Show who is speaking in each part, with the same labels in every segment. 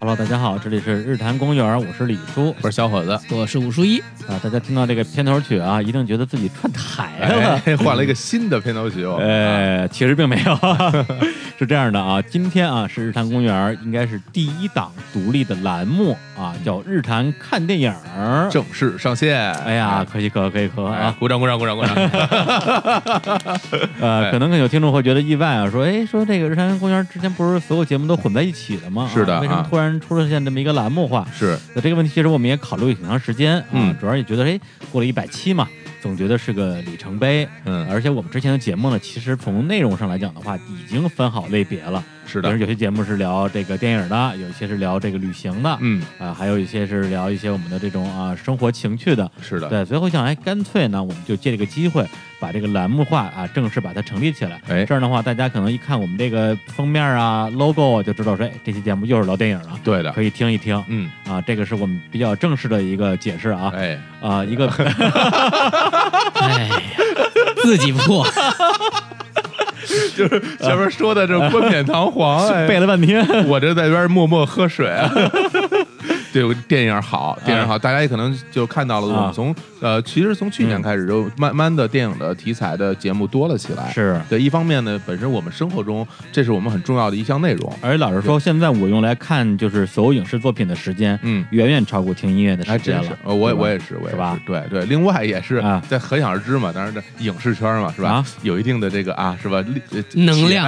Speaker 1: Hello，大家好，这里是日坛公园，我是李叔。
Speaker 2: 我是小 伙子，
Speaker 3: 我是武叔一，
Speaker 1: 啊，大家听到这个片头曲啊，一定觉得自己串台了。
Speaker 2: 哎，换了一个新的片头曲哦。
Speaker 1: 呃，其实并没有， 是这样的啊，今天啊是日坛公园应该是第一档独立的栏目啊，叫日坛看电影儿。
Speaker 2: 正式上线。
Speaker 1: 哎呀，，可喜可贺可喜可贺
Speaker 2: 哎
Speaker 1: 啊！
Speaker 2: 鼓掌鼓掌鼓掌鼓掌！
Speaker 1: 呃，
Speaker 2: 哎
Speaker 1: 可能有听众会觉得意外啊，说，哎，说这个日坛公园之前不是所有节目都混在一起的吗？啊
Speaker 2: 是的
Speaker 1: 为什么
Speaker 2: 啊
Speaker 1: 突然出现这么一个栏目化？
Speaker 2: 是
Speaker 1: 那这个问题其实我们也考虑了挺长时间啊，
Speaker 2: 嗯
Speaker 1: 主要也觉得哎，过了一百期嘛，总觉得是个里程碑。
Speaker 2: 嗯
Speaker 1: 而且我们之前的节目呢，其实从内容上来讲的话，已经分好类别了。
Speaker 2: 是
Speaker 1: 比
Speaker 2: 的
Speaker 1: 如，有些节目是聊这个电影的，有一些是聊这个旅行的，
Speaker 2: 嗯，
Speaker 1: 啊，还有一些是聊一些我们的这种啊生活情趣的。
Speaker 2: 是的。
Speaker 1: 对，所以我想，哎，干脆呢，我们就借这个机会，把这个栏目化啊，正式把它成立起来。
Speaker 2: 哎
Speaker 1: 这样的话，大家可能一看我们这个封面啊、logo 啊，就知道说，哎，这期节目又是聊电影了，
Speaker 2: 对的
Speaker 1: 可，以听一听。
Speaker 2: 嗯，
Speaker 1: 啊，这个是我们比较正式的一个解释啊
Speaker 2: 哎，
Speaker 1: 啊，一个
Speaker 3: 哎，自己破，
Speaker 2: 就是前面说的这冠冕堂 皇，
Speaker 1: 背
Speaker 2: 哎，
Speaker 1: 了半天，
Speaker 2: 我这在一边默默喝水。啊 对，电影好，电影好，大家也可能就看到了。
Speaker 1: 啊
Speaker 2: 我们从呃，其实从去年开始就慢慢的电影的题材的节目多了起来。
Speaker 1: 是。
Speaker 2: 对，一方面呢，本身我们生活中这是我们很重要的一项内容。
Speaker 1: 而且老实说，现在我用来看就是所有影视作品的时间，
Speaker 2: 嗯，
Speaker 1: 远远超过听音乐的时
Speaker 2: 还
Speaker 1: 间
Speaker 2: 真
Speaker 1: 了
Speaker 2: 是，。呃我也
Speaker 1: 对吧
Speaker 2: 我也是，我也
Speaker 1: 是吧？
Speaker 2: 对对，另外也是
Speaker 1: 啊
Speaker 2: 在可想而知嘛，当然这影视圈嘛，是吧
Speaker 1: 啊？
Speaker 2: 有一定的这个啊，是吧？力呃
Speaker 3: 能量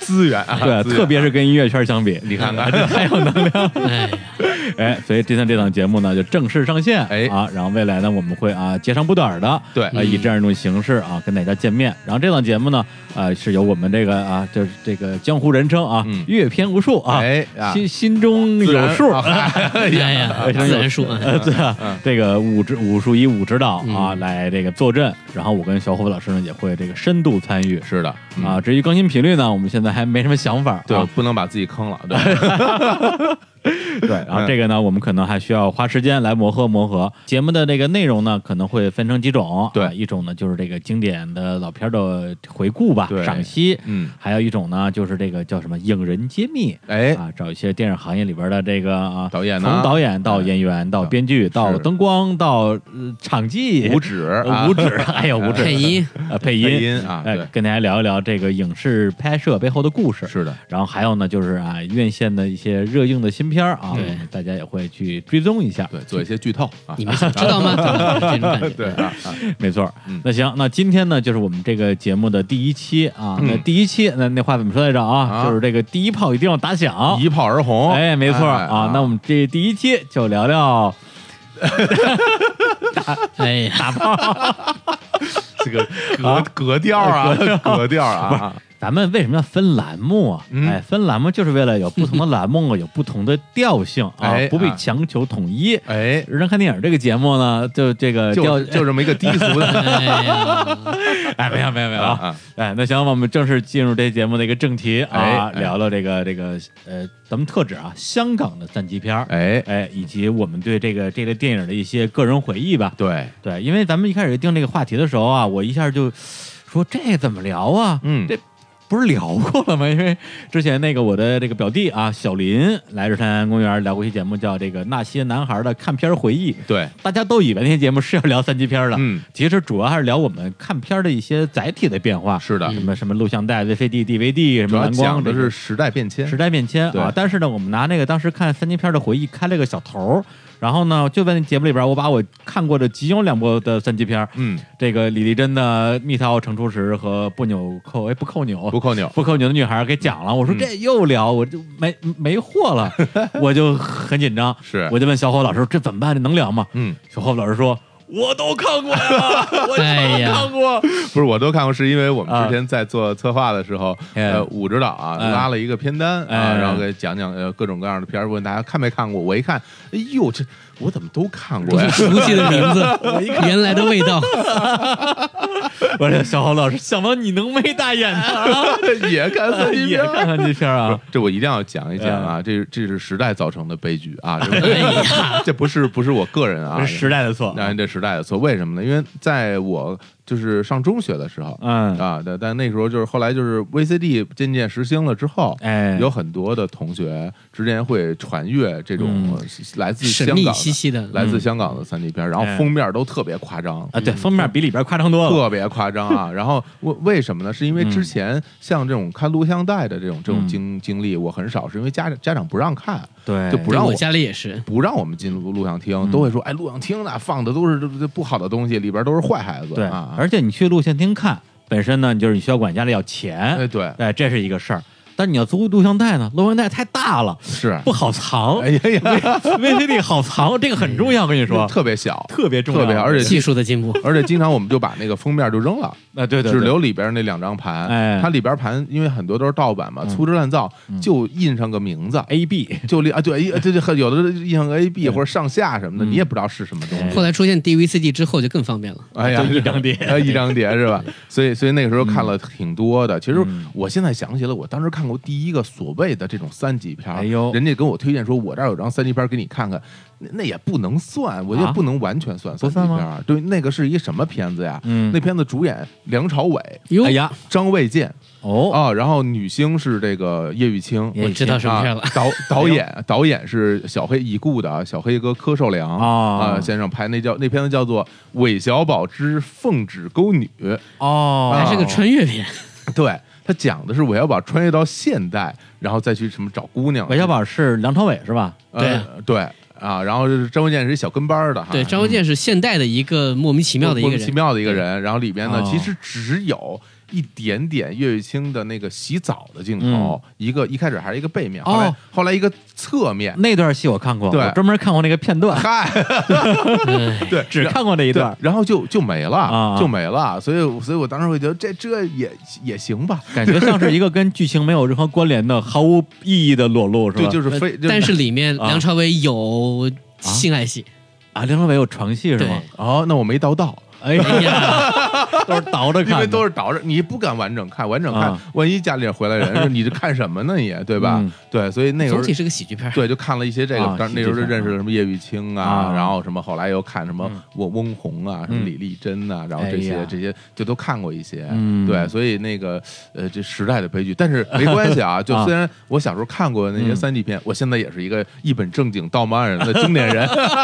Speaker 2: 资源啊，
Speaker 1: 对，
Speaker 2: 资源
Speaker 1: 特别是跟音乐圈相比，
Speaker 2: 你看看
Speaker 1: 还有能量。
Speaker 3: 哎，
Speaker 2: 啊
Speaker 1: 哎，所以今天这档节目呢就正式上线，
Speaker 2: 哎
Speaker 1: 啊，然后未来呢我们会啊截长补短的，
Speaker 2: 对
Speaker 1: 啊以这样一种形式啊跟大家见面。然后这档节目呢，呃是由我们这个啊就是这个江湖人称啊
Speaker 2: 嗯
Speaker 1: 阅片无数啊，
Speaker 2: 哎啊，
Speaker 1: 心心中
Speaker 2: 自然
Speaker 1: 有数
Speaker 2: 啊嗯
Speaker 3: 哎呀，自然数，
Speaker 2: 哎
Speaker 1: 呃，对啊，这个武指武术一武指导啊，
Speaker 3: 嗯
Speaker 1: 来这个坐镇，然后我跟小虎老师呢也会这个深度参与
Speaker 2: 是的嗯
Speaker 1: 啊。至于更新频率呢，我们现在还没什么想法，
Speaker 2: 对，
Speaker 1: 啊
Speaker 2: 不能把自己坑了， 对，
Speaker 1: 对。然
Speaker 2: 嗯
Speaker 1: 后这个呢，我们可能还需要花时间来磨合磨合节目的这个内容呢，可能会分成几种，
Speaker 2: 对
Speaker 1: 啊一种呢就是这个经典的老片儿的回顾吧
Speaker 2: 对，
Speaker 1: 赏析，
Speaker 2: 嗯，
Speaker 1: 还有一种呢就是这个叫什么影人揭秘，
Speaker 2: 哎，
Speaker 1: 啊，找一些电影行业里边的这个啊
Speaker 2: 导演呢嗯
Speaker 1: 从导演到演员到编剧到灯光到呃场记
Speaker 2: 五指啊嗯
Speaker 1: 呃五指，哎呀五指
Speaker 3: 配音
Speaker 1: 啊配
Speaker 2: 配
Speaker 1: 音
Speaker 2: 音啊，
Speaker 1: 哎
Speaker 2: 对，，
Speaker 1: 跟大家聊一聊这个影视拍摄背后的故事。
Speaker 2: 是的，
Speaker 1: 然后还有呢，就是啊，院线的一些热映的新片儿啊，
Speaker 3: 对
Speaker 1: 我们大家也会去追踪一下。
Speaker 2: 对，做一些剧透啊
Speaker 3: 你，们想知道吗？这种感觉，
Speaker 2: 对啊，啊
Speaker 1: 没错儿
Speaker 2: 嗯。
Speaker 1: 那行，那今天呢，就是我们这个节目的第一期啊。
Speaker 2: 嗯
Speaker 1: 那第一期，那那话怎么说来着啊？
Speaker 2: 啊
Speaker 1: 就是这个第一炮一定要打响，
Speaker 2: 一炮而红，
Speaker 1: 哎，没错
Speaker 2: 哎
Speaker 1: 啊。那我们这第一期就聊聊
Speaker 3: 哎呀，
Speaker 1: 打炮，
Speaker 2: 这个格格调啊，格调啊，
Speaker 1: 咱们为什么要分栏目啊？
Speaker 2: 嗯
Speaker 1: 哎，分栏目就是为了有不同的栏目啊，有不同的调性啊
Speaker 2: 哎，
Speaker 1: 不必
Speaker 2: 啊
Speaker 1: 强求统一。
Speaker 2: 哎，
Speaker 1: 人生看电影这个节目呢，就这个调
Speaker 2: 就，就这么一个低俗 的
Speaker 3: 哎呀，
Speaker 1: 哎，没有没有没有
Speaker 2: 啊
Speaker 1: 啊，
Speaker 2: 啊，
Speaker 1: 哎，那行，我们正式进入这节目的一个正题
Speaker 2: 哎
Speaker 1: 啊，
Speaker 2: 哎
Speaker 1: 聊聊这个这个呃，咱们特指啊，香港的三级片儿，
Speaker 2: 哎，
Speaker 1: 哎，以及我们对这个这类电影的一些个人回忆吧。
Speaker 2: 对，
Speaker 1: 对，因为咱们一开始定这个话题的时候啊，我一下就说这怎么聊啊？
Speaker 2: 嗯
Speaker 1: 这不是聊过了吗？因为之前那个我的这个表弟啊，小林来日坛公园聊过一期节目，叫这个《那些男孩的看片回忆》，
Speaker 2: 对，
Speaker 1: 大家都以为那些节目是要聊三级片的，
Speaker 2: 嗯，
Speaker 1: 其实主要还是聊我们看片的一些载体的变化，
Speaker 2: 是的，
Speaker 1: 什么什么录像带、VCD、DVD，什
Speaker 2: 主
Speaker 1: 么
Speaker 2: 要
Speaker 1: 嗯蓝光
Speaker 2: 讲的
Speaker 1: 这
Speaker 2: 是
Speaker 1: 个
Speaker 2: 时代变迁
Speaker 1: 时，代变迁啊
Speaker 2: 对。
Speaker 1: 但是呢，我们拿那个当时看三级片的回忆开了个小头儿，然后呢，就在那节目里边，我把我看过的仅有两部的三级片儿，
Speaker 2: 嗯，
Speaker 1: 这个李丽珍的《蜜桃成熟时》和不扭扣哎不扣钮
Speaker 2: 不扣钮，
Speaker 1: 不扣钮的女孩给讲了，我说
Speaker 2: 嗯
Speaker 1: 这又聊，我就没没货 了，我就很紧张，
Speaker 2: 是
Speaker 1: 我就问小伙老师这怎么办？这能聊吗？
Speaker 2: 嗯，
Speaker 1: 小伙老师说我都看过呀，我
Speaker 3: 哎
Speaker 1: 都
Speaker 3: 呀
Speaker 1: 看过，
Speaker 2: 不是我都看过，是因为我
Speaker 1: 啊
Speaker 2: 们之前在做策划的时候，
Speaker 1: 哎
Speaker 2: 呃，武指导啊
Speaker 1: 哎
Speaker 2: 拉了一个片单啊，
Speaker 1: 哎
Speaker 2: 然后给讲讲呃各种各样的片儿，问大家看没看过，我一看，哎呦，这我怎么都看 过呀？
Speaker 3: 熟悉的 名字，原来的味道，
Speaker 1: 我说小伙老师，想到你能没大眼 的，
Speaker 2: 也看三级
Speaker 1: 也
Speaker 2: 片
Speaker 1: 看
Speaker 2: 儿。
Speaker 1: 看这片儿哎啊，
Speaker 2: 这我一定要讲一讲啊！这这是时代造成的悲剧啊！
Speaker 3: 哎
Speaker 2: 这
Speaker 3: 呀，
Speaker 2: 这不是不是我个人啊，
Speaker 1: 这是时代的错，
Speaker 2: 那这时代的错。为什么呢？因为在我就是上中学的时候
Speaker 1: 嗯，
Speaker 2: 啊，但但那时候就是后来就是 VCD 渐渐实行了之后。
Speaker 1: 哎，
Speaker 2: 有很多的同学之间会传阅这种
Speaker 1: 嗯
Speaker 2: 来自香
Speaker 3: 神
Speaker 2: 港
Speaker 3: 秘
Speaker 2: 的、
Speaker 3: 兮兮的，
Speaker 2: 来自香港的三级片，然后
Speaker 1: 哎
Speaker 2: 封面都特别夸张，
Speaker 1: 啊，对，哦封面比里边夸张多了。
Speaker 2: 特别夸张啊！然后为为什么呢？是因为之前像这种看录像带的这种这种
Speaker 1: 嗯
Speaker 2: 经经历，我很少，是因为家家长不让看，
Speaker 1: 对，
Speaker 2: 就不
Speaker 3: 对
Speaker 2: 让
Speaker 3: 我
Speaker 2: 我
Speaker 3: 家里也是，
Speaker 2: 不让我们进录录像
Speaker 1: 嗯
Speaker 2: 厅，都会说哎，录像厅呢放的都是这这不好的东西，里边都是坏孩子
Speaker 1: 对
Speaker 2: 啊，。
Speaker 1: 而且你去录像厅看，本身呢，你就是你需要管家里要
Speaker 2: 哎
Speaker 1: 钱，
Speaker 2: 对
Speaker 1: 哎，这是一个事儿。但你要租录像带呢，录像带太大了，
Speaker 2: 是，
Speaker 1: 不好藏
Speaker 2: 哎呀呀，
Speaker 1: ，VCD 好藏，这个很重要，我跟你说，
Speaker 2: 特别小，
Speaker 1: 特别重要，
Speaker 2: 特别而且
Speaker 3: 技术的进步，
Speaker 2: 而且经常我们就把那个封面就扔了，
Speaker 1: 啊，对对，
Speaker 2: 只
Speaker 1: 对
Speaker 2: 留里边那两张盘。
Speaker 1: 哎
Speaker 2: 它里边盘因为很多都是盗版嘛，
Speaker 1: 嗯哎
Speaker 2: 粗制滥造，就印上个名字，
Speaker 1: AB，
Speaker 2: 就立啊，对，一对对，有的印上个 A B 或者上下什么的，
Speaker 1: 嗯
Speaker 2: 你也不知道是什么东
Speaker 1: 哎
Speaker 2: 西。
Speaker 3: 后来出现 DVCD 之后就更方便了。
Speaker 2: 哎呀，
Speaker 1: 就一张碟
Speaker 2: 啊，一张碟 是吧？所以，所以那个时候看了挺多的。其实
Speaker 1: 嗯
Speaker 2: 我现在想起来，我当时看过第一个所谓的这种三级片儿，
Speaker 1: 哎呦
Speaker 2: 人家给我推荐说，我这儿有张三级片儿给你看看，那那也不能算，我觉
Speaker 1: 啊
Speaker 2: 得不能完全算
Speaker 1: 不
Speaker 2: 三级
Speaker 1: 算
Speaker 2: 片
Speaker 1: 吗
Speaker 2: 儿。对，那个是一什么片子呀？
Speaker 1: 嗯
Speaker 2: 那片子主演梁朝伟、
Speaker 3: 哟，
Speaker 1: 哎呀，
Speaker 2: 张卫健
Speaker 1: 哦，
Speaker 2: 啊，然后女星是这个叶玉卿，
Speaker 1: 也
Speaker 3: 我知道什么片了
Speaker 2: 啊。 导导演导演是小黑已故的小黑哥柯受良
Speaker 1: 啊
Speaker 2: 啊先生拍那叫那片子叫做《韦小宝之奉旨勾女》，
Speaker 1: 哦，
Speaker 2: 啊
Speaker 3: 还是个穿越片，
Speaker 2: 对他讲的是韦小宝穿越到现代，然后再去什么找姑娘。
Speaker 1: 韦小宝是梁朝伟是吧？
Speaker 2: 呃对啊，然后就是张卫健是一小跟班儿的哈，
Speaker 3: 对，张卫健是现代的一个莫名其妙的一
Speaker 2: 莫
Speaker 3: 个
Speaker 2: 名其
Speaker 3: 人，
Speaker 2: 妙的一个人。然后里边呢，
Speaker 1: 哦
Speaker 2: 其实只有一点点岳玉清的那个洗澡的镜头，
Speaker 3: 嗯
Speaker 2: 一个一开始还是一个背面，后来、
Speaker 1: 哦
Speaker 2: 后来一个侧
Speaker 3: 嗯
Speaker 2: 面。
Speaker 1: 那段戏我看过，
Speaker 2: 对
Speaker 1: 我专门看过那个片段，
Speaker 2: 嗨，
Speaker 3: 哎
Speaker 2: 对，
Speaker 1: 只看过那一
Speaker 2: 一
Speaker 1: 段，
Speaker 2: 然后就就没了，
Speaker 1: 啊
Speaker 2: 就没了。所以，所以我当时会觉得这这也也行吧，
Speaker 1: 感觉像是一个跟剧情没有任何关联的、毫无意义的裸露，是吧？
Speaker 2: 对，就是非，就
Speaker 3: 但是里面
Speaker 1: 啊
Speaker 3: 梁朝伟有性爱戏，
Speaker 1: 啊，梁朝伟有床戏是吗？
Speaker 2: 哦，那我没叨到。
Speaker 1: 哎
Speaker 3: 哎
Speaker 1: 呀，
Speaker 2: 啊
Speaker 3: 呀，
Speaker 1: 都是倒着看的，
Speaker 2: 因为都是倒着，你不敢完整看，完整看，
Speaker 1: 啊
Speaker 2: 万一家里回来人 说你这看什么呢你？对吧？
Speaker 1: 嗯
Speaker 2: 对，所以那个时
Speaker 3: 总
Speaker 2: 候
Speaker 3: 体是个喜剧片儿。
Speaker 2: 对就看了一些这个，
Speaker 1: 啊
Speaker 2: 当
Speaker 1: 喜
Speaker 2: 时
Speaker 1: 剧
Speaker 2: 那时候就
Speaker 1: 片
Speaker 2: 认识了什么叶玉卿啊，
Speaker 1: 啊
Speaker 2: 然后什么后来又看什么
Speaker 1: 嗯
Speaker 2: 我翁虹啊，什么李丽珍啊，然后这些、
Speaker 1: 哎呀
Speaker 2: 这些就都看过一些。
Speaker 1: 嗯
Speaker 2: 对，所以那个呃，这时代的悲剧，但是没关系啊。就
Speaker 1: 啊
Speaker 2: 虽然我小时候看过那些
Speaker 1: 嗯
Speaker 2: 三级片，我现在也是一个一本正经道貌岸然的中年人，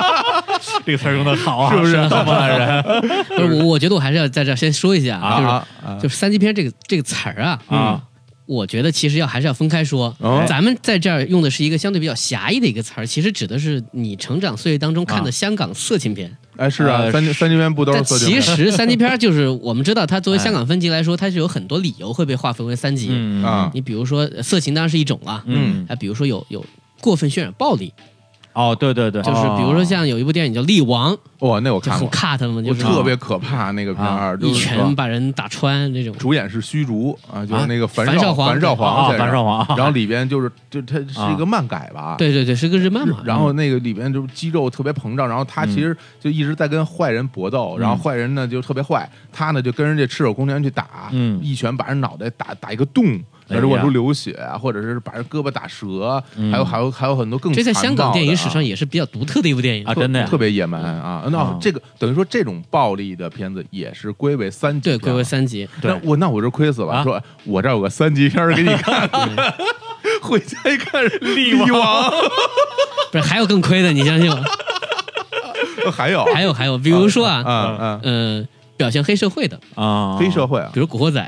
Speaker 1: 这个词儿用的好啊，
Speaker 2: 是不是？
Speaker 1: 啊
Speaker 2: 道貌岸然
Speaker 3: 不是我，我觉得我还是要在这儿先说一下
Speaker 2: 啊
Speaker 3: 啊，
Speaker 2: 啊啊
Speaker 3: 就是就是三级片这个这个词儿啊，
Speaker 1: 啊，
Speaker 3: 我觉得其实要还是要分开说。
Speaker 2: 哦
Speaker 3: 咱们在这儿用的是一个相对比较狭义的一个词儿，其实指的是你成长岁月当中看的香港色情片。
Speaker 2: 哎，是啊，
Speaker 1: 呃
Speaker 2: 三级三级片不啊都是
Speaker 3: 但
Speaker 2: 色情片
Speaker 3: 其实三级片儿就是我们知道，它作为
Speaker 1: 哎
Speaker 3: 香港分级来说，它是有很多理由会被划分为三级。
Speaker 1: 嗯
Speaker 2: 啊
Speaker 3: 你比如说呃色情当然是一种啊，
Speaker 1: 嗯，
Speaker 3: 啊，比如说有有过分渲染暴力，
Speaker 1: 哦，对对对，
Speaker 3: 就是比如说像有一部电影叫《力王》，
Speaker 2: 哇，那我
Speaker 3: 就
Speaker 2: 看
Speaker 3: 很
Speaker 2: 过，
Speaker 3: cut 嘛，
Speaker 2: 我
Speaker 3: 就是
Speaker 2: 特别可怕那个片儿，就
Speaker 3: 一
Speaker 2: 是
Speaker 3: 拳把人打穿那种。
Speaker 2: 主演是虚竹啊，就是那个樊
Speaker 3: 樊少
Speaker 2: 少
Speaker 3: 皇
Speaker 2: 樊少
Speaker 1: 啊，
Speaker 2: 皇先生
Speaker 1: 樊少皇，啊
Speaker 2: 然后里边就是就他是一个漫改吧，。
Speaker 3: 啊对对对，是个日漫嗯嘛。
Speaker 2: 然后那个里边就是肌肉特别膨胀，然后他其实就一直在跟坏人搏
Speaker 3: 嗯
Speaker 2: 斗，然后坏人呢就特别坏，他呢就跟人家赤手空拳去打，
Speaker 1: 嗯
Speaker 2: 一拳把人脑袋打打一个洞，
Speaker 3: 哎
Speaker 2: 然后就往出流血，啊或者是把人胳膊打折，
Speaker 1: 嗯
Speaker 2: 还有还有还有很多更
Speaker 3: 这在香港电影
Speaker 2: 残暴的啊
Speaker 3: 史上也是比较独特的嗯一部电影
Speaker 1: 啊，
Speaker 2: 特
Speaker 1: 真的呀
Speaker 2: 特别野蛮啊！那
Speaker 1: 啊
Speaker 2: 这个等于说这种暴力的片子也是归为三级
Speaker 3: 对，
Speaker 2: 片，
Speaker 3: 归为三级。
Speaker 1: 对
Speaker 2: 那我那我这亏死
Speaker 1: 啊
Speaker 2: 了，说我这儿有个三级片儿给你看，
Speaker 3: 嗯
Speaker 2: 回家一看《力
Speaker 1: 王
Speaker 2: 王
Speaker 3: 不是还有更亏的，你相信我。》，
Speaker 2: 还有
Speaker 3: 还有还有，比如说
Speaker 2: 啊
Speaker 3: 啊，
Speaker 2: 啊，
Speaker 3: 呃，表现黑社会的，
Speaker 1: 啊，
Speaker 2: 非社会啊，
Speaker 3: 比如《古惑仔》。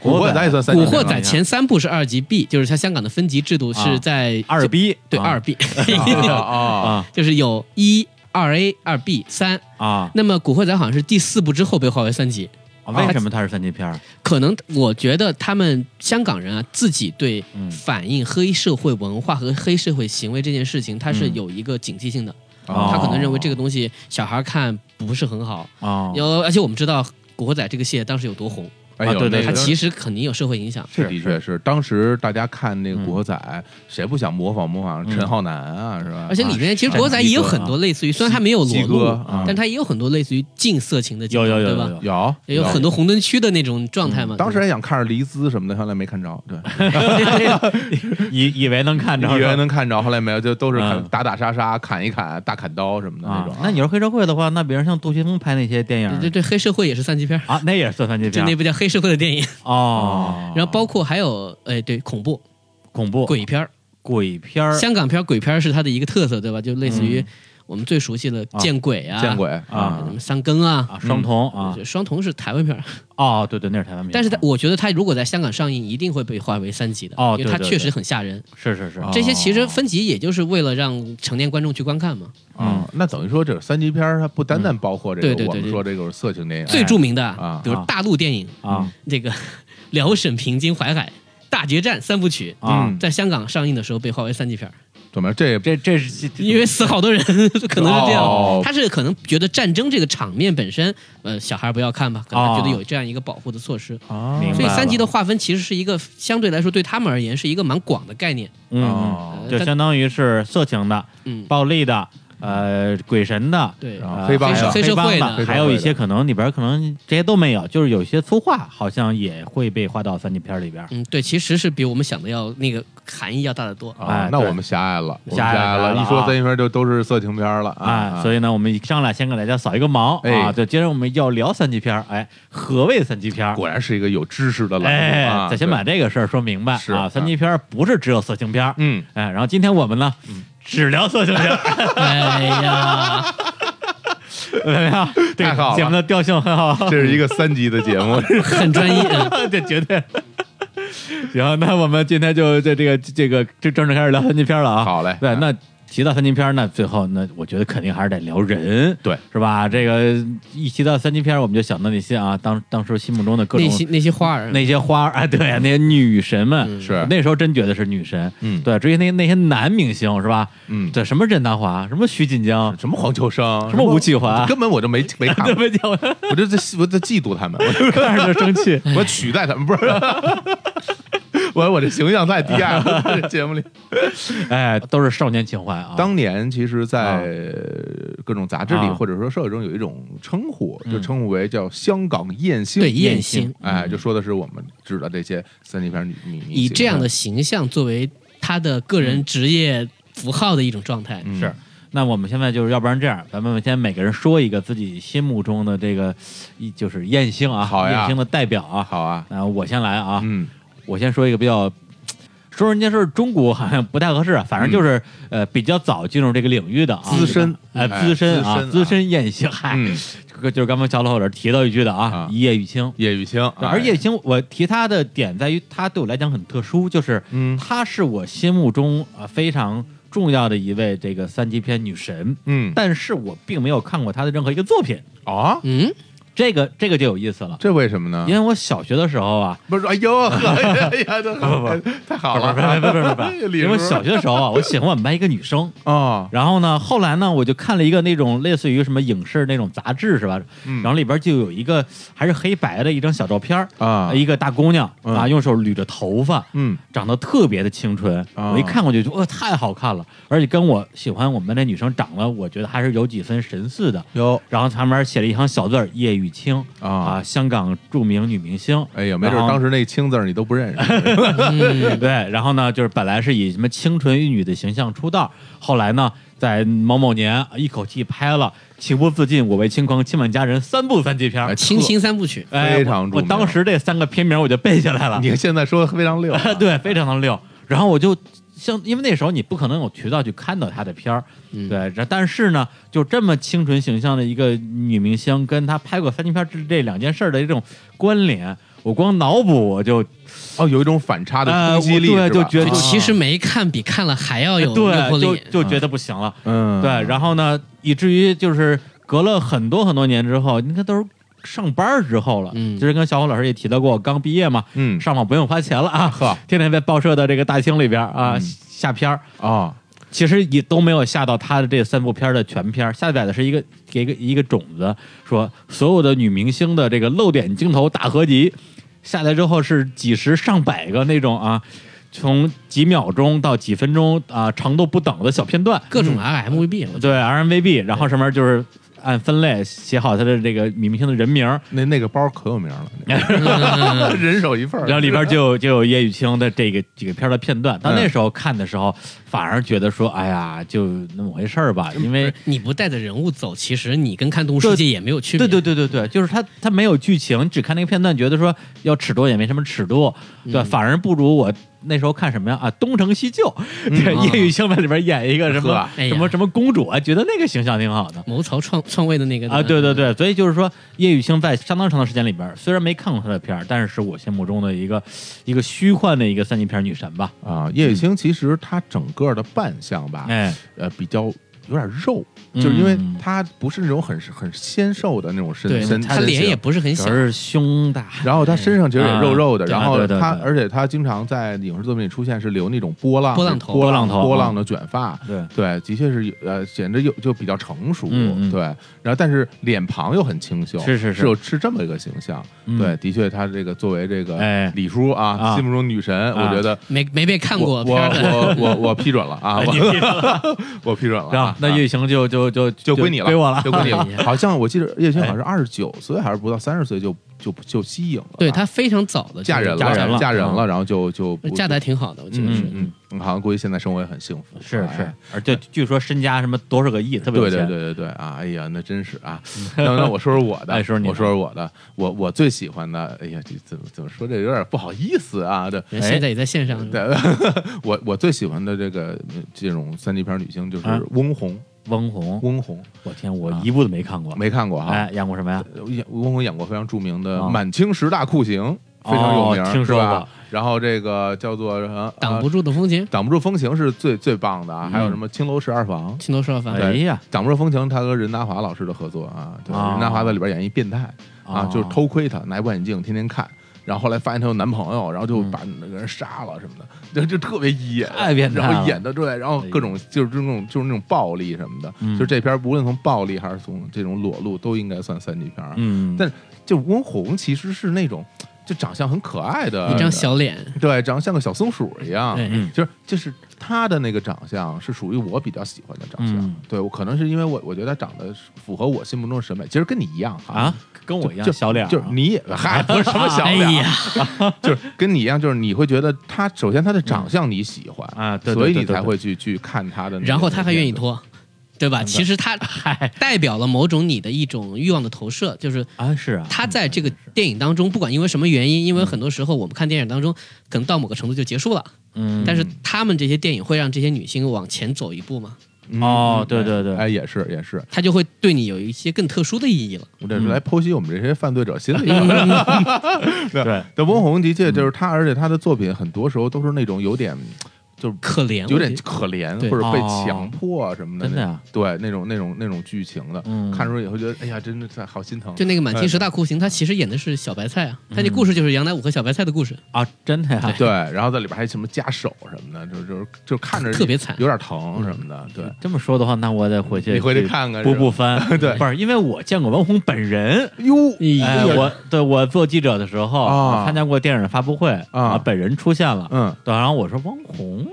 Speaker 2: 古惑仔也算
Speaker 3: 《
Speaker 2: 三级
Speaker 3: 古
Speaker 2: 片吧
Speaker 3: 惑仔》前三部是二级 B，就是它香港的分级制度
Speaker 1: 啊
Speaker 3: 是在
Speaker 1: 二逼，
Speaker 3: 对
Speaker 1: 啊
Speaker 3: 二 B，
Speaker 2: 啊啊
Speaker 1: 啊
Speaker 3: 就是有一二 A、二 B、三。
Speaker 1: 啊，
Speaker 3: 那么《古惑仔》好像是第四部之后被划为三级，
Speaker 1: 为什么它是三级片儿？
Speaker 3: 可能我觉得他们香港人啊自己对
Speaker 1: 嗯
Speaker 3: 反映黑社会文化和黑社会行为这件事情，他是
Speaker 1: 嗯
Speaker 3: 有一个警惕性的，
Speaker 1: 哦
Speaker 3: 他可
Speaker 2: 啊
Speaker 3: 能认为这个东西小孩看不是很好。
Speaker 1: 啊
Speaker 3: 有，而且我们知道《古惑仔》这个系列当时有多红，
Speaker 2: 哎呦，
Speaker 1: 啊对对
Speaker 2: 那
Speaker 3: 它
Speaker 2: 个
Speaker 3: 其实肯定有社会影响。
Speaker 2: 这
Speaker 1: 是
Speaker 2: 的
Speaker 1: 是
Speaker 2: 确是，当时大家看那个《
Speaker 1: 嗯
Speaker 2: 古惑仔》，谁不想模仿模仿陈浩南啊，是吧？
Speaker 3: 嗯而且里面其实国仔也有很多类
Speaker 1: 啊
Speaker 3: 似于，虽然它没有裸
Speaker 2: 鸡哥
Speaker 3: 露
Speaker 2: 啊，
Speaker 3: 但它也有很多类似于近色情的镜头，
Speaker 1: 有有有有
Speaker 3: 对
Speaker 1: 嗯
Speaker 3: 吧？
Speaker 2: 有
Speaker 3: 也有很多红灯区的那种状态嘛。
Speaker 2: 当时
Speaker 3: 对吧
Speaker 2: 还想看着黎姿什么的，后来没看着， 对，
Speaker 1: 以以为能看着
Speaker 2: 以为能看着，后来没有，就都是砍
Speaker 1: 嗯
Speaker 2: 打打杀杀、砍一砍、大砍刀什么的那
Speaker 1: 啊
Speaker 2: 种。。
Speaker 1: 那你要是黑社会的话，那比如像杜琪峰拍那些电影
Speaker 3: 对对对，黑社会也是三级片儿，
Speaker 1: 啊，那也是算番茄
Speaker 3: 就那
Speaker 1: 片
Speaker 3: 部叫黑社会的电影。
Speaker 1: 哦。
Speaker 3: 啊然后包括还有，哎，对，恐怖
Speaker 1: 恐怖
Speaker 3: 鬼片儿，
Speaker 1: 鬼片儿
Speaker 3: 香港片儿鬼片儿是它的一个特色，对吧？就类似
Speaker 1: 嗯
Speaker 3: 于我们最熟悉的
Speaker 1: 啊
Speaker 3: 见鬼啊，
Speaker 2: 见鬼
Speaker 1: 啊
Speaker 2: 啊
Speaker 3: 什么三更啊。
Speaker 1: 啊，双瞳啊，
Speaker 3: 双瞳是台湾片儿，
Speaker 1: 哦，对对，那是台湾片，
Speaker 3: 但是它我觉得它如果在香港上映，一定会被划为三级的，
Speaker 1: 哦
Speaker 3: 因为它
Speaker 1: 对对哦
Speaker 3: 确实很吓人。
Speaker 1: 是是是，
Speaker 2: 啊
Speaker 3: 这些其实分级也就是为了让成年观众去观看嘛。
Speaker 1: 嗯
Speaker 2: 啊！那等于说这三级片儿它不单单包括这
Speaker 3: 对
Speaker 2: 个
Speaker 3: 对对
Speaker 2: 我们
Speaker 3: 对
Speaker 2: 说这个色情电影，
Speaker 3: 最著名的啊
Speaker 2: 啊
Speaker 3: 比如大陆电影
Speaker 1: 哎啊
Speaker 3: 这个《辽沈平津淮海大决战》三部曲，
Speaker 1: 啊
Speaker 2: 嗯，
Speaker 3: 在香港上映的时候被划为三级片儿，
Speaker 2: 怎么这
Speaker 1: 这这是
Speaker 3: 因为死好多人，可能是这
Speaker 2: 哦
Speaker 3: 样。他是可能觉得战争这个场面本身，呃，小孩儿不要看吧，可能
Speaker 1: 哦
Speaker 3: 觉得有这样一个保护的措施。
Speaker 2: 啊
Speaker 1: 明白了
Speaker 3: 所以三级的划分其实是一个相对来说对他们而言是一个蛮广的概念。
Speaker 1: 嗯嗯，
Speaker 2: 哦
Speaker 3: 呃
Speaker 1: 就
Speaker 3: 但
Speaker 1: 相当于是色情的、
Speaker 3: 嗯，
Speaker 1: 暴力的、呃鬼神的。
Speaker 3: 对，
Speaker 2: 啊
Speaker 1: 呃
Speaker 2: 黑帮的
Speaker 1: 还有
Speaker 3: 黑社
Speaker 1: 帮
Speaker 3: 会的
Speaker 1: 的，还有一些可能里边可能这些都没有，就是有些粗话好像也会被划到三级片里边。
Speaker 3: 嗯，对，其实是比我们想的要那个含义要大得多。
Speaker 2: 啊
Speaker 1: 哎，
Speaker 2: 那
Speaker 1: 对
Speaker 2: 我们狭隘了，我们
Speaker 1: 狭
Speaker 2: 狭
Speaker 1: 隘了
Speaker 2: 隘
Speaker 1: 狭隘了
Speaker 2: 了。
Speaker 1: 啊
Speaker 2: 一说三级片儿就都是色情片儿了
Speaker 1: 哎，
Speaker 2: 啊，
Speaker 1: 所
Speaker 2: 以
Speaker 1: 以呢，我们一上来先给大家扫一个盲啊，
Speaker 2: 哎
Speaker 1: 就接着我们要聊三级片儿。哎，何谓三级片儿？
Speaker 2: 果然是一个有知识的栏目
Speaker 1: 哎
Speaker 2: 啊，。
Speaker 1: 得先把
Speaker 2: 对
Speaker 1: 这个事儿说明白
Speaker 2: 是
Speaker 1: 啊。
Speaker 2: 啊
Speaker 1: 三级片儿不是只有色情片儿，
Speaker 2: 嗯，
Speaker 1: 哎，然后今天我们呢，只聊色情片 儿，
Speaker 3: 哎呀，
Speaker 1: 怎么样？这
Speaker 2: 太
Speaker 1: 个
Speaker 2: 好了
Speaker 1: 节目的调性很好，
Speaker 2: 这是一个三级的节 目，
Speaker 3: 很专一。嗯
Speaker 1: 这绝对。 行，那我们今天就这这个这个这正式开始聊三级片了啊。
Speaker 2: 好嘞
Speaker 1: 对，那提到三级片，那最后那我觉得肯定还是得聊人，
Speaker 2: 对，
Speaker 1: 是吧？这个一提到三级片，我们就想到那些啊，当当时心目中的各种
Speaker 3: 那些那些花儿，
Speaker 1: 那些花儿， 哎，对，那些女神们
Speaker 3: 嗯
Speaker 2: 是
Speaker 1: 那时候真觉得是女神，
Speaker 2: 嗯
Speaker 1: 对，至于那那些男明星是吧？
Speaker 2: 嗯
Speaker 1: 对，什么任达华，什么徐锦 江，
Speaker 2: 什么黄秋生，
Speaker 1: 什么吴启华
Speaker 2: 根本我就没没看
Speaker 1: 对哎
Speaker 2: 过，
Speaker 1: 不起，我
Speaker 2: 我就在我在嫉妒他们， 我
Speaker 1: 看着就生气。
Speaker 2: 我取代他们， 不是。我我这形象太低矮了，这节目里。
Speaker 1: 哎，都是少年情怀啊。
Speaker 2: 当年其实，
Speaker 1: 啊
Speaker 2: 在各种杂志里
Speaker 1: 啊
Speaker 2: 或者说社会中有一种称呼，
Speaker 1: 嗯
Speaker 2: 就称呼为叫“香港艳星”。
Speaker 3: 对艳星，
Speaker 2: 哎，就说的是我们指的这些三级片女女明星。
Speaker 3: 以这样
Speaker 1: 嗯
Speaker 3: 的形象作为他的个人职业符号的一种状态。
Speaker 2: 嗯
Speaker 1: 是，那我们现在就是，要不然这样，咱们先每个人说一个自己心目中的这个，一就是艳星啊，
Speaker 2: 好呀
Speaker 1: 艳星的代表啊。
Speaker 2: 好啊，
Speaker 1: 啊，我先来啊，
Speaker 2: 嗯，
Speaker 1: 我先说一个比较，说人家是中国好像不太合适啊，反正就是、呃比较早进入这个领域的啊，
Speaker 2: 嗯资深
Speaker 1: 呃
Speaker 2: 哎
Speaker 1: 资深啊
Speaker 2: 资深啊
Speaker 1: 资深艳星，嗨，
Speaker 2: 嗯
Speaker 1: 这个就是刚刚小老师提到一句的啊
Speaker 2: 啊，
Speaker 1: 一夜玉清。
Speaker 2: 叶玉卿，哎
Speaker 1: 而叶
Speaker 2: 且
Speaker 1: 玉卿，我提她的点在于，她对我来讲很特殊，就是
Speaker 2: 嗯
Speaker 1: 她是我心目中啊非常重要的一位这个三级片女神。
Speaker 2: 嗯
Speaker 1: 但是我并没有看过他的任何一个作品，
Speaker 2: 啊，
Speaker 3: 嗯，
Speaker 1: 这个这个就有意思了，
Speaker 2: 这为什么呢
Speaker 1: 因？为我小学的时候啊，
Speaker 2: 不是，哎 呦，呵哎呀，这
Speaker 1: 不
Speaker 2: 太好
Speaker 1: 不是
Speaker 2: 了，
Speaker 1: 不是不是不是不
Speaker 2: 哎
Speaker 1: 是，
Speaker 2: 李
Speaker 1: 因为
Speaker 2: 叔
Speaker 1: 小学的时候啊，我喜欢我们班一个女生，
Speaker 2: 哦，
Speaker 1: 然后呢，后来呢，我就看了一个那种类似于什么影视那种杂志是吧？
Speaker 2: 嗯
Speaker 1: 然后里边就有一个还是黑白的一张小照片儿
Speaker 2: 啊
Speaker 1: 一个大姑娘
Speaker 2: 嗯
Speaker 1: 啊，用手捋着头发，
Speaker 2: 嗯
Speaker 1: 长得特别的清纯，
Speaker 2: 啊
Speaker 1: 我一看我就觉得哇，太好看了，而且跟我喜欢我们班那女生长得，我觉得还是有几分神似的。
Speaker 2: 有
Speaker 1: 然后旁边写了一行小字儿“叶玉卿”
Speaker 2: 啊
Speaker 1: 啊，香港著名女明星。
Speaker 2: 哎呀，没准
Speaker 1: 然后
Speaker 2: 当时那青字儿你都不认 识。
Speaker 3: 嗯
Speaker 1: 对，然后呢，就是本来是以什么清纯玉女的形象出道，后来呢，在某某年一口气拍了《情不自禁》《我为轻狂》《亲吻佳人》三部三级片儿
Speaker 2: 哎。
Speaker 3: 清新三部曲，
Speaker 1: 哎，
Speaker 2: 非常
Speaker 1: 我
Speaker 2: 著
Speaker 1: 我
Speaker 2: 名
Speaker 1: 当时这三个片名我就背下来了，
Speaker 2: 你现在说的非常 溜啊，
Speaker 1: 对，非常的溜。然后我就像，因为那时候你不可能有渠道去看到她的片儿，
Speaker 3: 嗯
Speaker 1: 对。然但是呢，就这么清纯形象的一个女明星，跟她拍过三级片儿这这两件事儿的这种关联，我光脑补我就
Speaker 2: 哦，有一种反差的
Speaker 1: 呃
Speaker 2: 冲击力，
Speaker 1: 我对
Speaker 2: 是吧
Speaker 1: 就觉得
Speaker 3: 就
Speaker 1: 啊哎
Speaker 3: 其实没看比看了
Speaker 2: 哎
Speaker 3: 还要有诱惑
Speaker 1: 对，就
Speaker 3: 力。
Speaker 1: 就觉得不行了，
Speaker 2: 啊嗯，
Speaker 1: 对。然后呢，以至于就是隔了很多很多年之后，你看都是。上班儿之后了，
Speaker 3: 嗯
Speaker 1: 就是跟小虎老师也提到过，我刚毕业嘛，
Speaker 2: 嗯
Speaker 1: 上网不用花钱了啊，
Speaker 2: 呵
Speaker 1: 天天在报社的这个大厅里边儿啊、
Speaker 2: 嗯
Speaker 1: 下片儿，
Speaker 2: 啊，
Speaker 1: 其实也都没有下到他的这三部片儿的全片儿，下载的是一个给一个一个种子，说所有的女明星的这个露点镜头大合集，下来之后是几十上百个那种啊，从几秒钟到几分钟啊长度不等的小片段，
Speaker 3: 各种 RMVB，我觉
Speaker 1: 对 RMVB，然后上面就是按分类写好他的这个米明星的人名儿，
Speaker 2: 那那个包可有名了，那
Speaker 3: 得嗯
Speaker 2: 个人手一份儿。
Speaker 1: 然后里边就有就有叶雨卿的这个几个片儿的片段。到那时候看的时候，反而觉得说，哎呀，就那么回事儿吧，因为。
Speaker 3: 你不带着人物走，其实你跟看《动物世界》也没有区别。
Speaker 1: 对对对对对，就是他他没有剧情，只看那个片段，觉得说要尺度也没什么尺度，对，反而不如我那时候看什么呀啊，《东成西就》， 对，
Speaker 3: 嗯
Speaker 1: 叶雨卿在里边演一个什么
Speaker 2: 呵
Speaker 3: 哎呀
Speaker 1: 什么什么公主啊，觉得那个形象挺好的。
Speaker 3: 谋朝篡篡位的那个
Speaker 1: 啊，对对，对，所以就是说，叶雨卿在相当长的时间里边，虽然没看过她的片儿，但是是我心目中的一个一个虚幻的一个三级片女神吧。
Speaker 2: 啊，叶雨卿其实她整个的扮相吧，
Speaker 1: 哎，
Speaker 2: 呃，比较有点肉，
Speaker 1: 嗯
Speaker 2: 就是因为她不是那种很很纤瘦的那种身
Speaker 3: 对
Speaker 2: 身，
Speaker 3: 他
Speaker 2: 身
Speaker 3: 脸
Speaker 2: 形
Speaker 3: 也不是很
Speaker 1: 主
Speaker 3: 小
Speaker 1: 要，是胸大，
Speaker 2: 然后她身上其实也肉肉的，
Speaker 1: 啊
Speaker 2: 然后
Speaker 1: 对对对
Speaker 2: 她，
Speaker 1: 对
Speaker 2: 而且她经常在影视作品里出现是留那种波浪
Speaker 3: 波浪头
Speaker 2: 波浪
Speaker 1: 波浪头
Speaker 2: 波浪的卷发，
Speaker 1: 对，
Speaker 2: 对，的确是有呃，显得有就比较成熟，
Speaker 1: 嗯嗯
Speaker 2: 对。然后但是脸庞又很清秀，
Speaker 1: 是是是
Speaker 2: 是有是这么一个形象，
Speaker 1: 嗯
Speaker 2: 对，的确，她这个作为这个
Speaker 1: 哎
Speaker 2: 李叔啊，
Speaker 1: 啊
Speaker 2: 心目中女神，
Speaker 1: 啊
Speaker 2: 我觉得
Speaker 3: 没没被看
Speaker 2: 我
Speaker 3: 过片
Speaker 2: 我
Speaker 3: 儿的。
Speaker 2: 我我我批准了啊，
Speaker 1: 哎你
Speaker 2: 我 我批准了
Speaker 1: 啊
Speaker 2: 啊，，
Speaker 1: 那
Speaker 2: 啊
Speaker 1: 叶雨卿就就就
Speaker 2: 就归你了，
Speaker 1: 归我了
Speaker 2: 就。归 你了
Speaker 3: 哎。
Speaker 2: 好像我记得叶青好像是二十九岁还是不到三十岁就就就息影了，
Speaker 3: 对他非常早的
Speaker 2: 啊嫁人了，
Speaker 1: 嫁人了
Speaker 2: 嫁人
Speaker 1: 嗯
Speaker 2: 了，然后就就不
Speaker 3: 嫁的还挺好的，我记得是
Speaker 2: 嗯。嗯嗯，好像估计现在生活也很幸福，
Speaker 1: 是
Speaker 2: 哎
Speaker 1: 是，而且据说身家什么多少个亿，特别有
Speaker 2: 对对
Speaker 1: 钱。
Speaker 2: 对对对啊！哎呀，那真是 啊。那那我说说我的，
Speaker 1: 哎说说你的
Speaker 2: 我说说我的，我我最喜欢的，哎呀，这怎么怎么说这有点不好意思啊？对
Speaker 3: 人现在也在线上，
Speaker 2: 对， 我我最喜欢的这个这种三级片女星就是
Speaker 1: 啊
Speaker 2: 翁虹，
Speaker 1: 翁虹，
Speaker 2: 翁虹
Speaker 1: 我天，我
Speaker 2: 啊
Speaker 1: 一部都没看过。
Speaker 2: 没啊看过哈
Speaker 1: 哎，，演过什么呀？
Speaker 2: 演翁虹演过非常著名的
Speaker 1: 哦
Speaker 2: 《满清十大酷刑》，非常有名，
Speaker 1: 哦听
Speaker 2: 是
Speaker 1: 说
Speaker 2: 吧
Speaker 1: 过。
Speaker 2: 然后这个叫做什么？
Speaker 3: 挡
Speaker 2: 呃
Speaker 3: 不住的风情，
Speaker 2: 挡不住风情是最最棒的啊，
Speaker 1: 嗯
Speaker 2: 还有什么青楼十二房？
Speaker 3: 青楼少饭，
Speaker 1: 哎呀，
Speaker 2: 挡不住风情，他和任达华老师的合作啊，对，
Speaker 1: 哦
Speaker 2: 任达华在里边演一变态，啊，
Speaker 1: 哦
Speaker 2: 就是偷窥她，拿一部眼镜天天看，然后后来发现她有男朋友，然后就把那个人杀了什么的， 就就特别一眼，
Speaker 1: 太变态了
Speaker 2: 然后演的对，然后各种就是这种就是那种暴力什么的，
Speaker 1: 嗯
Speaker 2: 就这片儿无论从暴力还是从这种裸露，都应该算三级片儿。啊
Speaker 1: 嗯，
Speaker 2: 但就温红其实是那种就长相很可爱的
Speaker 3: 一张小脸，
Speaker 2: 对，长得像个小松鼠一样，
Speaker 3: 对哎
Speaker 1: 嗯
Speaker 2: 就是就是他的那个长相是属于我比较喜欢的长相，
Speaker 1: 嗯
Speaker 2: 对我可能是因为我我觉得他长得是符合我心目中的审美，其实跟你一样哈
Speaker 1: 啊，，跟我一
Speaker 2: 就
Speaker 1: 样小脸儿啊，
Speaker 2: 就是你也嗨不是什么小
Speaker 3: 哎
Speaker 2: 脸
Speaker 3: 呀
Speaker 2: 儿，，就是跟你一样，就是你会觉得他首先他的长相你喜欢
Speaker 1: 嗯啊对对
Speaker 2: 所以
Speaker 1: 对
Speaker 2: 你
Speaker 1: 对
Speaker 2: 才
Speaker 1: 对
Speaker 2: 会去去看他的那个，
Speaker 3: 然后他还愿意脱，对吧？其实他代表了某种你的一种欲望的投射，就是
Speaker 1: 啊是啊，
Speaker 3: 他在这个电影当中，不管因为什么原因，因为很多时候我们看电影当中，可能到某个程度就结束了，
Speaker 1: 嗯，
Speaker 3: 但是他们这些电影会让这些女性往前走一步嘛，
Speaker 2: 嗯
Speaker 1: 哦对对对
Speaker 2: 哎也是也是，
Speaker 3: 他就会对你有一些更特殊的意义了。
Speaker 2: 我
Speaker 1: 嗯
Speaker 2: 这是来剖析我们这些犯罪者 心理。
Speaker 1: 对，
Speaker 2: 对，翁虹的确
Speaker 1: 嗯
Speaker 2: 就是他，而且他的作品很多时候都是那种有点就是
Speaker 3: 可怜，
Speaker 2: 有点
Speaker 3: 我觉得
Speaker 2: 可怜，
Speaker 3: 对
Speaker 2: 或者被
Speaker 1: 哦
Speaker 2: 强迫啊什么的，
Speaker 1: 真的啊
Speaker 2: 对那种那种那种剧情的，
Speaker 1: 嗯
Speaker 2: 看出来以后觉得，哎呀，真的是好心疼。
Speaker 3: 就那个《满清十大酷刑》，他其实演的是小白菜啊，他那故事就是杨乃武和小白菜的故事，
Speaker 1: 啊真的呀，
Speaker 2: 对，然后在里边还什么夹手什么的，就就是就看着
Speaker 3: 特别惨
Speaker 2: 有点疼什么
Speaker 1: 嗯
Speaker 2: 的。对，
Speaker 1: 这么说的话，那我得回去
Speaker 2: 你回去看看
Speaker 1: 补
Speaker 2: 是吧
Speaker 1: 补番。
Speaker 2: 对
Speaker 1: 不是因为我见过文红本人。
Speaker 2: 哟
Speaker 1: 哎，我对我做记者的时候，
Speaker 2: 啊
Speaker 1: 我参加过电影发布会
Speaker 2: 啊
Speaker 1: 本人出现了。
Speaker 2: 嗯，
Speaker 1: 对，然后我说汪红，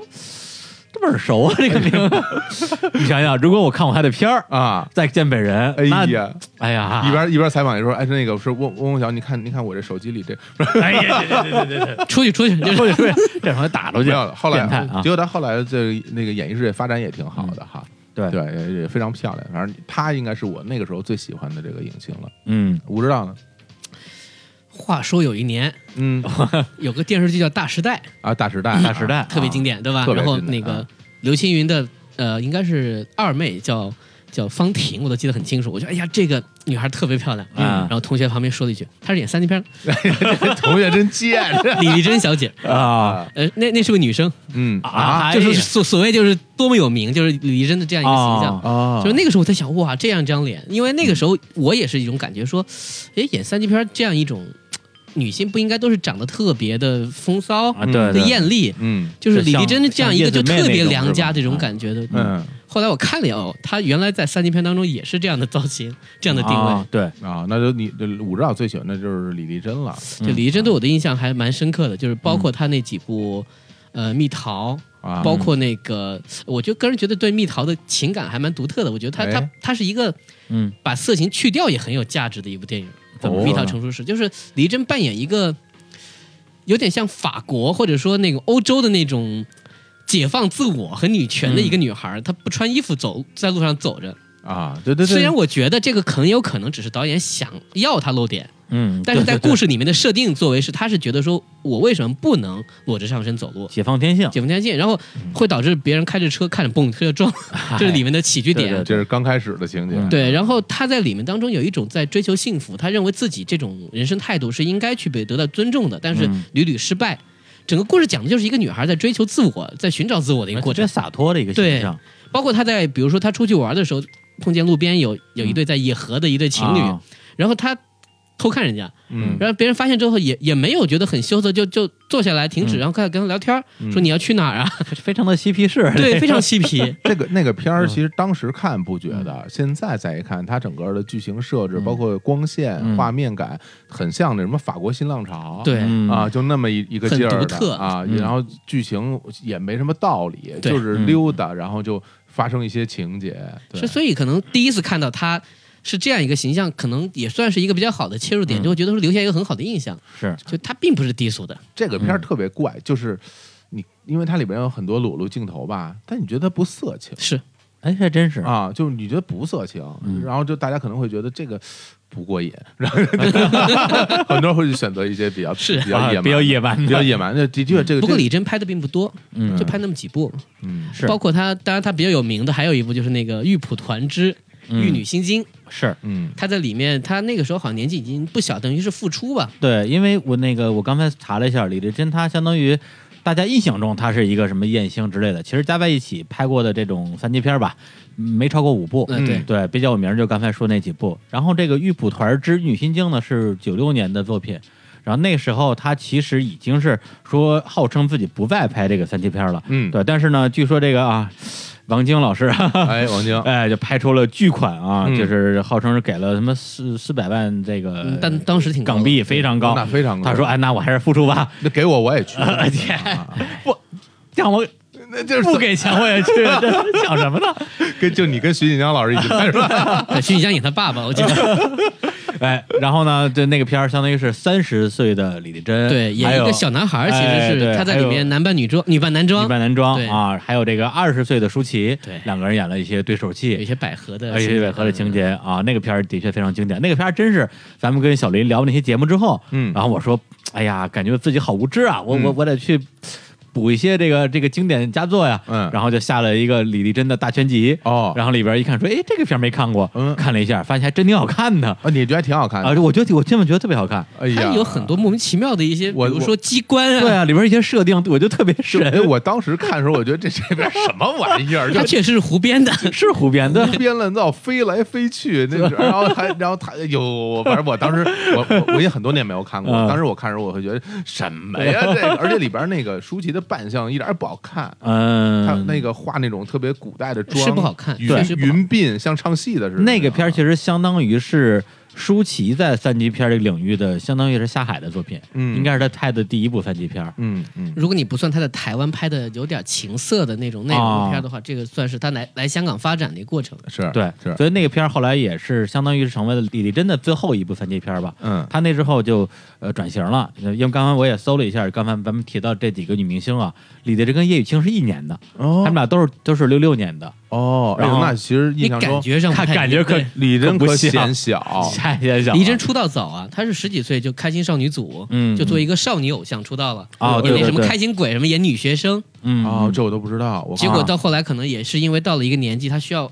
Speaker 1: 这么耳熟啊，这 个名 字。你想想，如果我看过他的片儿，
Speaker 2: 啊，
Speaker 1: 再见本人，
Speaker 2: 哎
Speaker 1: 那
Speaker 2: 呀，
Speaker 1: 哎呀，
Speaker 2: 一边一边采访一边说，哎，那个说翁翁虹晓，你看你看我这手机里这
Speaker 1: 哎呀，对对对对对，
Speaker 3: 出去出去，就是
Speaker 1: 出去出去，这场就打出
Speaker 2: 没
Speaker 1: 去
Speaker 2: 有了。。后来
Speaker 1: 变态啊嗯
Speaker 2: 结果他后来这那个演艺事业发展也挺好的哈。
Speaker 1: 对
Speaker 2: 对，也也非常漂亮。反正她应该是我那个时候最喜欢的这个影星了。
Speaker 1: 嗯，
Speaker 2: 我不知道呢，
Speaker 3: 话说有一年
Speaker 2: 嗯
Speaker 3: 有个电视剧叫《大时嗯代
Speaker 2: 啊，大时代，
Speaker 1: 大时代》，
Speaker 3: 特别经典，对吧
Speaker 2: 特？别
Speaker 3: 然后
Speaker 2: 经典
Speaker 3: 那个
Speaker 2: 啊
Speaker 3: 刘青云的呃，应该是二妹叫叫方婷，我都记得很清楚。我觉得哎呀，这个女孩特别漂亮。
Speaker 1: 嗯
Speaker 2: 啊
Speaker 3: 然后同学旁边说了一句：“她是演三 级片的
Speaker 2: 同学真 贱，
Speaker 3: 李丽珍小姐。”
Speaker 1: 啊
Speaker 3: 呃，那那是个女生，
Speaker 2: 嗯
Speaker 1: 啊哎呀
Speaker 3: 就是所所谓就是多么有名，就是李丽珍的这样一个形象。
Speaker 1: 哦
Speaker 2: 啊
Speaker 3: 就是那个时候我在想，哇，这样一张脸，因为那个时候我也是一种感觉，说，哎，演三级片儿这样一种女性不应该都是长得特别的风骚、
Speaker 1: 啊，对
Speaker 3: 的
Speaker 1: 对，
Speaker 3: 艳丽，
Speaker 2: 嗯
Speaker 3: 就是
Speaker 1: 就
Speaker 3: 李丽
Speaker 1: 像
Speaker 3: 珍这样一个就
Speaker 1: 像叶子妹
Speaker 3: 特别
Speaker 1: 那种
Speaker 3: 良
Speaker 1: 是吧
Speaker 3: 家这种感觉的。
Speaker 2: 嗯，
Speaker 3: 后来我看了一眼，哦，他原来在三级片当中也是这样的造型，这样的定位。
Speaker 1: 啊对，
Speaker 2: 啊，那就你武指导最喜欢的就是李丽珍了
Speaker 1: 嗯
Speaker 3: 就李丽珍对我的印象还蛮深刻的，就是包括他那几
Speaker 1: 嗯
Speaker 3: 部，呃，《蜜桃》，
Speaker 2: 啊，
Speaker 3: 包括那个，我就个人觉得对蜜桃的情感还蛮独特的。我觉得他他
Speaker 2: 哎
Speaker 3: 他是一个
Speaker 1: 嗯，
Speaker 3: 把色情去掉也很有价值的一部电影。
Speaker 1: 怎么
Speaker 3: 《
Speaker 1: 说
Speaker 3: 蜜
Speaker 1: 呢
Speaker 3: 桃成熟时》就是李珍扮演一个有点像法国或者说那个欧洲的那种解放自我和女权的一个
Speaker 1: 嗯
Speaker 3: 女孩，她不穿衣服走在路上走着。
Speaker 2: 啊，对对对，
Speaker 3: 虽然我觉得这个很有可能只是导演想要她露点，
Speaker 1: 嗯，
Speaker 3: 但是在
Speaker 1: 对对对
Speaker 3: 故事里面的设定作为是，她是觉得说我为什么不能裸着上身走路？
Speaker 1: 解放天性，
Speaker 3: 解放天性，然后会导致别人开着车看着蹦车就撞，这是里面的起居
Speaker 1: 对
Speaker 3: 点
Speaker 1: 对。
Speaker 2: 这是刚开始的情节，
Speaker 1: 嗯
Speaker 3: 对，然后他在里面当中有一种在追求幸福，他认为自己这种人生态度是应该去被得到尊重的，但是
Speaker 1: 嗯
Speaker 3: 屡屡失败。整个故事讲的就是一个女孩在追求自我，在寻找自我的一个过
Speaker 1: 特
Speaker 3: 程
Speaker 1: 别。洒脱的一个形象，
Speaker 3: 包括她在，比如说她出去玩的时候，碰见路边有有一对在野合的一对情侣，
Speaker 1: 啊
Speaker 3: 然后她偷看人家，
Speaker 2: 嗯，
Speaker 3: 然后别人发现之后也也没有觉得很羞涩，就就坐下来停止，
Speaker 1: 嗯
Speaker 3: 然后开始跟她聊天，
Speaker 2: 嗯
Speaker 3: 说你要去哪儿啊？
Speaker 1: 非常的嬉皮士，
Speaker 3: 对，非常嬉皮。
Speaker 2: 这个那个片
Speaker 3: 嗯
Speaker 2: 儿，其实当时看不觉得，现在再一看，它整个的剧情设置，
Speaker 1: 嗯
Speaker 2: 包括光线、
Speaker 1: 嗯
Speaker 2: 画面感，很像那什么法国新浪潮，
Speaker 3: 对，
Speaker 1: 嗯
Speaker 2: 啊，，就那么一一个劲
Speaker 3: 很
Speaker 2: 儿的
Speaker 3: 独特
Speaker 2: 啊，
Speaker 1: 嗯
Speaker 2: 然后剧情也没什么道理，
Speaker 3: 对
Speaker 2: 就是
Speaker 1: 嗯
Speaker 2: 溜达，然后就发生一些情节，对
Speaker 3: 是，所以可能第一次看到他是这样一个形象，可能也算是一个比较好的切入点，
Speaker 1: 嗯
Speaker 3: 就会觉得说留下一个很好的印象，
Speaker 1: 是，
Speaker 3: 就他并不是低俗的。
Speaker 2: 这个片儿
Speaker 1: 嗯
Speaker 2: 特别怪，就是你因为它里边有很多裸露镜头吧，但你觉得它不色情。
Speaker 3: 是，
Speaker 1: 哎，还真是，
Speaker 2: 啊，就是你觉得不色情，
Speaker 1: 嗯
Speaker 2: 然后就大家可能会觉得这个不过瘾， 然后很多人会去选择一些比较
Speaker 3: 是
Speaker 2: 比较
Speaker 1: 啊
Speaker 2: 野蛮、
Speaker 1: 比较野蛮的
Speaker 2: 比较野蛮的。的确，这个
Speaker 3: 不过
Speaker 2: 这
Speaker 3: 李真拍的并不多，
Speaker 1: 嗯
Speaker 3: 就拍那么几部，
Speaker 2: 嗯
Speaker 1: 是
Speaker 3: 包括他，当然他比较有名的还有一部就是那个《玉蒲团之
Speaker 1: 嗯
Speaker 3: 玉女心经》，
Speaker 1: 是。
Speaker 2: 嗯
Speaker 3: 他在里面，他那个时候好像年纪已经不小，等于是复出吧。
Speaker 1: 对，因为我那个我刚才查了一下，李丽珍她相当于大家印象中她是一个什么艳星之类的，其实加在一起拍过的这种三级片儿吧，嗯没超过五部。
Speaker 3: 嗯，对
Speaker 2: 嗯，
Speaker 1: 对，比较有名儿就刚才说那几部。然后这个《玉蒲团之女心经》呢是九六年的作品，然后那时候她其实已经是说号称自己不再拍这个三级片儿了。
Speaker 2: 嗯，
Speaker 1: 对，但是呢，据说这个啊，王晶老师 哈哈。
Speaker 2: 哎，王晶，
Speaker 1: 哎，就拍出了巨款啊，
Speaker 2: 嗯
Speaker 1: 就是号称是给了什么四四百万这个
Speaker 3: 嗯但当时挺高的
Speaker 1: 港币，非常高，
Speaker 2: 哦那非常高
Speaker 1: 他说：“哎，那我还是付出吧，
Speaker 2: 那给我我 也去，
Speaker 1: 而且
Speaker 2: 啊
Speaker 1: 不让我
Speaker 2: 那就是
Speaker 1: 不给钱我也 去，这想什么呢？
Speaker 2: 跟就你跟徐锦江老师一起拍是吧？
Speaker 3: 对徐锦江演他爸爸，我记 得
Speaker 1: 哎，然后呢，就那个片儿相当于是三十岁的李丽珍，
Speaker 3: 对，
Speaker 1: 还
Speaker 3: 演一
Speaker 1: 有
Speaker 3: 个小男孩，其
Speaker 1: 哎
Speaker 3: 实
Speaker 1: 对
Speaker 3: 是他在
Speaker 1: 还
Speaker 3: 里
Speaker 1: 有
Speaker 3: 面男扮女装，女扮男
Speaker 1: 女
Speaker 3: 装，
Speaker 1: 扮男装
Speaker 3: 对
Speaker 1: 啊，还有这个二十岁的舒淇，
Speaker 3: 对
Speaker 1: 两个人演了一些对手戏，哎
Speaker 3: 有一些百合的
Speaker 1: 而
Speaker 3: 情节，
Speaker 1: 且百合的情节啊，那个片儿的确非常经典。那个片儿真是，咱们跟小林聊那些节目之后，
Speaker 2: 嗯
Speaker 1: 然后我说，哎呀，感觉自己好无知啊，我、
Speaker 2: 嗯
Speaker 1: 我我得去补一些这个这个经典佳作呀。
Speaker 2: 嗯
Speaker 1: 然后就下了一个李丽珍的大全集，
Speaker 2: 哦
Speaker 1: 然后里边一看说，哎，这个片儿没看过，
Speaker 2: 嗯
Speaker 1: 看了一下，发现还真挺好看的
Speaker 2: 啊，你觉得还挺好看
Speaker 1: 啊
Speaker 2: 的，，
Speaker 1: 我觉得我真的觉得特别好看。
Speaker 2: 哎呀，
Speaker 3: 他有很多莫名其妙的一些，比
Speaker 2: 我
Speaker 3: 如
Speaker 2: 我
Speaker 3: 说机关
Speaker 1: 对啊，里边一些设定我就特别
Speaker 2: 就。就
Speaker 1: 神，
Speaker 2: 哎我当时看的时候，我觉得这这边什么玩意 儿，就
Speaker 3: 它确实是胡编的。
Speaker 1: 是胡编的
Speaker 2: 胡。编乱造，飞来飞去，那是然后还然后他有，反正我当时我我我已经很多年没有看过，
Speaker 1: 嗯
Speaker 2: 当时我看的时候我会觉得什么 呀这个，而且里边那个舒淇的扮相一点也不好看。
Speaker 1: 嗯，
Speaker 2: 他那个画那种特别古代的妆
Speaker 3: 是不好看
Speaker 2: 云
Speaker 3: 确实不好看
Speaker 2: 云鬓像唱戏的似的。
Speaker 1: 那个片儿其实相当于是舒淇在三级片儿这个领域的，相当于是下海的作品，
Speaker 2: 嗯
Speaker 1: 应该是她拍的第一部三级片儿。
Speaker 2: 嗯嗯
Speaker 3: 如果你不算他在台湾拍的有点情色的那种内
Speaker 1: 啊
Speaker 3: 容片的话，这个算是他来来香港发展的一个过程。
Speaker 2: 是
Speaker 1: 对，
Speaker 2: 嗯是
Speaker 1: 所以那个片儿后来也是相当于是成为了李丽珍的最后一部三级片儿吧。
Speaker 2: 嗯
Speaker 1: 她那之后就呃转型了，因为刚刚我也搜了一下，刚才咱们提到这几个女明星啊，李丽珍跟叶雨卿是一年的，她
Speaker 2: 哦
Speaker 1: 们俩都是都是六六年的，
Speaker 2: 哦，哎
Speaker 1: 然
Speaker 2: 呦
Speaker 1: 后
Speaker 2: 那其实印
Speaker 3: 你
Speaker 2: 象
Speaker 3: 感
Speaker 2: 中
Speaker 3: 觉上不
Speaker 1: 看
Speaker 3: 太
Speaker 1: 感
Speaker 3: 一
Speaker 1: 觉
Speaker 3: 样
Speaker 1: 可
Speaker 3: 对
Speaker 2: 李真
Speaker 1: 可
Speaker 2: 可
Speaker 1: 不像
Speaker 2: 显小，
Speaker 1: 太显小了
Speaker 3: 李珍出道早啊，她是十几岁就开心少女组，
Speaker 1: 嗯
Speaker 3: 就作为一个少女偶像出道了，
Speaker 1: 哦
Speaker 3: 演
Speaker 1: 对
Speaker 3: 那
Speaker 1: 对
Speaker 3: 什么
Speaker 1: 对
Speaker 3: 开心鬼，什么演女学生，
Speaker 1: 嗯
Speaker 2: 哦，
Speaker 1: 嗯
Speaker 2: 这我都不知道。我
Speaker 3: 结果
Speaker 2: 看
Speaker 3: 到后来可能也是因为到了一个年纪，她需要，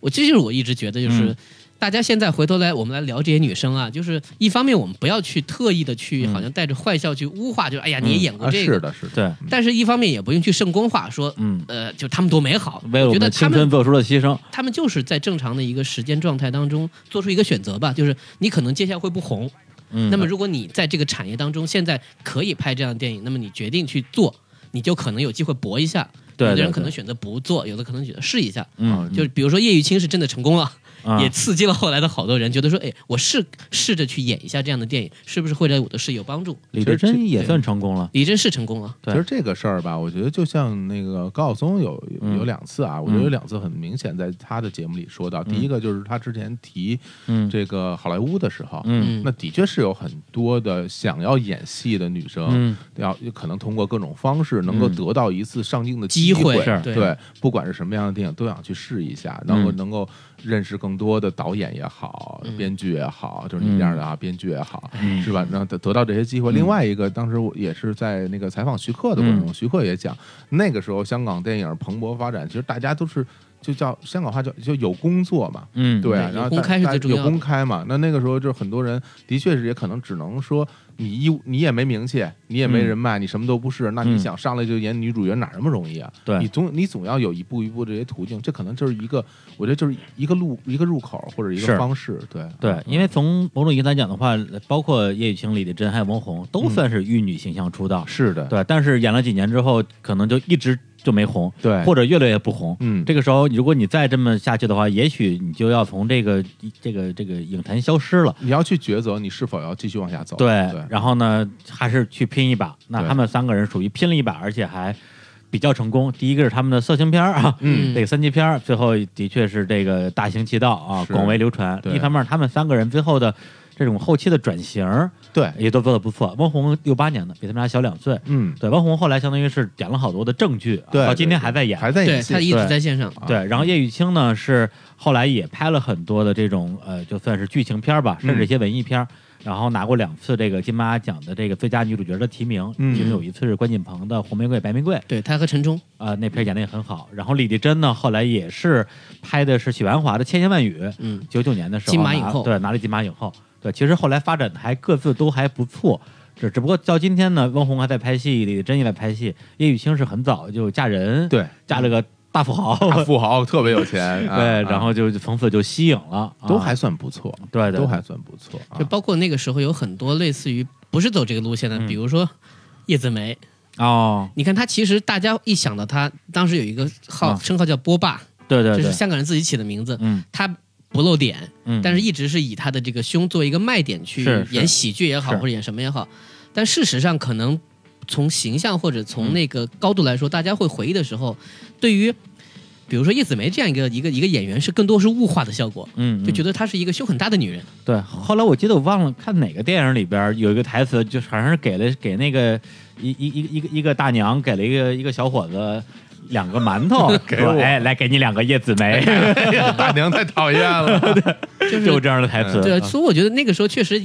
Speaker 3: 我这就是我一直觉得就是。
Speaker 1: 嗯
Speaker 3: 大家现在回头来，我们来聊这些女生啊，就是一方面我们不要去特意的去，
Speaker 1: 嗯
Speaker 3: 好像带着坏笑去污化，就是哎呀你也演过
Speaker 2: 啊
Speaker 3: 这个，
Speaker 2: 是的是的，
Speaker 1: 对，
Speaker 3: 但是一方面也不用去圣公话说，
Speaker 1: 嗯，
Speaker 3: 呃，就他们多美好。
Speaker 1: 为了我
Speaker 3: 我觉
Speaker 1: 们
Speaker 3: 得
Speaker 1: 的
Speaker 3: 他
Speaker 1: 青
Speaker 3: 们
Speaker 1: 春做出了牺牲，
Speaker 3: 他们就是在正常的一个时间状态当中做出一个选择吧，就是你可能接下来会不红，
Speaker 1: 嗯，
Speaker 3: 那么如果你在这个产业当中现在可以拍这样的电影，那么你决定去做，你就可能有机会搏一下。
Speaker 1: 对
Speaker 3: 有的人
Speaker 1: 对
Speaker 3: 可能
Speaker 1: 对
Speaker 3: 选择不做，有的可能选择试一下。
Speaker 2: 啊
Speaker 1: 嗯，
Speaker 3: 就比如说叶玉卿是真的成功了，
Speaker 1: 嗯
Speaker 3: 也刺激了后来的好多人，觉得说，哎，我试试着去演一下这样的电影，是不是会对我的事有帮助？
Speaker 1: 李德
Speaker 2: 其实
Speaker 1: 真
Speaker 2: 这
Speaker 1: 也算成功了，
Speaker 3: 李真是成功了，
Speaker 1: 对
Speaker 2: 其实这个事儿吧，我觉得就像那个高晓松有有有两次啊，我觉得有两次很明显，在他的节目里说到，第一个就是他之前提
Speaker 1: 嗯
Speaker 2: 这个好莱坞的时候，
Speaker 1: 嗯
Speaker 3: 嗯
Speaker 2: 那的确是有很多的想要演戏的女生，
Speaker 1: 嗯
Speaker 2: 要可能通过各种方式能够
Speaker 1: 嗯
Speaker 2: 得到一次上镜的
Speaker 3: 机
Speaker 2: 会，
Speaker 1: 是
Speaker 3: 对
Speaker 2: 对，不管是什么样的电影，都想去试一下，然后
Speaker 1: 嗯
Speaker 2: 能够认识更多的导演也好，
Speaker 3: 嗯
Speaker 2: 编剧也好，就是你这样的啊，编剧也好，
Speaker 1: 嗯
Speaker 2: 是吧？然后得得到这些机会。另外一个，当时我也是在那个采访徐克的过程中，徐克也讲，那个时候香港电影蓬勃发展，其实大家都是就叫香港话叫就有工作嘛，
Speaker 1: 嗯，
Speaker 2: 对，
Speaker 3: 对
Speaker 2: 然后
Speaker 3: 有公
Speaker 2: 大
Speaker 3: 开是
Speaker 2: 大
Speaker 3: 最重要
Speaker 2: 有
Speaker 3: 的
Speaker 2: 公开嘛。那那个时候就是很多人的确是也可能只能说你一你也没名气，你也没
Speaker 1: 嗯
Speaker 2: 人脉，你什么都不是，那你
Speaker 1: 嗯
Speaker 2: 想上来就演女主角哪儿那么容易啊？
Speaker 1: 对
Speaker 2: 你总你总要有一步一步这些途径，这可能就是一个我觉得就是一个路一个入口或者一
Speaker 1: 是
Speaker 2: 个方式，对
Speaker 1: 对，因为从某种意义来讲的话，包括叶雨卿、李丽珍还有王红，都算是玉女形象出道，
Speaker 2: 是的，
Speaker 1: 对，但是演了几年之后，可能就一直就没红，
Speaker 2: 对
Speaker 1: 或者越来越不红。
Speaker 2: 嗯
Speaker 1: 这个时候，如果你再这么下去的话，也许你就要从这个这个这个影坛消失了。
Speaker 2: 你要去抉择你是否要继续往下走，
Speaker 1: 对，
Speaker 2: 对嗯
Speaker 1: 然后呢，还是去拼一把。那
Speaker 2: 对
Speaker 1: 他们三个人属于拼了一把，而且还比较成功。第一个是他们的色情片儿啊，
Speaker 2: 嗯
Speaker 1: 这个三级片儿，最后的确是这个大行其道啊，
Speaker 2: 是
Speaker 1: 广为流传。
Speaker 2: 对
Speaker 1: 一方面，他们三个人最后的这种后期的转型儿
Speaker 2: 对，
Speaker 1: 也都做得不错。汪红六八年的，比他们俩小两岁。
Speaker 2: 嗯，
Speaker 1: 对，汪红后来相当于是演了好多的正剧，
Speaker 2: 对，
Speaker 1: 到今天
Speaker 2: 对
Speaker 1: 还在演。
Speaker 2: 还在
Speaker 3: 对
Speaker 2: 演戏
Speaker 3: 他，一直在线上，
Speaker 2: 啊
Speaker 1: 对，然后叶玉卿呢是后来也拍了很多的这种呃，就算是剧情片儿吧，
Speaker 2: 嗯
Speaker 1: 甚至一些文艺片儿，然后拿过两次这个金马奖的这个最佳女主角的提名，
Speaker 2: 嗯
Speaker 1: 其中有一次是关锦鹏的《红玫瑰白玫瑰》，
Speaker 3: 对他和陈冲，
Speaker 1: 啊，那片儿演的也很好。然后李丽珍呢，后来也是拍的是许鞍华的《千言万语》，
Speaker 3: 嗯，
Speaker 1: 九九年的时候
Speaker 3: 金马
Speaker 1: 拿
Speaker 3: 影后
Speaker 1: 对，拿了金马影后。对，其实后来发展的还各自都还不错，只只不过到今天呢，翁虹还在拍戏，李丽珍也在拍戏，叶雨卿是很早就嫁人，，
Speaker 2: 对，
Speaker 1: 嫁了个大富豪，
Speaker 2: 大富豪特别有钱，啊
Speaker 1: 对，
Speaker 2: 啊
Speaker 1: 然后就从此就息影了，啊
Speaker 2: 都还算不错，
Speaker 1: 对对
Speaker 2: 都还算不错，啊
Speaker 3: 就包括那个时候有很多类似于不是走这个路线的，
Speaker 1: 嗯
Speaker 3: 比如说叶子梅，
Speaker 1: 哦，
Speaker 3: 你看他其实大家一想到他，当时有一个号
Speaker 1: 啊
Speaker 3: 称号叫波霸，
Speaker 1: 对对
Speaker 3: 这
Speaker 1: 对
Speaker 3: 是，香港人自己起的名字，
Speaker 1: 嗯
Speaker 3: 他。不露脸，
Speaker 1: 嗯，
Speaker 3: 但是一直是以他的这个胸作为一个卖点去
Speaker 1: 是是
Speaker 3: 演喜剧也好，
Speaker 1: 是
Speaker 3: 或者演什么也好。但事实上，可能从形象或者从那个高度来说，大家会回忆的时候，对于比如说叶子梅这样一个一个一个演员，是更多是物化的效果，
Speaker 1: 嗯
Speaker 3: 就
Speaker 1: 嗯
Speaker 3: 觉得她是一个胸很大的女人。
Speaker 1: 对，后来我记得我忘了看哪个电影里边儿有一个台词，就是好像是给了给那个一一一一个一个大娘给了一个一个小伙子两个馒 头，
Speaker 2: 给我
Speaker 1: 说哎来给你两个叶子梅，
Speaker 2: 大娘太讨厌 了，
Speaker 3: 就是
Speaker 1: 就这样的台词。
Speaker 3: 对，所以我觉得那个时候确实，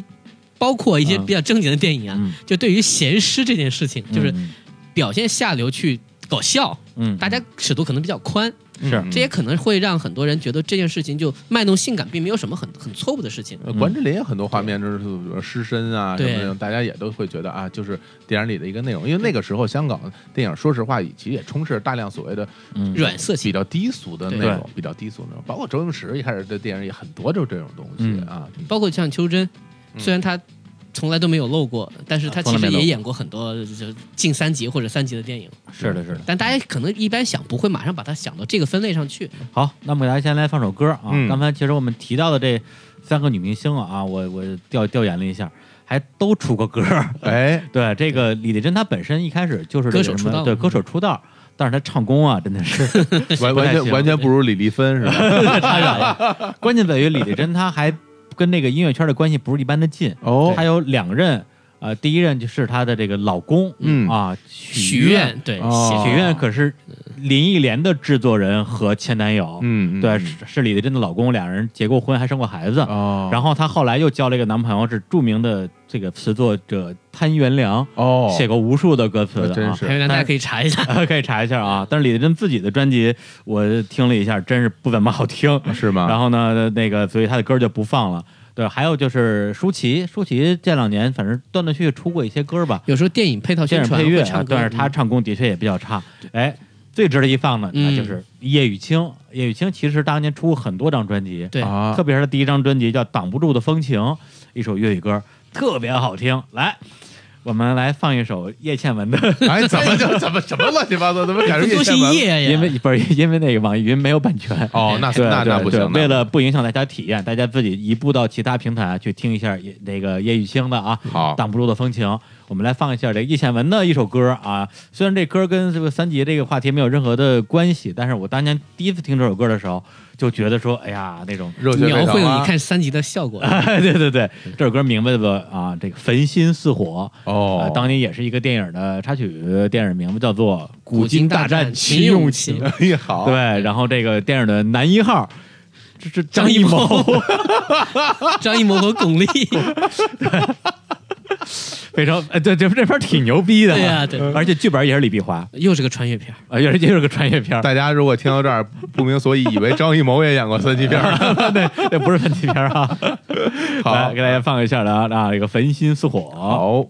Speaker 3: 包括一些
Speaker 1: 嗯
Speaker 3: 比较正经的电影啊，
Speaker 1: 嗯
Speaker 3: 就对于闲诗这件事情，就是
Speaker 1: 嗯
Speaker 3: 表现下流去搞笑，
Speaker 1: 嗯，
Speaker 3: 大家尺度可能比较宽，
Speaker 1: 是
Speaker 2: 嗯
Speaker 3: 这也可能会让很多人觉得这件事情就卖弄性感，并没有什么很很错误的事情。
Speaker 2: 呃
Speaker 1: 嗯
Speaker 2: 关之琳有很多画面就是比如湿身啊什
Speaker 3: 对
Speaker 2: 么的，大家也都会觉得啊，就是电影里的一个内容。因为那个时候香港电影，说实话，其实也充斥着大量所谓的
Speaker 1: 嗯
Speaker 3: 软色
Speaker 2: 比
Speaker 3: 情，
Speaker 2: 较低俗的内
Speaker 1: 对
Speaker 2: 容，比较低俗的内容。包括周星驰一开始的电影也很多，就是这种东西
Speaker 1: 嗯
Speaker 2: 啊。
Speaker 3: 包括像邱真，
Speaker 2: 嗯
Speaker 3: 虽然她从来都没有露过，但是她
Speaker 1: 从
Speaker 3: 其
Speaker 1: 来没
Speaker 3: 实
Speaker 1: 露过
Speaker 3: 也演过很多就近三级或者三级的电影，
Speaker 1: 是的，是的。
Speaker 3: 但大家可能一般想不会马上把它想到这个分类上去。
Speaker 1: 好，那么给大家先来放首歌啊。
Speaker 2: 嗯
Speaker 1: 刚才其实我们提到的这三个女明星啊，我我调调研了一下，还都出过歌儿。
Speaker 2: 哎，
Speaker 1: 对，这个李丽珍她本身一开始就是这个
Speaker 3: 歌手
Speaker 1: 什么
Speaker 3: 出道
Speaker 1: 对歌手出道，但是她唱功啊，真的是
Speaker 2: 完
Speaker 1: 不太
Speaker 2: 完
Speaker 1: 行
Speaker 2: 全完全不如李丽芬是吧？
Speaker 1: 差远了。关键在于李丽珍她还跟这个音乐圈的关系不是一般的近，
Speaker 2: 哦
Speaker 1: 她，有两任，呃，第一任就是她的这个老公，
Speaker 2: 嗯
Speaker 1: 啊，
Speaker 3: 许
Speaker 1: 愿
Speaker 3: 愿，对，
Speaker 2: 哦
Speaker 1: 许愿可是林忆莲的制作人和前男友，
Speaker 2: 嗯，嗯
Speaker 1: 对，
Speaker 2: 嗯
Speaker 1: 是是李丽珍的老公，两人结过婚，还生过孩子。
Speaker 2: 哦，
Speaker 1: 然后她后来又交了一个男朋友，是著名的这个词作者潘元良，
Speaker 2: 哦，
Speaker 1: 写过无数的歌词
Speaker 2: 那
Speaker 1: 的啊
Speaker 2: 真是
Speaker 3: 还有大家可以查一下。
Speaker 1: 可以查一下啊。但是李丽珍自己的专辑，我听了一下，真是不怎么好
Speaker 3: 哦
Speaker 1: 听。
Speaker 2: 是吗？
Speaker 1: 然后呢，那个所以她的歌就不放了。对，还有就是舒淇，舒淇这两年反正断断续续出过一些歌吧，
Speaker 3: 有时候电影配套
Speaker 1: 电
Speaker 3: 哦宣
Speaker 1: 影
Speaker 3: 传
Speaker 1: 配
Speaker 3: 会
Speaker 1: 乐
Speaker 3: 唱
Speaker 1: 啊，
Speaker 3: 歌，嗯
Speaker 1: 但是她唱功的确也比较差。哎，最值得一放的那就是叶雨卿。叶雨卿其实当年出过很多张专辑，
Speaker 3: 对
Speaker 2: 啊
Speaker 1: 特，别是她第一张专辑叫《挡不住的风情》，一首粤语歌，特别好听。来，我们来放一首叶倩文的，
Speaker 2: 哎，怎么就怎么什么乱七八糟，怎么改成叶
Speaker 3: 多
Speaker 2: 倩
Speaker 3: 姓
Speaker 2: 文了？
Speaker 3: 叶呀，
Speaker 1: 因为不是因为那个网易云没有版权。
Speaker 2: 哎哦，那
Speaker 1: 对
Speaker 2: 那那
Speaker 1: 对
Speaker 2: 不
Speaker 1: 对
Speaker 2: 行，
Speaker 1: 为了不影响大家体验，大家自己移步到其他平台去听一下叶那个叶玉卿的啊，
Speaker 2: 好，
Speaker 1: 挡不住的风情。我们来放一下这个叶倩文的一首歌啊，虽然这歌跟这个三级这个话题没有任何的关系，但是我当年第一次听这首歌的时候，就觉得说，哎呀，那种，
Speaker 2: 热血沸
Speaker 3: 描
Speaker 2: 腾
Speaker 3: 绘了
Speaker 2: 啊
Speaker 3: 你看三级的效果。
Speaker 1: 对对对，这首歌名字吧啊，这个焚心似火，啊，，
Speaker 2: 哦
Speaker 1: 当年也是一个电影的插曲，电影名字叫做《古今大战
Speaker 3: 秦
Speaker 1: 俑
Speaker 3: 俑
Speaker 1: 情》
Speaker 3: 情，
Speaker 2: 哎呀好，
Speaker 1: 对，然后这个电影的男一号，这这张
Speaker 3: 张艺
Speaker 1: 艺谋，
Speaker 3: 张艺谋和巩俐，
Speaker 1: 非常呃，对，这这片儿挺牛逼的，啊嗯
Speaker 3: 对呀对
Speaker 1: 而且剧本也是李碧华，
Speaker 3: 又是个穿越片儿。
Speaker 1: 啊，也是也是个穿越片儿，
Speaker 2: 大家如果听到这儿不明所以，以为张艺谋也演过三级片儿。
Speaker 1: 对，这不是本地片儿啊。
Speaker 2: 好
Speaker 1: 来给大家放一下了啊，这个《焚心似火》。
Speaker 2: 好，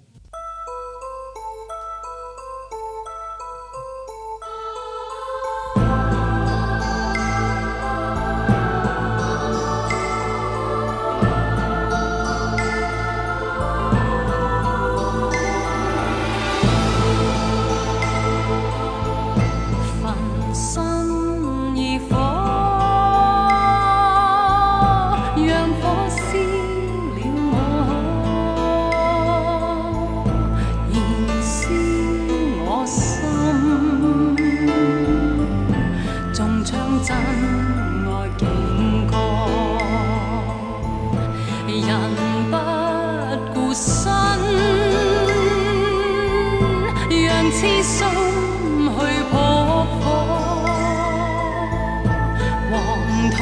Speaker 4: 焚身而火，讓火燒了我，燃燒我心，仲唱真愛警歌。人不顧身，讓痴心去撲火，黃土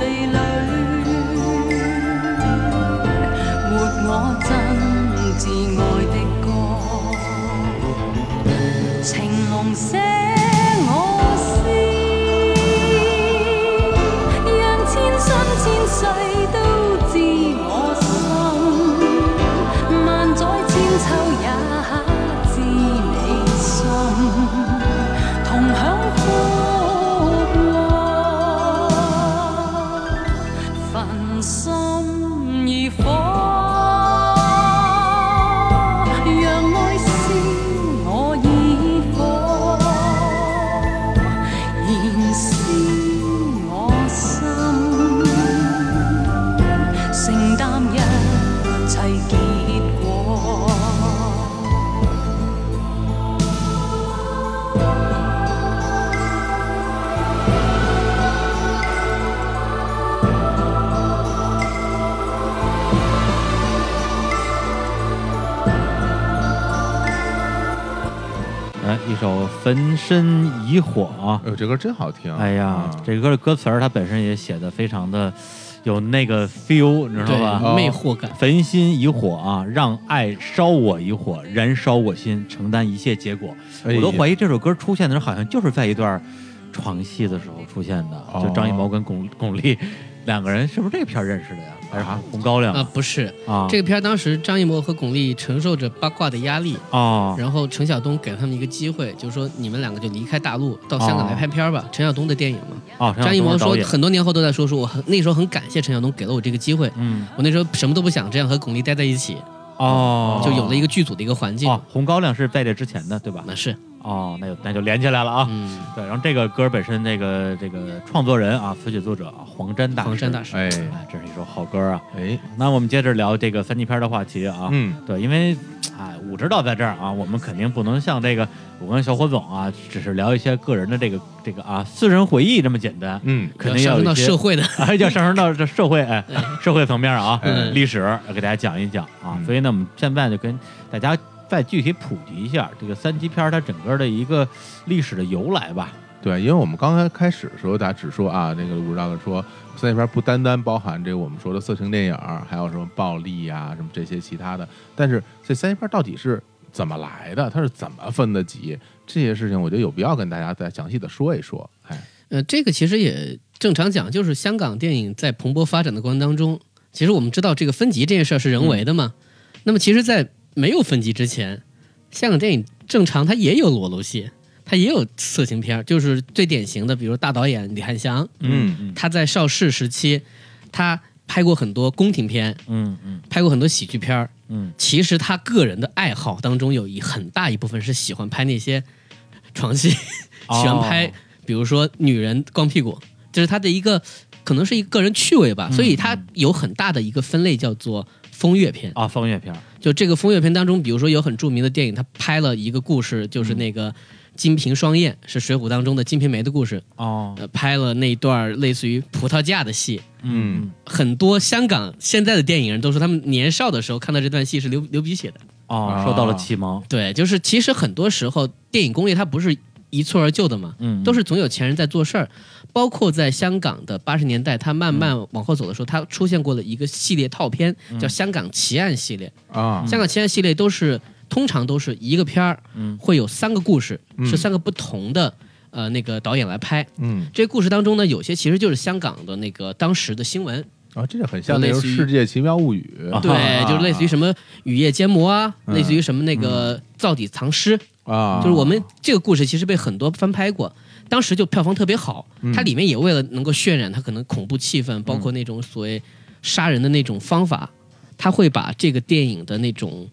Speaker 4: 地裏活我真摯愛的歌，情濃寫我詩。让千山千世都知我心，萬載千秋也知你心，同享福樂，焚心而火，讓愛燒我以火。燃燒我心，承擔一切結果。
Speaker 1: 来一首《焚身以火》啊
Speaker 2: 哎。呦，这歌真好听。
Speaker 1: 哎呀
Speaker 2: 嗯，
Speaker 1: 这歌的歌词儿它本身也写的非常的有那个 feel，你知道吧？
Speaker 2: 哦
Speaker 3: 对，魅惑感。
Speaker 1: 焚心以火啊，让爱烧我以火，燃烧我心，承担一切结果。
Speaker 2: 哎呀
Speaker 1: 我都怀疑这首歌出现的时候，好像就是在一段床戏的时候出现的，
Speaker 2: 哦
Speaker 1: 就张艺谋跟巩巩俐两个人是不是这个片儿认识的呀？还是
Speaker 2: 啊
Speaker 1: 红高粱
Speaker 3: 啊、不是，
Speaker 1: 啊？
Speaker 3: 这个片儿当时张艺谋和巩俐承受着八卦的压力，
Speaker 1: 哦，
Speaker 3: 然后陈晓东给他们一个机会，就是说你们两个就离开大陆，到香港来拍片儿吧。陈晓东的电影嘛，
Speaker 1: 哦，陈晓
Speaker 3: 张艺
Speaker 1: 东
Speaker 3: 谋
Speaker 1: 是导
Speaker 3: 说
Speaker 1: 演，
Speaker 3: 很多年后都在说，说我很那时候很感谢陈晓东给了我这个机会，
Speaker 1: 嗯，
Speaker 3: 我那时候什么都不想，这样和巩俐待在一起，
Speaker 1: 哦，
Speaker 3: 就有了一个剧组的一个环境。
Speaker 1: 哦，红高粱是在这之前的，对吧？
Speaker 3: 那是，
Speaker 1: 哦，那就那就连起来了啊。
Speaker 3: 嗯，
Speaker 1: 对，然后这个歌本身，这个这个创作人啊，词曲作者啊，黄沾大师，
Speaker 3: 黄沾大师，
Speaker 2: 哎
Speaker 1: 哎，这是一首好歌啊。
Speaker 2: 哎，
Speaker 1: 那我们接着聊这个三级片的话题啊。
Speaker 2: 嗯，
Speaker 1: 对，因为哎，武指导在这儿啊，我们肯定不能像这个我跟小火总啊，只是聊一些个人的这个这个啊私人回忆这么简单，
Speaker 2: 嗯，
Speaker 1: 肯
Speaker 3: 要
Speaker 1: 定
Speaker 3: 上
Speaker 1: 要有
Speaker 3: 升到
Speaker 1: 一些
Speaker 3: 社会嗯的，
Speaker 1: 啊， 要上升到这社会哎社会层面啊
Speaker 2: 嗯，
Speaker 1: 历史要给大家讲一讲啊。
Speaker 2: 嗯
Speaker 1: 所以呢，我们现在就跟大家再具体普及一下这个三级片儿它整个的一个历史的由来吧。
Speaker 2: 对，因为我们刚才开始的时候，大家只说啊，那个武指导说三级片不单单包含这个我们说的色情电影儿，还有什么暴力呀、什么这些其他的。但是这三级片到底是怎么来的？它是怎么分的级？这些事情，我觉得有必要跟大家再详细的说一说。哎，
Speaker 3: 呃，这个其实也正常讲，就是香港电影在蓬勃发展的过程当中，其实我们知道这个分级这件事儿是人为的嘛。那么其实，在没有分级之前，香港电影正常它也有裸露戏，它也有色情片儿，嗯就是最典型的，比如大导演李翰祥，
Speaker 2: 嗯
Speaker 1: 嗯
Speaker 3: 他在邵氏时期，他拍过很多宫廷片，
Speaker 1: 嗯嗯
Speaker 3: 拍过很多喜剧片儿。
Speaker 1: 嗯，
Speaker 3: 其实他个人的爱好当中有一很大一部分是喜欢拍那些床戏，喜欢拍
Speaker 1: 哦，
Speaker 3: 比如说女人光屁股，这是他的一个可能是一个个人趣味吧。
Speaker 1: 嗯
Speaker 3: 所以他有很大的一个分类叫做风月片。
Speaker 1: 啊，风月片儿，
Speaker 3: 就这个风月片当中，比如说有很著名的电影，他拍了一个故事，就是那个《金瓶双燕》，是《水浒》当中的《金瓶梅》的故事。
Speaker 1: 哦，
Speaker 3: 呃，拍了那一段类似于葡萄架的戏。
Speaker 1: 嗯，
Speaker 3: 很多香港现在的电影人都说，他们年少的时候看到这段戏是流流鼻血的。
Speaker 1: 哦
Speaker 2: 啊，
Speaker 1: 受到了启蒙，
Speaker 3: 对，就是其实很多时候电影工业它不是一蹴而就的嘛，
Speaker 1: 嗯，
Speaker 3: 都是总有钱人在做事儿。包括在香港的八十年代，它慢慢往后走的时候，它出现过了一个系列套片，
Speaker 2: 嗯
Speaker 3: 叫《香港奇案》系列。
Speaker 2: 啊，
Speaker 3: 香港奇案系列都是通常都是一个片儿，
Speaker 1: 嗯
Speaker 3: 会有三个故事，
Speaker 2: 嗯
Speaker 3: 是三个不同的呃那个导演来拍。
Speaker 2: 嗯
Speaker 3: 这故事当中呢，有些其实就是香港的那个当时的新闻，
Speaker 2: 啊，这个很像
Speaker 3: 就
Speaker 2: 那
Speaker 3: 类
Speaker 2: 种
Speaker 3: 似于
Speaker 2: 《世界奇妙物语》
Speaker 1: 啊
Speaker 3: 对，就是类似于什么雨夜奸魔啊，
Speaker 2: 啊嗯
Speaker 3: 类似于什么那个造底藏尸，
Speaker 2: 啊，
Speaker 3: 就是我们这个故事其实被很多翻拍过。当时就票房特别好，它里面也为了能够渲染它可能恐怖气氛，包括那种所谓杀人的那种方法，它会把这个电影的那种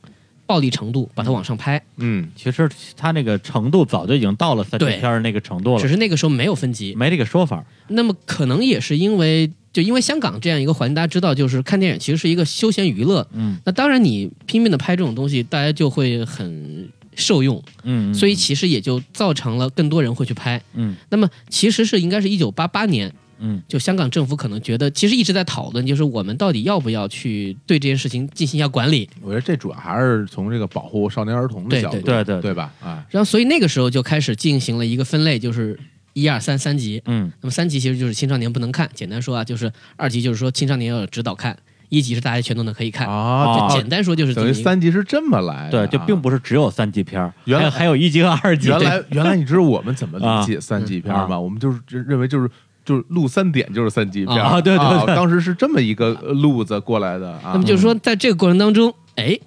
Speaker 3: 暴力程度把它往上拍。
Speaker 2: 嗯
Speaker 1: 其实他那个程度早就已经到了三级片儿那个程度
Speaker 3: 只
Speaker 1: 了，
Speaker 3: 是那个时候没有分级。
Speaker 1: 没这个说法儿。
Speaker 3: 那么可能也是因为，就因为香港这样一个环境，大家知道，就是看电影其实是一个休闲娱乐。
Speaker 1: 嗯，
Speaker 3: 那当然你拼命的拍这种东西，大家就会很受用，
Speaker 1: 嗯，嗯
Speaker 3: 所以其实也就造成了更多人会去拍。
Speaker 1: 嗯，
Speaker 3: 那么其实是应该是一九八八年，
Speaker 1: 嗯，
Speaker 3: 就香港政府可能觉得，其实一直在讨论，就是我们到底要不要去对这件事情进行一下管理。
Speaker 2: 我觉得这主要还是从这个保护少年儿童的
Speaker 3: 对
Speaker 2: 角度，
Speaker 3: 对
Speaker 1: 对对
Speaker 2: 对吧？啊，
Speaker 3: 然后所以那个时候就开始进行了一个分类，就是一二三三级。
Speaker 1: 嗯
Speaker 3: 那么三级其实就是青少年不能看，简单说啊，就是二级就是说青少年要有指导看，一级是大家全都能可以看。
Speaker 2: 啊，
Speaker 3: 就
Speaker 2: 这
Speaker 3: 简单说就是哎这
Speaker 2: 等
Speaker 3: 么
Speaker 2: 于
Speaker 3: 一个。
Speaker 2: 三级是这么来的
Speaker 1: 嗯对，
Speaker 2: 啊，
Speaker 1: 就并不是只有三级片儿，
Speaker 2: 原
Speaker 1: 还
Speaker 2: 来
Speaker 1: 有还有一级和二级。
Speaker 2: 原
Speaker 1: 对
Speaker 2: 来 原来你知道我们怎么理解三级片吗？我们就是认为就是就是录三点就是三级片
Speaker 1: 啊对对对
Speaker 2: 当时是这么一个呃路子过来的啊
Speaker 3: 那么。就是说，在这个过程当中，哎，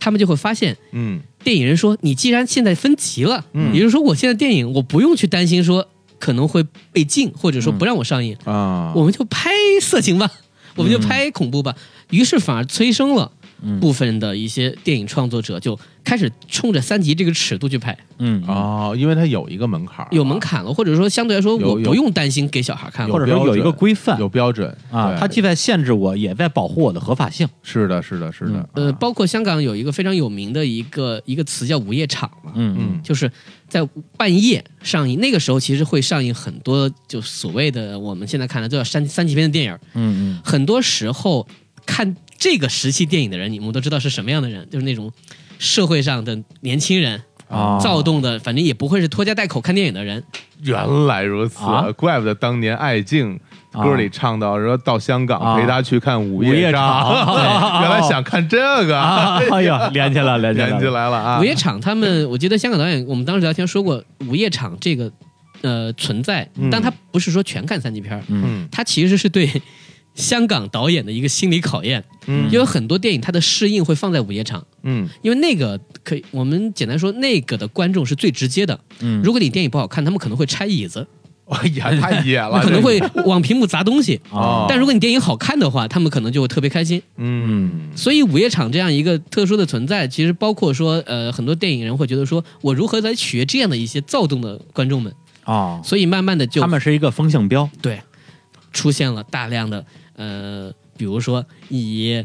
Speaker 3: 他们就会发现，
Speaker 2: 嗯
Speaker 3: 电影人说，你既然现在分级了，
Speaker 2: 嗯
Speaker 3: 也就是说，我现在电影我不用去担心说可能会被禁，或者说
Speaker 1: 嗯
Speaker 3: 不让我上映，
Speaker 2: 啊，
Speaker 3: 我们就拍色情吧，我们就拍恐怖吧。于是反而催生了
Speaker 1: 嗯
Speaker 3: 部分的一些电影创作者就开始冲着三级这个尺度去拍。
Speaker 1: 嗯，
Speaker 2: 哦，因为它有一个门槛儿，
Speaker 3: 有门槛了，或者说相对来说
Speaker 2: 有
Speaker 3: 我
Speaker 2: 有
Speaker 3: 不用担心给小孩看
Speaker 1: 或
Speaker 3: 了。
Speaker 1: 者说有一
Speaker 2: 有标
Speaker 1: 个
Speaker 2: 准
Speaker 1: 规范
Speaker 2: 有标准
Speaker 1: 啊，
Speaker 2: 对
Speaker 1: 它既在限制我，也在保护我的合法性。
Speaker 2: 是的，是的，是的，
Speaker 3: 呃，
Speaker 2: 啊
Speaker 3: 包括香港有一个非常有名的一个一个词叫午夜场嘛，
Speaker 1: 嗯
Speaker 2: 嗯
Speaker 3: 就是在半夜上映。那个时候其实会上映很多就所谓的我们现在看来都叫三三级片的电影。
Speaker 1: 嗯嗯
Speaker 3: 很多时候看这个时期电影的人，你们都知道是什么样的人，就是那种社会上的年轻人，
Speaker 1: 嗯啊，
Speaker 2: 哦
Speaker 3: 躁动的，反正也不会是拖家带口看电影的人。
Speaker 2: 原来如此
Speaker 1: 啊，
Speaker 2: 怪不得当年艾敬。
Speaker 1: 啊
Speaker 2: 歌里唱到说到香
Speaker 1: 啊
Speaker 2: 港陪他去看午
Speaker 1: 午夜
Speaker 2: 夜
Speaker 1: 场
Speaker 2: 场， 对原来想看这
Speaker 1: 啊
Speaker 2: 个，，
Speaker 1: 哎呀，连起来，连起来，
Speaker 2: 连起来了啊
Speaker 3: 午！夜场，他们我记得香港导演，我们当时聊天说过，午夜场这个呃存在，
Speaker 2: 嗯
Speaker 3: 但它不是说全看三级片儿，
Speaker 1: 嗯
Speaker 2: 嗯
Speaker 3: 它其实是对香港导演的一个心理考验，
Speaker 2: 嗯
Speaker 3: 因为很多电影它的试映会放在午夜场，
Speaker 2: 嗯
Speaker 3: 因为那个可以，我们简单说，那个的观众是最直接的。
Speaker 1: 嗯
Speaker 3: 如果你电影不好看，他们可能会拆椅子，
Speaker 2: 哎呀，太野了，
Speaker 3: 可能
Speaker 2: 这个
Speaker 3: 会 往屏幕砸东西。
Speaker 1: 啊
Speaker 2: 哦
Speaker 3: 但如果你电影好看的话，他们可能就会特别开心。
Speaker 2: 嗯
Speaker 3: 所以午夜场这样一个特殊的存在，其实包括说，呃，很多电影人会觉得说，我如何来取悦这样的一些躁动的观众们？
Speaker 1: 啊，
Speaker 3: 所以慢慢的就
Speaker 1: 他们是一个风向标，
Speaker 3: 对出现了大量的呃，比如说以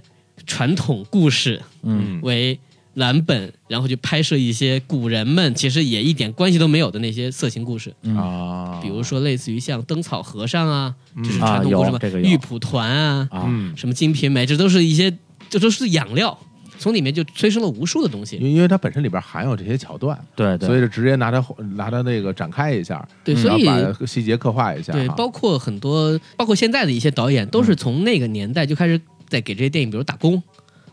Speaker 3: 传统故事
Speaker 1: 嗯
Speaker 2: 嗯
Speaker 3: 为蓝本，然后去拍摄一些古人们其实也一点关系都没有的那些色情故事，
Speaker 1: 嗯
Speaker 2: 啊，
Speaker 3: 比如说类似于像灯草和尚啊，
Speaker 2: 嗯
Speaker 3: 就是传统
Speaker 1: 啊
Speaker 3: 故事
Speaker 1: 有
Speaker 3: 嘛，
Speaker 1: 这个有
Speaker 3: 玉蒲团啊，
Speaker 1: 啊，
Speaker 2: 嗯，
Speaker 3: 什么金瓶梅，这都是一些这都是养料，从里面就催生了无数的东西。
Speaker 2: 因因为它本身里边含有这些桥段，
Speaker 1: 对对，
Speaker 2: 所以就直接拿它拿它那个展开一下，
Speaker 3: 对，
Speaker 2: 然
Speaker 3: 所
Speaker 2: 后
Speaker 3: 以
Speaker 2: 嗯啊把细节刻画一下哈，啊
Speaker 3: 对，包括很多，包括现在的一些导演，都是从那个年代就开始在给这些电影，比如打工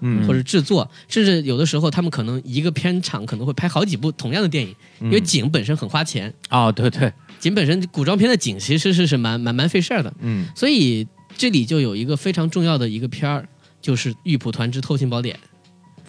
Speaker 2: 嗯
Speaker 3: 或者制作，甚至有的时候他们可能一个片场可能会拍好几部同样的电影，因
Speaker 2: 嗯
Speaker 1: 嗯
Speaker 3: 为景本身很花钱，
Speaker 1: 啊，对对，
Speaker 3: 景本身古装片的景其实是是蛮蛮蛮费事儿的，
Speaker 2: 嗯
Speaker 3: 所以这里就有一个非常重要的一个片儿。就是《玉蒲团之偷情宝典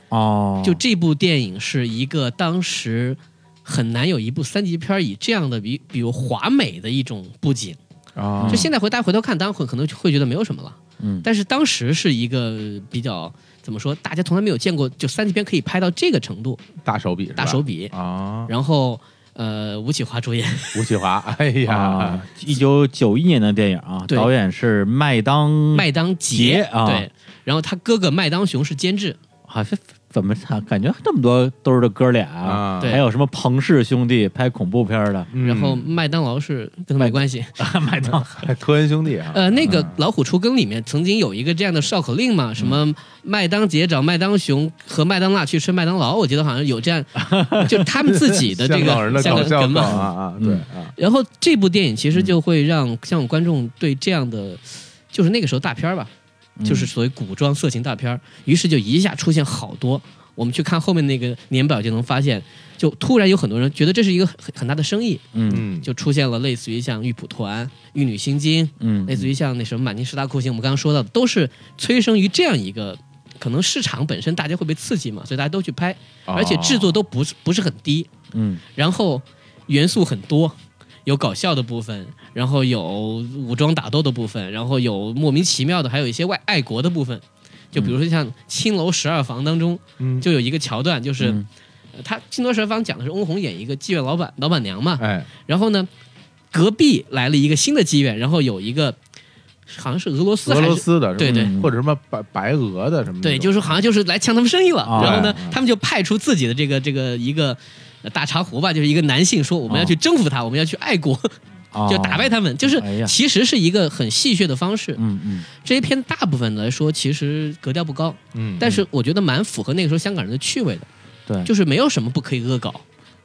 Speaker 1: 哦》，，
Speaker 3: 就这部电影是一个当时很难有一部三级片儿以这样的比比如华美的一种布景，
Speaker 2: 啊
Speaker 3: 就现在回大家回头看，当然会可能会觉得没有什么了。
Speaker 1: 哦嗯
Speaker 3: 但是当时是一个比较怎么说，大家从来没有见过，就三级片可以拍到这个程度，
Speaker 2: 大手笔是吧，
Speaker 3: 大手笔。
Speaker 2: 啊，
Speaker 3: 然后呃，吴启华主演，
Speaker 2: 吴启华，哎呀
Speaker 1: 啊，，一九九一年的电影啊，
Speaker 3: 对
Speaker 1: 导演是麦当
Speaker 2: 嗯
Speaker 3: 麦当杰
Speaker 1: 杰啊
Speaker 3: 对，然后他哥哥麦当雄是监制，
Speaker 1: 好像怎么看？感觉这么多都是这哥俩
Speaker 2: 啊，
Speaker 3: 对
Speaker 1: 还有什么彭氏兄弟拍恐怖片 的
Speaker 2: 嗯
Speaker 3: 然后麦当劳是跟他没关系。
Speaker 1: 麦当
Speaker 2: 还科恩兄弟啊，
Speaker 3: 呃，那个《老虎出更》里面曾经有一个这样的绕口令
Speaker 2: 嗯
Speaker 3: 嘛，什么麦当杰找麦当雄和麦当娜去吃麦当劳，我记得好像 有这样，就他们自己的这
Speaker 2: 香港人的
Speaker 3: 个香
Speaker 2: 搞
Speaker 3: 港
Speaker 2: 笑
Speaker 3: 梗
Speaker 2: 梗啊嗯
Speaker 3: 嘛。
Speaker 2: 啊，
Speaker 1: 嗯
Speaker 2: 对啊，
Speaker 3: 然后这部电影其实就会让像观众对这样的，就是那个时候大片儿吧，
Speaker 1: 嗯
Speaker 3: 就是所谓古装色情大片儿，于是就一下出现好多。我们去看后面那个年表就能发现，就突然有很多人觉得这是一个很很大的生意，
Speaker 1: 嗯
Speaker 2: 嗯，
Speaker 3: 就出现了类似于像《玉蒲团》《玉女心经》，
Speaker 1: 嗯，
Speaker 3: 类似于像那什么满清十大酷刑，我们刚刚说到的，都是催生于这样一个，可能市场本身大家会被刺激嘛，所以大家都去拍，
Speaker 2: 哦
Speaker 3: 而且制作都不是不是很低，
Speaker 1: 嗯
Speaker 3: 然后元素很多，有搞笑的部分，然后有武装打斗的部分，然后有莫名其妙的，还有一些外爱国的部分。就比如说像《青楼十二房》当中，
Speaker 2: 嗯
Speaker 3: 就有一个桥段，就是、
Speaker 1: 嗯
Speaker 3: 呃他《青楼十二房》讲的是翁虹演一个妓院老板老板娘嘛，
Speaker 2: 哎，
Speaker 3: 然后呢，隔壁来了一个新的妓院，然后有一个好像是俄罗斯
Speaker 2: 俄
Speaker 3: 还
Speaker 2: 罗
Speaker 3: 是。
Speaker 2: 斯的，是
Speaker 3: 对
Speaker 2: 吧
Speaker 1: 对
Speaker 2: 或者什么白白俄的什么那种，
Speaker 3: 对，就是好像就是来抢他们生意了。
Speaker 1: 啊
Speaker 3: 然后呢
Speaker 2: 哎哎，
Speaker 3: 他们就派出自己的这个这个一个呃大茶壶吧，就是一个男性说我们要去征服他，我们要去爱国，
Speaker 1: 哦
Speaker 3: 就打败他们。就是
Speaker 1: 哎呀
Speaker 3: 其实是一个很戏谑的方式。
Speaker 1: 嗯嗯
Speaker 3: 这一片大部分来说，其实格调不高，
Speaker 2: 嗯，
Speaker 3: 但是我觉得蛮符合那个时候香港人的趣味的，
Speaker 1: 嗯对，
Speaker 3: 就是没有什么不可以恶搞。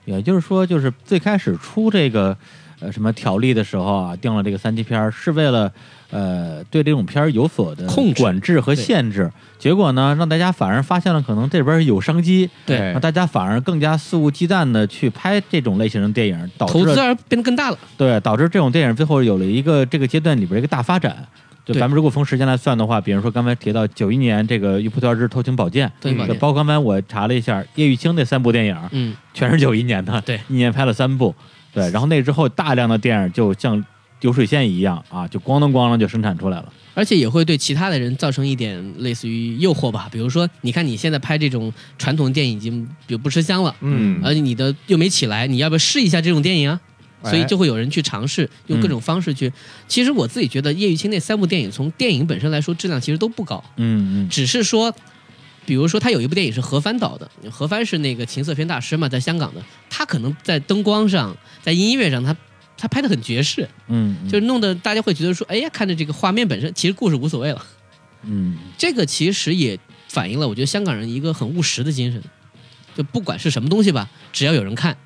Speaker 1: 也就是说，就是最开始出这个呃什么条例的时候啊，定了这个三级片儿，是为了呃对这种片儿有所的
Speaker 3: 控制
Speaker 1: 管制和
Speaker 3: 对
Speaker 1: 限制。结果呢，让大家反而发现了可能这边儿有商机，
Speaker 2: 哎
Speaker 3: 对，
Speaker 1: 让大家反而更加肆无忌惮的去拍这种类型的电影，导
Speaker 3: 投
Speaker 1: 致
Speaker 3: 资
Speaker 1: 了
Speaker 3: 而变得更大了。
Speaker 1: 对导致这种电影最后有了一个这个阶段里边一个大发展。就
Speaker 3: 对
Speaker 1: 咱们如果从时间来算的话，比如说刚才提到九一年这个《玉蒲团之偷情宝剑》，
Speaker 3: 对
Speaker 2: 嗯
Speaker 3: 吧？
Speaker 1: 包括刚才我查了一下叶玉卿那三部电影，
Speaker 3: 嗯，
Speaker 1: 全是九一年的，
Speaker 3: 对，
Speaker 1: 一年拍了三部， 对，然后那之后大量的电影就像流水线一样啊，就咣当咣当就生产出来了，
Speaker 3: 而且也会对其他的人造成一点类似于诱惑吧。比如说，你看你现在拍这种传统电影已经比如不吃香了，
Speaker 2: 嗯，
Speaker 3: 而且你的又没起来，你要不要试一下这种电影啊？
Speaker 2: 哎
Speaker 3: 所以就会有人去尝试用
Speaker 1: 嗯
Speaker 3: 各种方式去。其实我自己觉得叶玉卿那三部电影从电影本身来说质量其实都不高，
Speaker 1: 嗯嗯
Speaker 3: 只是说，比如说他有一部电影是何帆导的，何帆是那个情色片大师嘛，在香港的，他可能在灯光上，在音乐上他。他拍的很爵士，
Speaker 1: 嗯，嗯
Speaker 3: 就是弄得大家会觉得说，哎呀，看着这个画面本身，其实故事无所谓了。
Speaker 1: 嗯
Speaker 3: 这个其实也反映了我觉得香港人一个很务实的精神，就不管是什么东西吧，只要有人看，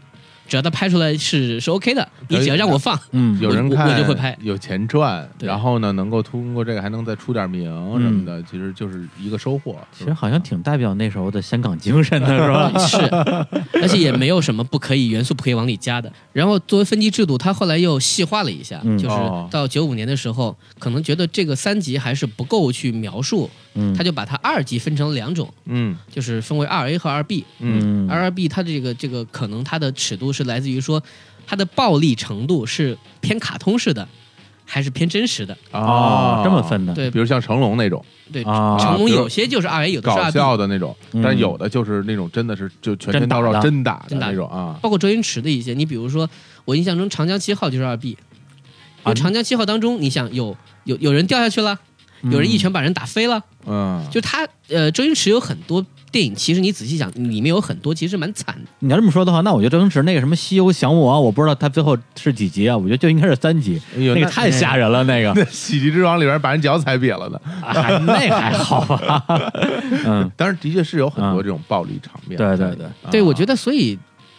Speaker 3: 只要他拍出来是是 OK 的，你只要让我放，
Speaker 1: 嗯
Speaker 2: 有人
Speaker 3: 我我
Speaker 2: 看
Speaker 3: 我就会拍
Speaker 2: 有钱赚，
Speaker 3: 对嗯
Speaker 2: 然后呢，能够通过这个还能再出点名什么的，其实就是一个收获。
Speaker 1: 其实好像挺代表那时候的香港精神的， 是吧？
Speaker 3: 嗯是，而且也没有什么不可以元素不可以往里加的。然后作为分级制度，它后来又细化了一下，
Speaker 1: 嗯
Speaker 3: 就是
Speaker 2: 哦
Speaker 3: 到九五年的时候，可能觉得这个三级还是不够去描述，
Speaker 1: 嗯，
Speaker 3: 他就把它二级分成了两种，
Speaker 2: 嗯
Speaker 3: 就是分为二 A 和二 B。
Speaker 2: 嗯
Speaker 1: 嗯
Speaker 3: 二 R B 它这个这个可能它的尺度是来自于说它的暴力程度是偏卡通式的，还是偏真实的？
Speaker 1: 哦这么分的，
Speaker 3: 对
Speaker 2: 啊比如像成龙那种
Speaker 3: 对，
Speaker 1: 啊
Speaker 3: 成龙
Speaker 2: 嗯比如
Speaker 3: 有些就是二 A，有的是
Speaker 2: 搞
Speaker 3: 二 B，
Speaker 2: 笑的那种，
Speaker 1: 嗯
Speaker 2: 但有的就是那种真的是就全拳到肉真
Speaker 1: 真
Speaker 2: 打的
Speaker 3: 真打
Speaker 2: 那种啊，
Speaker 3: 包括周星驰的一些。你比如说，我印象中《长江七号》就是二 B，因
Speaker 1: 啊
Speaker 3: 为《长江七号》当中，你想有有有人掉下去了，
Speaker 1: 嗯
Speaker 3: 有人一拳把人打飞了，
Speaker 2: 嗯，
Speaker 3: 就他呃，周星驰有很多电影，其实你仔细想，里面有很多其实蛮惨的。
Speaker 1: 你要这么说的话，那我觉得周星驰那个什么《西游降魔》，啊我不知道他最后是几集啊，我觉得就应该是三集，
Speaker 2: 哎呦
Speaker 1: 那个
Speaker 2: 那
Speaker 1: 太吓人了，那个
Speaker 2: 那喜剧之王里边把人脚踩瘪了的，
Speaker 1: 啊那 还好啊吧，嗯，
Speaker 2: 当然的确是有很多
Speaker 1: 嗯
Speaker 2: 这种暴力场面
Speaker 1: 对
Speaker 2: 在里
Speaker 1: 对
Speaker 2: 面。
Speaker 1: 对
Speaker 3: 对，我觉
Speaker 2: 得
Speaker 3: 得所以。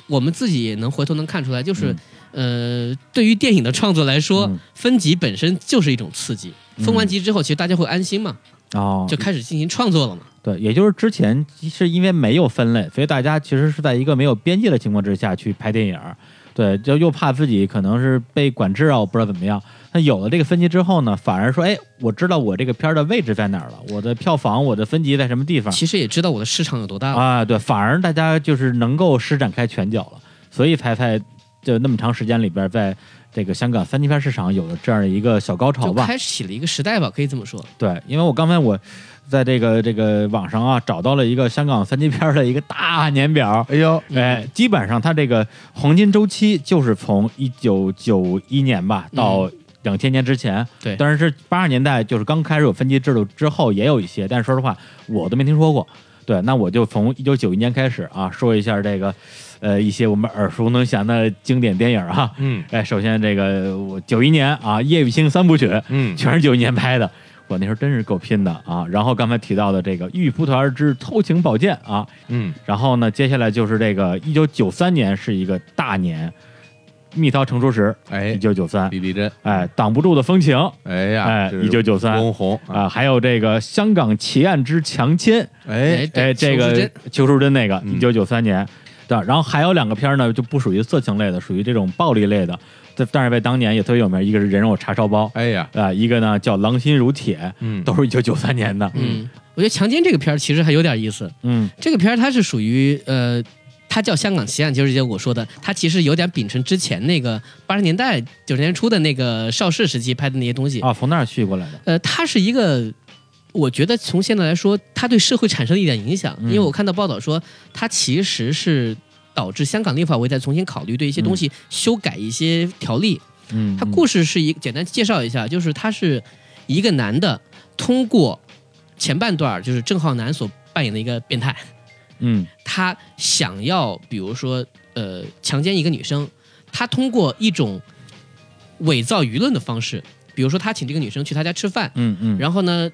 Speaker 3: 我们自己也能回头能看出来，就是、呃，对于电影的创作来说，
Speaker 1: 嗯
Speaker 3: 分级本身就是一种刺激。分完级之后，其实大家会安心嘛，
Speaker 1: 哦，
Speaker 3: 就开始进行创作了嘛。
Speaker 1: 对，也就是之前是因为没有分类，所以大家其实是在一个没有边界的情况之下去拍电影儿，对，就又怕自己可能是被管制啊，我不知道怎么样。那有了这个分级之后呢，反而说，哎，我知道我这个片儿的位置在哪儿了，我的票房，我的分级在什么地方
Speaker 3: 其实也知道我的
Speaker 1: 啊
Speaker 3: 市场有多大了。
Speaker 1: 啊？对，反而大家就是能够施展开拳脚了，所以才才就那么长时间里边，在这个香港三级片市场有了这样一个小高潮
Speaker 3: 就
Speaker 1: 吧。
Speaker 3: 开启了一个时代吧，可以这么说。
Speaker 1: 对，因为我刚才我在这个这个网上啊找到了一个香港三级片的一个大年表，
Speaker 2: 哎呦，
Speaker 1: 哎，基本上它这个黄金周期就是从一九九一年吧
Speaker 2: 嗯
Speaker 1: 到两千年之前。
Speaker 3: 对
Speaker 1: 当然是八十年代，就是刚开始有分级制度之后也有一些，但是说实话我都没听说过。对，那我就从一九九一年开始啊，说一下这个，呃，一些我们耳熟能详的经典电影啊。
Speaker 2: 嗯
Speaker 1: 哎，首先这个我九一年啊，《叶玉卿三部曲》，
Speaker 2: 嗯，
Speaker 1: 全是九一年拍的。我那时候真是够拼的啊！然后刚才提到的这个《玉蒲团之偷情宝剑》啊，
Speaker 2: 嗯
Speaker 1: 然后呢，接下来就是这个一九九三年是一个大年，蜜桃成熟时，
Speaker 2: 哎
Speaker 1: 一九九三，
Speaker 2: 李丽珍，
Speaker 1: 哎，挡不住的风情
Speaker 2: 哎呀，
Speaker 1: 哎
Speaker 2: 这是
Speaker 1: 1993
Speaker 2: 翁虹
Speaker 1: 啊，，还有这个香港奇案之强亲，
Speaker 2: 哎，
Speaker 1: 哎，
Speaker 3: 对
Speaker 1: 这
Speaker 3: 邱淑
Speaker 1: 个
Speaker 3: 贞
Speaker 1: 邱淑贞那个一
Speaker 2: 嗯
Speaker 1: 九九三年，对吧，然后还有两个片儿呢，就不属于色情类的，属于这种暴力类的，但但是在当年也特别有名，一个是人肉叉烧包，啊、
Speaker 2: 哎呀，
Speaker 1: 一个呢叫狼心如铁，
Speaker 2: 嗯，
Speaker 1: 都是一九九三年的，
Speaker 3: 嗯，我觉得《强奸》这个片儿其实还有点意思。
Speaker 1: 嗯
Speaker 3: 这个片儿它是属于呃，它叫《香港奇案》，就是像我说的，它其实有点秉承之前那个八十年代九十年初的那个邵氏时期拍的那些东西。
Speaker 1: 啊，从那儿续过来的，
Speaker 3: 呃，它是一个，我觉得从现在来说，它对社会产生了一点影响，
Speaker 1: 嗯
Speaker 3: 因为我看到报道说，它其实是导致香港立法会在重新考虑对一些东西修改一些条例。
Speaker 1: 嗯，
Speaker 3: 它
Speaker 1: 嗯
Speaker 3: 故事是一简单介绍一下，就是他是一个男的通过前半段儿就是郑浩南所扮演的一个变态，
Speaker 1: 嗯
Speaker 3: 他想要比如说呃强奸一个女生，他通过一种伪造舆论的方式，比如说他请这个女生去他家吃饭，
Speaker 1: 嗯嗯，
Speaker 3: 然后呢。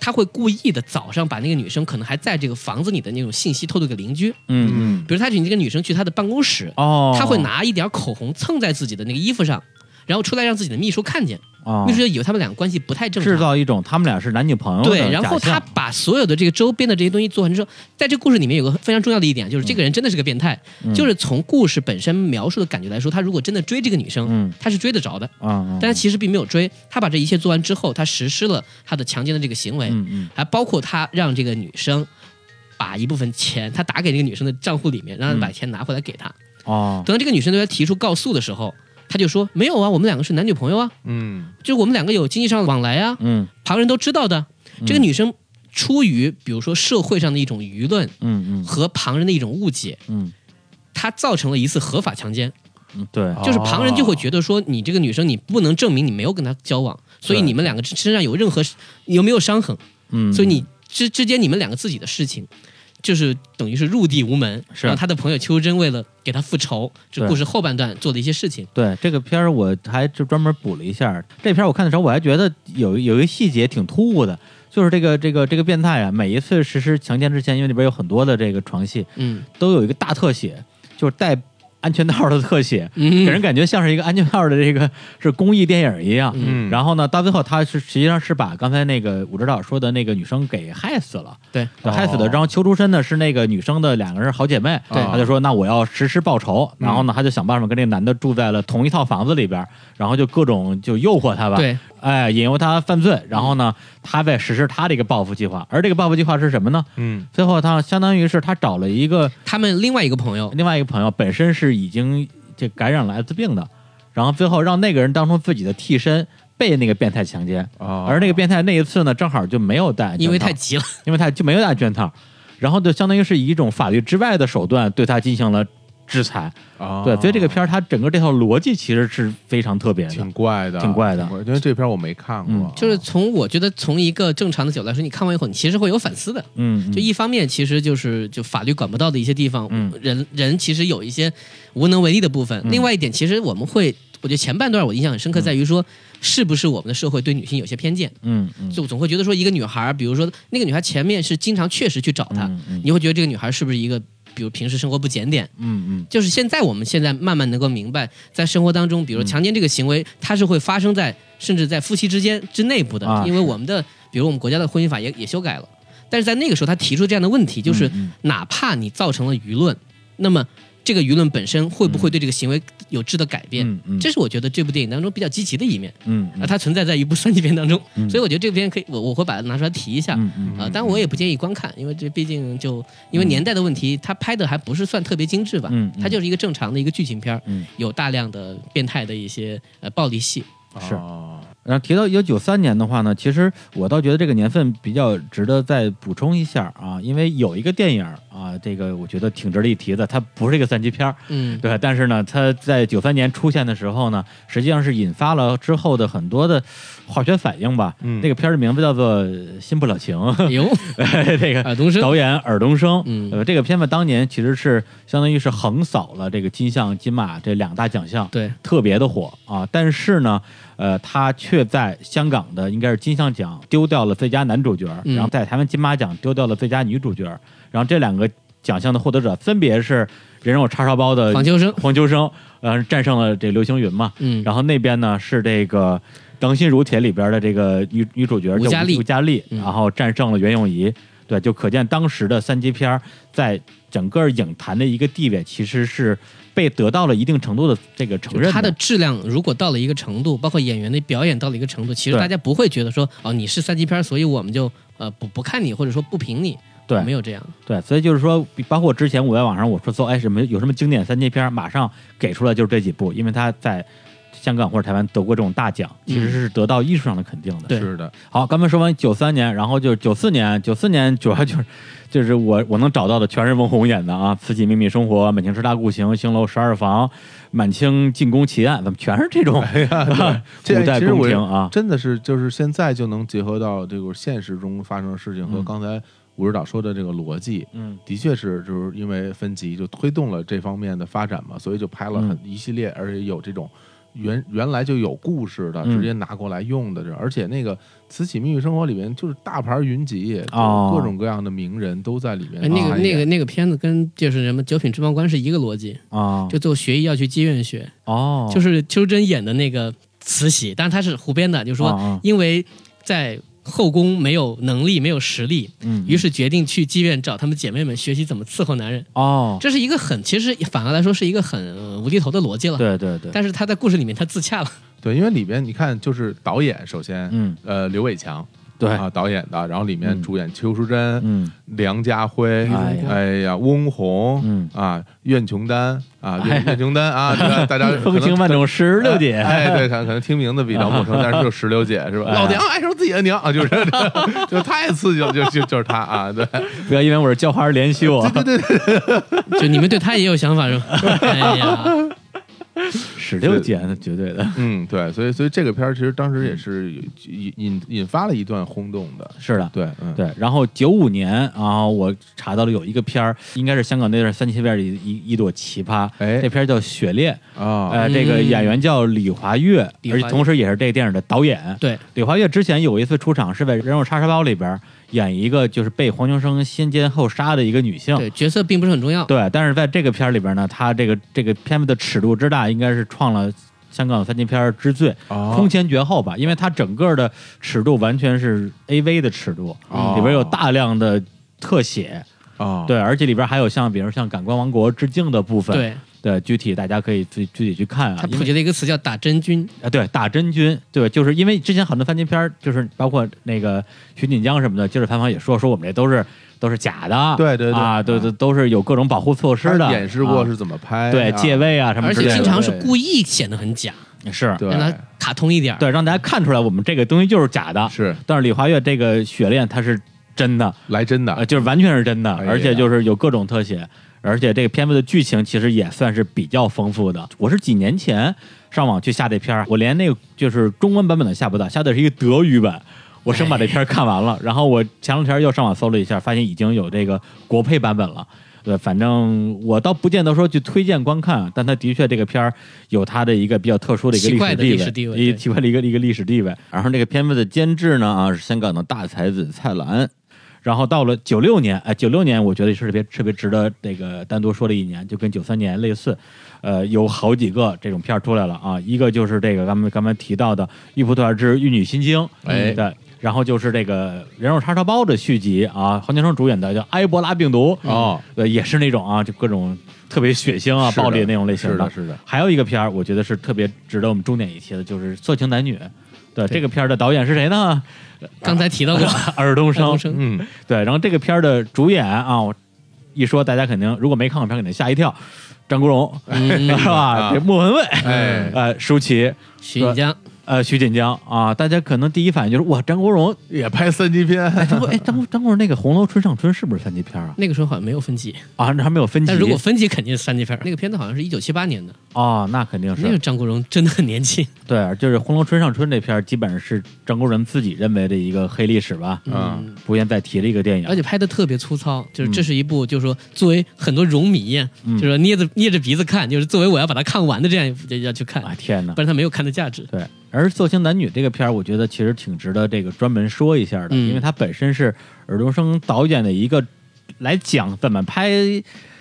Speaker 3: 他会故意的早上把那个女生可能还在这个房子里的那种信息透露给邻居，
Speaker 1: 嗯嗯
Speaker 3: 比如他请这个女生去他的办公室，
Speaker 1: 哦，
Speaker 3: 他会拿一点口红蹭在自己的那个衣服上，然后出来让自己的秘书看见，
Speaker 1: 啊
Speaker 3: 秘书就以为他们俩关系不太正常，
Speaker 1: 制造一种他们俩是男女朋友的
Speaker 3: 对，然后
Speaker 1: 假象
Speaker 3: 他把所有的这个周边的这些东西做完之后，在这故事里面有个非常重要的一点，就是这个人真的是个变态，
Speaker 1: 嗯
Speaker 3: 就是从故事本身描述的感觉来说，他如果真的追这个女生，
Speaker 1: 嗯
Speaker 3: 他是追得着的，
Speaker 1: 啊，
Speaker 3: 但他其实并没有追，他把这一切做完之后，他实施了他的强奸的这个行为，
Speaker 1: 嗯嗯
Speaker 3: 还包括他让这个女生。把一部分钱，他打给那个女生的账户里面，让她把钱拿回来给他。
Speaker 1: 哦，
Speaker 3: 等到这个女生对他提出告诉的时候，他就说没有啊，我们两个是男女朋友啊，
Speaker 2: 嗯
Speaker 3: 就是我们两个有经济上的往来啊，
Speaker 1: 嗯
Speaker 3: 旁人都知道的。这个女生出于比如说社会上的一种舆论
Speaker 1: 嗯嗯
Speaker 3: 和旁人的一种误解，
Speaker 1: 嗯
Speaker 3: 她造成了一次合法强奸，
Speaker 1: 嗯，对，
Speaker 3: 就是旁人就
Speaker 2: 哦
Speaker 3: 会觉得说你这个女生你不能证明你没有跟她交往，所以
Speaker 1: 对
Speaker 3: 你们两个身上有任何有没有伤痕，
Speaker 1: 嗯，
Speaker 3: 所以你之之间你们两个自己的事情。就是等于是入地无门，
Speaker 1: 是
Speaker 3: 然后他的朋友邱真为了给他复仇，这
Speaker 1: 对
Speaker 3: 故事后半段做的一些事情。
Speaker 1: 对这个片儿我还就专门补了一下，这片儿我看的时候我还觉得有有一个细节挺突兀的。就是这个这个这个变态啊，每一次实施强奸之前，因为里边有很多的这个床戏，
Speaker 3: 嗯
Speaker 1: 都有一个大特写，就是带安全套的特写，
Speaker 3: 嗯，
Speaker 1: 给人感觉像是一个安全套的这个 是公益电影一样。
Speaker 2: 嗯，后
Speaker 1: 然后呢，到最后他是实际上是把刚才那个武指导说的那个女生给害死了，
Speaker 3: 对，
Speaker 1: 对害死的。
Speaker 2: 哦
Speaker 1: 然后邱淑贞呢是那个女生的两个人是好姐妹，啊
Speaker 2: 对
Speaker 1: 她就说那我要实施报仇，
Speaker 3: 嗯
Speaker 1: 然后呢，她就想办法跟这个男的住在了同一套房子里边，然后就各种就诱惑他吧，
Speaker 3: 对，
Speaker 1: 哎，引诱他犯罪，然后呢，他再实施他的一个报复计划，而这个报复计划是什么呢？
Speaker 2: 嗯
Speaker 1: 最后他相当于是他找了一个
Speaker 3: 他们另外一个朋友，
Speaker 1: 另外一个朋友本身是已经这感染了艾滋病的，然后最后让那个人当成自己的替身被那个变态强奸，
Speaker 2: 啊，
Speaker 1: 而那个变态那一次呢，正好就没有戴安全套，
Speaker 3: 哦因为太急了，
Speaker 1: 因为他就没有戴安全套，然后就相当于是以一种法律之外的手段对他进行了制裁。
Speaker 3: 哦
Speaker 2: 啊
Speaker 1: 对，所以这个片儿它整个这套逻辑其实是非常特别的
Speaker 2: 挺。怪的，
Speaker 1: 挺怪的
Speaker 2: 因为这片儿我没看过
Speaker 1: 嗯
Speaker 2: 啊，
Speaker 3: 就是从我觉得从一个正常的角度来说，你看完以后，你其实会有反思的。
Speaker 1: 嗯，嗯
Speaker 3: 就一方面，其实就是就法律管不到的一些地方，
Speaker 1: 嗯
Speaker 3: 人人其实有一些无能为力的部分。
Speaker 1: 嗯
Speaker 3: 另外一点，其实我们会，我觉得前半段我印象很深刻，在于说、是不是我们的社会对女性有些偏见，
Speaker 1: 嗯嗯，
Speaker 3: 就总会觉得说一个女孩儿，比如说那个女孩前面是经常确实去找他，
Speaker 1: 嗯嗯
Speaker 3: 你会觉得这个女孩是不是一个，比如平时生活不检点，
Speaker 1: 嗯嗯
Speaker 3: 就是现在我们现在慢慢能够明白，在生活当中，比
Speaker 1: 嗯
Speaker 3: 如强奸这个行为，它是会发生在甚至在夫妻之间之内部的，
Speaker 1: 啊
Speaker 3: 因为我们的比如我们国家的婚姻法也也修改了，但是在那个时候他提出这样的问题，就是
Speaker 1: 嗯
Speaker 3: 哪怕你造成了舆论，那么这个舆论本身会不会对这个行为有质的改变？
Speaker 1: 嗯嗯
Speaker 3: 这是我觉得这部电影当中比较积极的一面，
Speaker 1: 嗯
Speaker 3: 啊，它存在在一部三级片当中，
Speaker 1: 嗯
Speaker 3: 所以我觉得这部片可以，我我会把它拿出来提一下。
Speaker 1: 嗯嗯
Speaker 3: 啊，但我也不建议观看，因为这毕竟就因为年代的问题，它拍的还不是算特别精致吧，
Speaker 1: 嗯嗯
Speaker 3: 它就是一个正常的一个剧情片儿，
Speaker 1: 嗯
Speaker 3: 有大量的变态的一些呃暴力戏，
Speaker 1: 是
Speaker 2: 哦
Speaker 1: 然后提到一九九三年的话呢，其实我倒觉得这个年份比较值得再补充一下啊，因为有一个电影啊，这个我觉得挺值得一提的，它不是一个三级片儿，
Speaker 3: 嗯，
Speaker 1: 对，但是呢，它在九三年出现的时候呢，实际上是引发了之后的很多的化学反应吧。
Speaker 2: 嗯
Speaker 1: 那个片儿的名字叫做《新不了情》，
Speaker 3: 有
Speaker 1: 这个
Speaker 3: 耳东升，
Speaker 1: 哎导演尔冬升，
Speaker 3: 嗯
Speaker 1: 呃，这个片子当年其实是相当于是横扫了这个金像、金马这两大奖项，
Speaker 3: 对，
Speaker 1: 特别的火啊。但是呢，呃，他却在香港的应该是金像奖丢掉了最佳男主角，
Speaker 3: 嗯
Speaker 1: 然后在台湾金马奖丢掉了最佳女主角，然后这两个奖项的获得者分别是人肉叉烧包的
Speaker 3: 黄秋生，
Speaker 1: 黄秋生，呃，战胜了这刘青云嘛，
Speaker 3: 嗯，
Speaker 1: 然后那边呢是这个《当心如铁》里边的这个女女主角叫
Speaker 3: 吴嘉丽
Speaker 1: 吴嘉丽，
Speaker 3: 嗯
Speaker 1: 然后战胜了袁咏仪。对，就可见当时的三级片儿在整个影坛的一个地位，其实是被得到了一定程度的这个承
Speaker 3: 就
Speaker 1: 认
Speaker 3: 它
Speaker 1: 的
Speaker 3: 的质量如果到了一个程度，包括演员的表演到了一个程度，其实
Speaker 1: 对
Speaker 3: 大家不会觉得说哦你是三级片儿，所以我们就呃不不看你或者说不评你，
Speaker 1: 对啊
Speaker 3: 没有这样，
Speaker 1: 对，所以就是说，包括之前我在网上我说搜哎什么有什么经典三级片儿，马上给出来就是这几部，因为它在香港或者台湾得过这种大奖，其实是得到艺术上的肯定的。
Speaker 3: 嗯对
Speaker 2: 是的，
Speaker 1: 好，刚才说完九三年，然后就是九四年，九四年主要就是就是我我能找到的全是翁虹演的啊，《慈禧秘密生活》《满清十大酷刑》《星楼十二房》《满清进宫奇案》，怎么全是这种、
Speaker 2: 哎 这
Speaker 1: 古代
Speaker 2: 其实
Speaker 1: 宫
Speaker 2: 我
Speaker 1: 廷啊？
Speaker 2: 真的是就是现在就能结合到这个现实中发生的事情和
Speaker 1: 嗯
Speaker 2: 刚才武指导说的这个逻辑，
Speaker 1: 嗯
Speaker 2: 的确是就是因为分级就推动了这方面的发展嘛，所以就拍了
Speaker 1: 嗯
Speaker 2: 很一系列，而且有这种。原原来就有故事的，
Speaker 1: 嗯
Speaker 2: 直接拿过来用的这，而且那个《慈禧秘密生活》里面就是大牌云集，
Speaker 1: 哦
Speaker 2: 就各种各样的名人都在里面
Speaker 3: 哎
Speaker 2: 参演。
Speaker 3: 那个那个那个片子跟就是什么《九品芝麻官》是一个逻辑，
Speaker 1: 啊
Speaker 3: 就最后学医要去妓院学，
Speaker 1: 哦，
Speaker 3: 就是是邱真演的那个慈禧，但是她是胡编的，就是说
Speaker 1: 啊
Speaker 3: 因为在后宫没有能力没有实力，
Speaker 1: 嗯，
Speaker 3: 于是决定去妓院找她们姐妹们学习怎么伺候男人。
Speaker 1: 哦，
Speaker 3: 这是一个很，其实反而来说是一个很呃无厘头的逻辑了。
Speaker 1: 对对对，
Speaker 3: 但是他在故事里面他自洽了，
Speaker 2: 对，因为里边你看，就是导演首先，
Speaker 1: 嗯
Speaker 2: 呃，刘伟强
Speaker 1: 对，
Speaker 2: 啊导演的，然后里面
Speaker 1: 嗯
Speaker 2: 主演邱淑贞、
Speaker 1: 嗯
Speaker 2: 梁家辉，
Speaker 1: 哎
Speaker 2: 哎
Speaker 1: 呀
Speaker 2: 呀，翁虹、
Speaker 1: 嗯，
Speaker 2: 啊，苑琼丹啊，
Speaker 1: 哎呀
Speaker 2: 苑苑琼丹啊，大家大家可
Speaker 1: 风
Speaker 2: 能
Speaker 1: 情万种石榴姐，
Speaker 2: 哎，哎对，可能可能听名字比较陌 生，但是就是石榴姐是吧？
Speaker 1: 哎
Speaker 2: 老娘爱上自己的娘啊，就是 就太刺激了，就就就是她啊，对，
Speaker 1: 不要因为我是叫花儿连续我，
Speaker 3: 就你们对他也有想法 是吧？哎呀，
Speaker 1: 石榴姐那绝对的，
Speaker 2: 嗯，对，所以所以这个片儿其实当时也是引引引发了一段轰动的，
Speaker 1: 是的。
Speaker 2: 对，嗯，
Speaker 1: 对，然后九五年啊，我查到了有一个片儿，应该是香港那段三七片里的一一朵奇葩，
Speaker 2: 哎
Speaker 1: 这片儿叫《雪裂》，
Speaker 2: 啊，
Speaker 1: 呃，这个
Speaker 3: 嗯
Speaker 1: 演员叫李华月，
Speaker 3: 李华
Speaker 1: 而
Speaker 3: 月
Speaker 1: 且同时也是这个电影的导演。
Speaker 3: 对，
Speaker 1: 李华月之前有一次出场是在《人肉叉烧包》里边演一个就是被黄秋生先奸后杀的一个女性。
Speaker 3: 对，角色并不是很重要。
Speaker 1: 对，但是在这个片儿里边呢，他这个这个片子的尺度之大，应该是创了香港三级片儿之最。
Speaker 2: 哦
Speaker 1: 空前绝后吧，因为它整个的尺度完全是 A V 的尺度，
Speaker 2: 哦
Speaker 1: 里边有大量的特写，
Speaker 2: 啊，
Speaker 1: 对，而且里边还有像比如像《感官王国》致敬的部分，
Speaker 3: 对，
Speaker 1: 对，具体大家可以自己具体去看啊
Speaker 3: 他。
Speaker 1: 因
Speaker 3: 普
Speaker 1: 为
Speaker 3: 及了一个词叫打真菌，
Speaker 1: 啊，对，打真菌，对，就是因为之前很多番茄片儿，就是包括那个徐锦江什么的，接着采访也说说我们这都是都是假的，
Speaker 2: 对对对嗯
Speaker 1: 啊，对对，都是有各种保护措施的，
Speaker 2: 她演示过
Speaker 1: 啊
Speaker 2: 是怎么拍，
Speaker 1: 对
Speaker 2: 啊
Speaker 1: 借位啊什么
Speaker 3: 而
Speaker 1: 之
Speaker 3: 且
Speaker 1: 类的，
Speaker 3: 经常是
Speaker 2: 对
Speaker 3: 故意显得很假，
Speaker 1: 是
Speaker 2: 对
Speaker 3: 让他卡通一点儿。
Speaker 1: 对，让大家看出来我们这个东西就是假的，
Speaker 2: 是
Speaker 1: 但是李华月这个雪恋它是真的，
Speaker 2: 来真的
Speaker 1: 呃，，就是完全是真的，
Speaker 2: 哎呀
Speaker 1: 而且就是有各种特写，而且这个片子的剧情其实也算是比较丰富的。我是几年前上网去下这片儿，我连那个就是中文版本都下不到，下的是一个德语版。我生把这片儿看完了，然后我前两天又上网搜了一下，发现已经有这个国配版本了。对，反正我倒不见得说去推荐观看，但它的确这个片儿有它的一个比较特殊的一个
Speaker 3: 奇怪的
Speaker 1: 历
Speaker 3: 历
Speaker 1: 史
Speaker 3: 史
Speaker 1: 地
Speaker 3: 地
Speaker 1: 位，
Speaker 3: 位
Speaker 1: 一
Speaker 3: 对
Speaker 1: 奇怪的一个一个历史地位。然后这个片子的监制呢啊是香港的大才子蔡澜，然后到了九六年，哎，九六年我觉得是特别特别值得这个单独说的一年，就跟九三年类似，呃，有好几个这种片儿出来了啊，一个就是这个咱们刚才提到的《玉葡萄之玉女心经》，
Speaker 2: 哎
Speaker 1: 对。然后就是这个人肉叉烧包的续集啊，黄秋生主演的叫《埃博拉病毒》
Speaker 2: 哦，
Speaker 1: 呃，也是那种啊，就各种特别血腥啊、
Speaker 2: 是的
Speaker 1: 暴力的那种类型
Speaker 2: 是的是的
Speaker 1: 还有一个片儿，我觉得是特别值得我们重点一提的，就是《色情男女》。对
Speaker 3: 对
Speaker 1: 这个片儿的导演是谁呢？
Speaker 3: 刚才提到 过
Speaker 1: 尔冬
Speaker 3: 东
Speaker 1: 升。
Speaker 3: 升，
Speaker 2: 嗯，
Speaker 1: 对，然后这个片儿的主演啊，我一说大家肯定如果没看过片儿，肯定吓一跳，张国荣、
Speaker 3: 嗯，
Speaker 1: 是吧？这莫文蔚，
Speaker 2: 哎
Speaker 1: 呃，舒淇，
Speaker 3: 徐锦江，
Speaker 1: 呃，徐锦江啊，大家可能第一反应就是哇，张国荣，
Speaker 2: 也拍三级片，
Speaker 1: 哎，张国，哎，张国张国荣那个《红楼春上春》是不是三级片啊？
Speaker 3: 那个时候好像没有分级，
Speaker 1: 啊， 那还没有分级，
Speaker 3: 但如果分级肯定是三级片儿。那个片子好像是一九七八年的，
Speaker 1: 哦，那肯定
Speaker 3: 那
Speaker 1: 啊是
Speaker 3: 个张国荣真的很年轻。
Speaker 1: 对，就是《红楼春上春》这片儿，基本上是张国荣自己认为的一个黑历史吧，
Speaker 2: 嗯，
Speaker 1: 不愿再提的一个电影
Speaker 3: 而。且拍的特别粗糙，
Speaker 1: 嗯
Speaker 3: 就是这是一部，就是说作为很多荣迷，就是说捏着捏着鼻子看，就是作为我要把它看完的这样一部要去看，
Speaker 1: 啊，天哪
Speaker 3: 不！然它没有看的价值。
Speaker 1: 对，而《色情男女》这个片儿，我觉得其实挺值得这个专门说一下的，
Speaker 3: 嗯
Speaker 1: 因为它本身是尔冬升导演的一个来讲怎么拍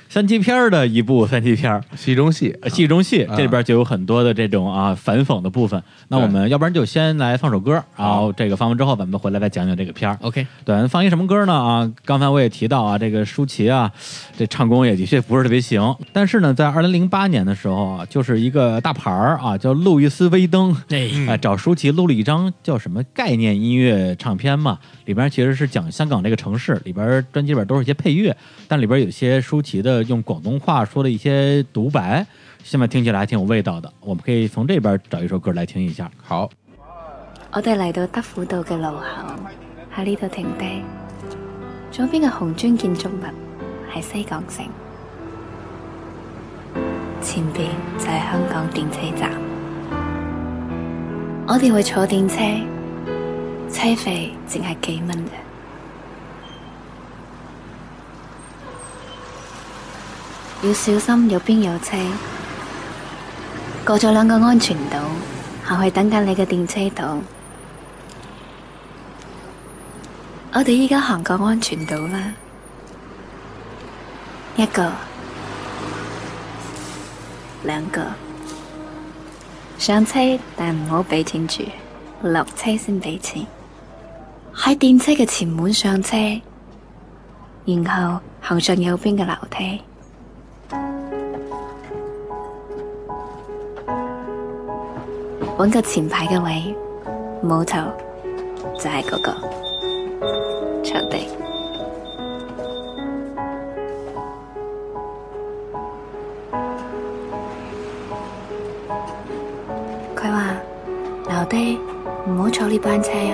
Speaker 1: 三级片儿的一部三级片儿。
Speaker 2: 戏中戏，
Speaker 1: 呃戏中戏
Speaker 2: 啊
Speaker 1: 这里边就有很多的这种啊反讽的部分，那我们要不然就先来放首歌，然后这个放完之后咱们回来再讲讲这个片儿。
Speaker 3: OK，
Speaker 1: 对，放一什么歌呢？啊，刚才我也提到啊，这个舒淇啊，这唱功也的确不是特别行。但是呢，在二零零八年的时候啊，就是一个大牌儿啊，叫路易斯威登，
Speaker 3: 哎，
Speaker 1: 啊，找舒淇录了一张叫什么概念音乐唱片嘛，里边其实是讲香港这个城市，里边专辑里边都是一些配乐，但里边有些舒淇的用广东话说的一些独白，现在听起来还挺有味道的。我们可以从这边找一首歌来听一下。
Speaker 2: 好，
Speaker 5: 我哋嚟到德輔道嘅路口，喺呢度停低。左邊嘅紅磚建築物係西港城，前邊就係香港電車站。我哋會坐電車，車費淨係幾蚊嘅。要小心右邊有車，過咗兩個安全島，行去等緊你嘅電車度。我哋依家行過安全島啦，一個、兩個，上車但唔好俾錢住，落車先俾錢。喺電車嘅前門上車，然後行上右邊嘅樓梯。揾個前排嘅位，冇頭就係嗰、個場地。佢話：留低唔好坐呢班車啊！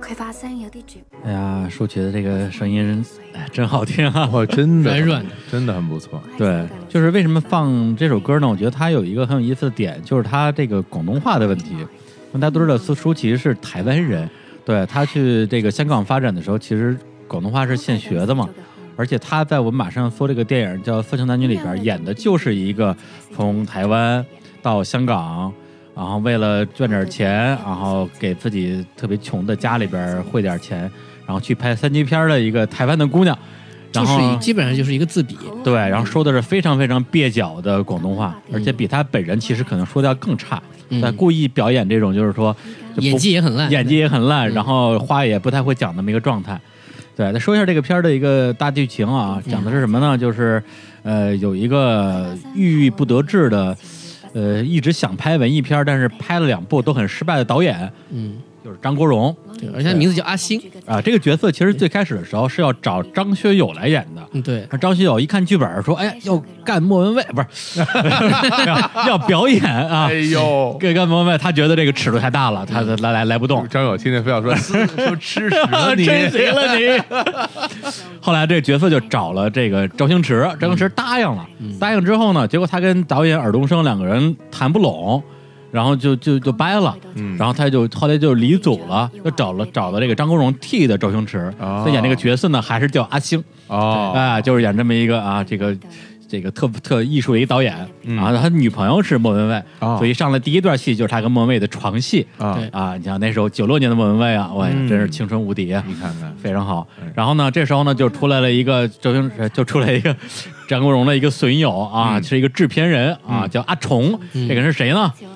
Speaker 5: 佢把聲有啲絕。
Speaker 1: 哎呀，舒淇的这个声音哎真好听啊！
Speaker 2: 哇，哦真的
Speaker 3: 软软的，
Speaker 2: 真的很不错，
Speaker 1: 对，就是为什么放这首歌呢？我觉得它有一个很有意思的点，就是它这个广东话的问题。因为大家都知道苏舒淇是台湾人，对她去这个香港发展的时候，其实广东话是现学的
Speaker 5: 嗯
Speaker 1: 嘛。而且她在我们马上说这个电影叫《色情男女》里边演的就是一个从台湾到香港，然后为了赚点钱，然后给自己特别穷的家里边汇点钱，然后去拍三级片的一个台湾的姑娘，然
Speaker 3: 就是
Speaker 1: 后
Speaker 3: 一基本上就是一个字比，
Speaker 1: 对，然后说的是非常非常蹩脚的广东话，而且比他本人其实可能说的要更差。
Speaker 3: 嗯
Speaker 1: 但故意表演这种就是说就不
Speaker 3: 演技也很烂，
Speaker 1: 演技也很烂，
Speaker 3: 嗯
Speaker 1: 然后话也不太会讲那么一个状态。对，再说一下这个片儿的一个大剧情啊，
Speaker 3: 嗯
Speaker 1: 讲的是什么呢？就是呃，有一个郁郁不得志的，呃，一直想拍文艺片儿，但是拍了两部都很失败的导演，
Speaker 3: 嗯，
Speaker 1: 就是张国荣
Speaker 3: 对而且他名字叫阿星，
Speaker 1: 啊。这个角色其实最开始的时候是要找张学友来演的，
Speaker 3: 嗯，对，
Speaker 1: 张学友一看剧本说：“哎，要干莫文蔚，不是 要要表演啊
Speaker 2: 哎呦！
Speaker 1: 干干莫文蔚。”他觉得这个尺度太大了，他
Speaker 2: 嗯，
Speaker 1: 他来来来不动
Speaker 2: 张友听见非要 说说吃屎了嗯你，
Speaker 1: 真行了你。 后来这个角色就找了这个周星驰，周
Speaker 2: 嗯
Speaker 1: 星驰答应了，答应之后呢，结果他跟导演尔冬升两个人谈不拢，然后就就就掰了。
Speaker 2: 嗯
Speaker 1: 然后他就后来就离组了，就找了找了这个张国荣替的周星驰，
Speaker 2: 哦
Speaker 1: 他演这个角色呢还是叫阿星。
Speaker 2: 哦，
Speaker 1: 啊，就是演这么一个啊，这个这个特特艺术的一个导演，
Speaker 2: 嗯
Speaker 1: 啊，他女朋友是莫文蔚，
Speaker 2: 哦
Speaker 1: 所以上来第一段戏就是他跟莫文蔚的床戏
Speaker 2: 啊
Speaker 3: 对，
Speaker 1: 啊。你想那时候九六年的莫文蔚啊，哇，
Speaker 2: 嗯
Speaker 1: 真是青春无敌啊，
Speaker 2: 你看看，
Speaker 1: 非常好
Speaker 2: 嗯。
Speaker 1: 然后呢，这时候呢就出来了一个周星驰，就出来一个张国荣的一个损友啊，
Speaker 2: 嗯
Speaker 1: 是一个制片人啊，叫阿虫，这个人是谁呢？
Speaker 2: 嗯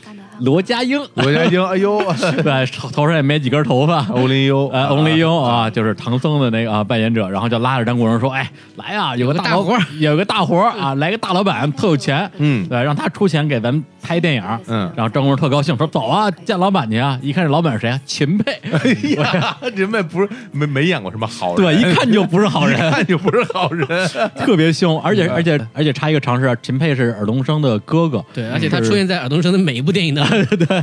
Speaker 1: 罗家 英，
Speaker 2: 罗家英，哎呦，
Speaker 1: 对，头上也没几根头发。
Speaker 2: 欧林优，
Speaker 1: 呃
Speaker 2: 啊
Speaker 1: ，Only You 啊，就是唐僧的那个啊扮演者，然后就拉着张国荣说：“哎，来啊，有个
Speaker 3: 有个
Speaker 1: 大
Speaker 3: 大
Speaker 1: 老
Speaker 3: 活儿
Speaker 1: 有个大活儿啊，来个大老板，特有钱，
Speaker 2: 嗯
Speaker 1: 对，让他出钱给咱们拍电影。”
Speaker 2: 嗯，
Speaker 1: 然后张国荣特高兴，说：“走啊，见老板去啊！”一看这老板是谁啊？秦沛，
Speaker 2: 哎呀， 人们不是没没演过什么好人，
Speaker 1: 嗯对，一看就不是好
Speaker 2: 一
Speaker 1: 人，
Speaker 2: 看就不是 好人，
Speaker 1: 特别凶，而且而且而且插一个常识啊，秦沛是尔冬升的哥哥，
Speaker 3: 对，而且他
Speaker 1: 就是
Speaker 3: 出现在尔冬升的每一部电影当
Speaker 1: 嗯
Speaker 3: 中，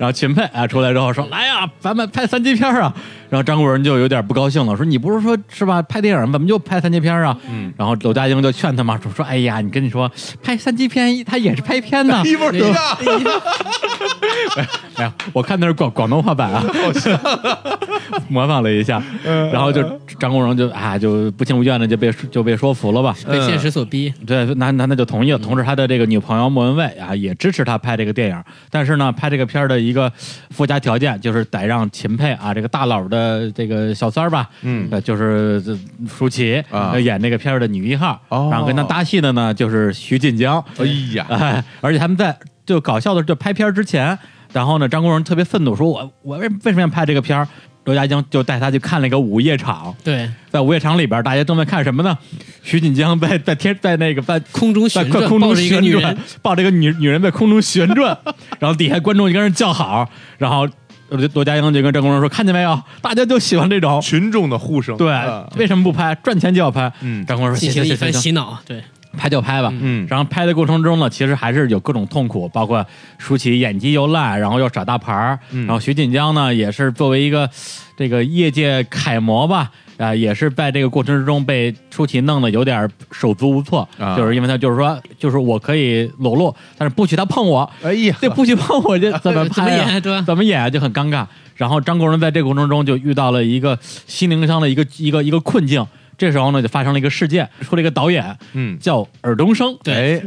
Speaker 1: 然后秦沛啊出来之后说：“来呀、咱们拍三级片儿啊！”然后张国荣就有点不高兴了，说：“你不是说是吧？拍电影怎么就拍三级片儿啊？”嗯，然后娄家英就劝他嘛，说：“说哎呀，你跟你说，拍三级片他也是拍片呢。
Speaker 2: 一模一样，
Speaker 1: 哎呀，我看的是广广东话版啊， 模仿了一下，
Speaker 2: 嗯
Speaker 1: 然后就张国荣就啊就不情不愿的就被就被说服了吧。
Speaker 2: 嗯
Speaker 3: 被现实所逼。
Speaker 1: 对，那那那就同意了。同时，他的这个女朋友莫文蔚啊，也支持他拍这个电影。但是呢，拍这个片儿的一个附加条件就是得让秦沛啊，这个大佬的这个小三儿吧，
Speaker 2: 嗯
Speaker 1: 呃，就是呃舒淇、
Speaker 2: 啊
Speaker 1: 呃演这个片儿的女一号，
Speaker 2: 哦
Speaker 1: 然后跟他搭戏的呢就是徐锦江，
Speaker 2: 哎呀，
Speaker 1: 哎， 而且他们在就搞笑的是，就拍片儿之前，然后呢，张国荣特别愤怒，说我我为为什么要拍这个片儿？刘家英就带他去看了一个午夜场，
Speaker 3: 对，
Speaker 1: 在午夜场里边儿，大家正在看什么呢？徐锦江在在天在那个在
Speaker 3: 空中
Speaker 1: 在
Speaker 3: 旋
Speaker 1: 空
Speaker 3: 转，
Speaker 1: 空
Speaker 3: 抱
Speaker 1: 中
Speaker 3: 着一个
Speaker 1: 旋
Speaker 3: 女
Speaker 1: 转
Speaker 3: 人，，
Speaker 1: 抱着一个女女人在空中旋 转，然后底下观众就跟人叫好，然后罗罗家英就跟张国荣说：“看见没有，大家就喜欢这种。
Speaker 2: 群众的呼声，”
Speaker 1: 对
Speaker 2: 啊，
Speaker 1: 为什么不拍？赚钱就要拍。
Speaker 2: 嗯
Speaker 1: 张国荣说：“
Speaker 3: 嗯进
Speaker 1: 行行
Speaker 3: 行
Speaker 1: 行
Speaker 3: 一番
Speaker 1: 行，
Speaker 3: 洗脑。对，
Speaker 1: 拍就拍吧。”
Speaker 2: 嗯
Speaker 1: 然后拍的过程中呢，其实还是有各种痛苦，包括舒淇演技又烂，然后又耍大牌儿，
Speaker 2: 嗯
Speaker 1: 然后徐锦江呢也是作为一个这个业界楷模吧。啊、也是在这个过程之中被舒淇弄得有点手足无措，
Speaker 2: 啊
Speaker 1: 就是因为他就是说，就是我可以裸露，但是不许他碰我，
Speaker 2: 哎呀，
Speaker 1: 这不许碰我，这怎么
Speaker 3: 怎么
Speaker 1: 拍、啊？
Speaker 3: 演对吧？
Speaker 1: 怎么演啊就很尴尬。然后张国荣在这个过程中就遇到了一个心灵上的一个一个一个困境，这时候呢就发生了一个事件，出了一个导演
Speaker 2: 嗯，
Speaker 1: 叫尔冬升，
Speaker 2: 哎，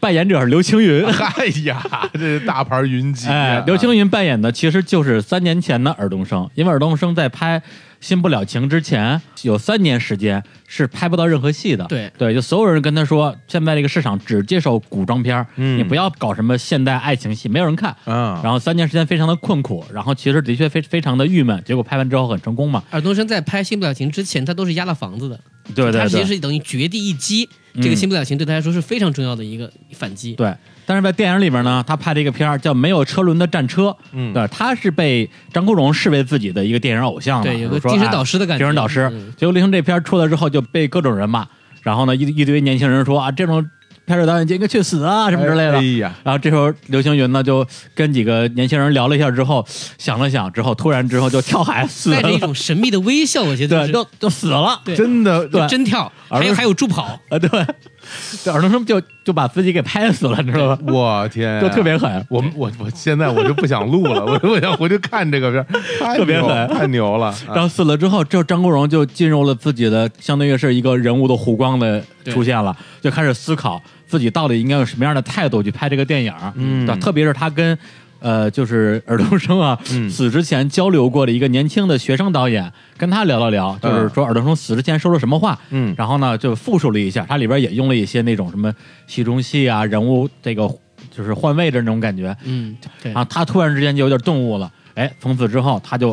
Speaker 1: 扮演者是刘青 云。
Speaker 2: 哎呀，这是大牌云集啊，
Speaker 1: 哎，刘青云扮演的其实就是三年前的尔冬升，因为尔冬升在拍《新不了情》之前有三年时间是拍不到任何戏的。
Speaker 3: 对
Speaker 1: 对，就所有人跟他说，现在这个市场只接受古装片儿，
Speaker 2: 嗯
Speaker 1: 你不要搞什么现代爱情戏，没有人看。
Speaker 2: 啊，
Speaker 1: 然后三年时间非常的困苦，然后其实的确非非常的郁闷，结果拍完之后很成功嘛。
Speaker 3: 尔冬升在拍《新不了情》之前，他都是压了房子的，
Speaker 1: 对对
Speaker 3: 他其
Speaker 1: 对
Speaker 3: 实。是等于绝地一击。
Speaker 1: 嗯
Speaker 3: 这个《新不了情》对他来说是非常重要的一个反击。
Speaker 1: 对，但是在电影里边呢，他拍了一个片儿叫《没有车轮的战车》，
Speaker 2: 嗯
Speaker 1: 对，他是被张国荣视为自己的一个电影偶像的，
Speaker 3: 对，有
Speaker 1: 就
Speaker 3: 个
Speaker 1: 是说
Speaker 3: 精神
Speaker 1: 哎
Speaker 3: 导师的感觉。
Speaker 1: 评审导师
Speaker 3: 嗯。
Speaker 1: 结果刘星这片儿出来之后就被各种人骂，然后呢一一堆年轻人说啊这种拍摄导演就应该去死啊什么之类的。
Speaker 2: 哎呀，
Speaker 1: 然后这时候刘青云呢就跟几个年轻人聊了一下之后，想了想之后，突然之后就跳海死
Speaker 3: 带
Speaker 1: 了
Speaker 3: 着，一种神秘的微笑，我觉得
Speaker 1: 对，
Speaker 3: 是
Speaker 1: 就就死了。
Speaker 3: 对
Speaker 2: 真的，
Speaker 1: 对
Speaker 3: 真跳，
Speaker 1: 而
Speaker 3: 还有还有助跑，
Speaker 1: 啊，对，这尔冬升就就把自己给拍死了，你知道吧？
Speaker 2: 我天，
Speaker 1: 就特别狠。
Speaker 2: 我们我我现在我就不想录了，我我想回去看这个片儿，太
Speaker 1: 特别
Speaker 2: 牛
Speaker 1: 狠
Speaker 2: 太牛了。啊
Speaker 1: 然后死了之后，这张国荣就进入了自己的，相当于是一个人物的弧光的
Speaker 3: 对
Speaker 1: 出现了，就开始思考自己到底应该用什么样的态度去拍这个电影。
Speaker 2: 嗯
Speaker 1: 对吧特别是他跟。呃，就是尔冬升啊，
Speaker 2: 嗯
Speaker 1: 死之前交流过的一个年轻的学生导演，跟他聊了聊，就是说尔冬升死之前说了什么话，
Speaker 2: 嗯
Speaker 1: 然后呢就复述了一下，它里边也用了一些那种什么戏中戏啊，人物这个就是换位置那种感觉，
Speaker 3: 嗯，对
Speaker 1: 啊，他突然之间就有点顿悟了。哎，从此之后他就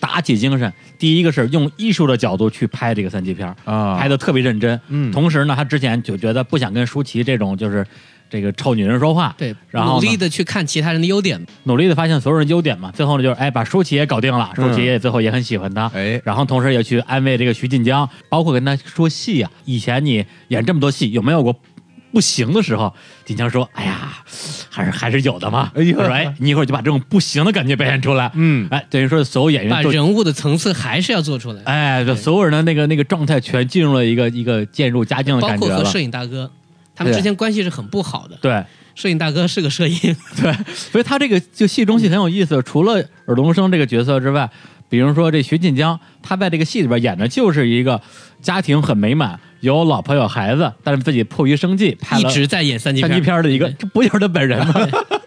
Speaker 1: 打起精神，第一个是用艺术的角度去拍这个三级片儿，
Speaker 2: 啊，
Speaker 1: 拍的特别认真。
Speaker 2: 嗯
Speaker 1: 同时呢，他之前就觉得不想跟舒淇这种就是这个臭女人说话，
Speaker 3: 对，
Speaker 1: 然后
Speaker 3: 努
Speaker 1: 呢
Speaker 3: 力的去看其他人的优点，
Speaker 1: 努力的发现所有人优点嘛。最后呢，就是哎，把舒淇也搞定了，
Speaker 3: 嗯
Speaker 1: 舒淇也最后也很喜欢他。
Speaker 2: 哎，
Speaker 1: 然后同时也去安慰这个徐晋江，包括跟他说戏啊，以前你演这么多戏，有没有过不行的时候？晋江说：“哎呀，还是还是有的嘛。”
Speaker 2: 哎呦
Speaker 1: 他说：“哎，你一会儿就把这种不行的感觉表现出来。”
Speaker 2: 嗯
Speaker 1: 哎，等于说所有演
Speaker 3: 把
Speaker 1: 员都。
Speaker 3: 人物的层次还是要做出来，
Speaker 1: 哎，就所有人的那个那个状态全进入了一个一个渐入佳境的
Speaker 3: 包
Speaker 1: 感觉
Speaker 3: 括和
Speaker 1: 了。
Speaker 3: 摄影大哥，他们
Speaker 1: 对
Speaker 3: 之间关系是很不好的。
Speaker 1: 对
Speaker 3: 摄影大哥是个摄影，
Speaker 1: 对，所以他这个就戏中戏很有意思。除了尔冬升这个角色之外，比如说这徐锦江，他在这个戏里边演的就是一个家庭很美满，有老婆有孩子，但是自己迫于生计拍
Speaker 3: 一
Speaker 1: 了
Speaker 3: 直在演三级
Speaker 1: 三级片儿的一个，这不就是他本人吗？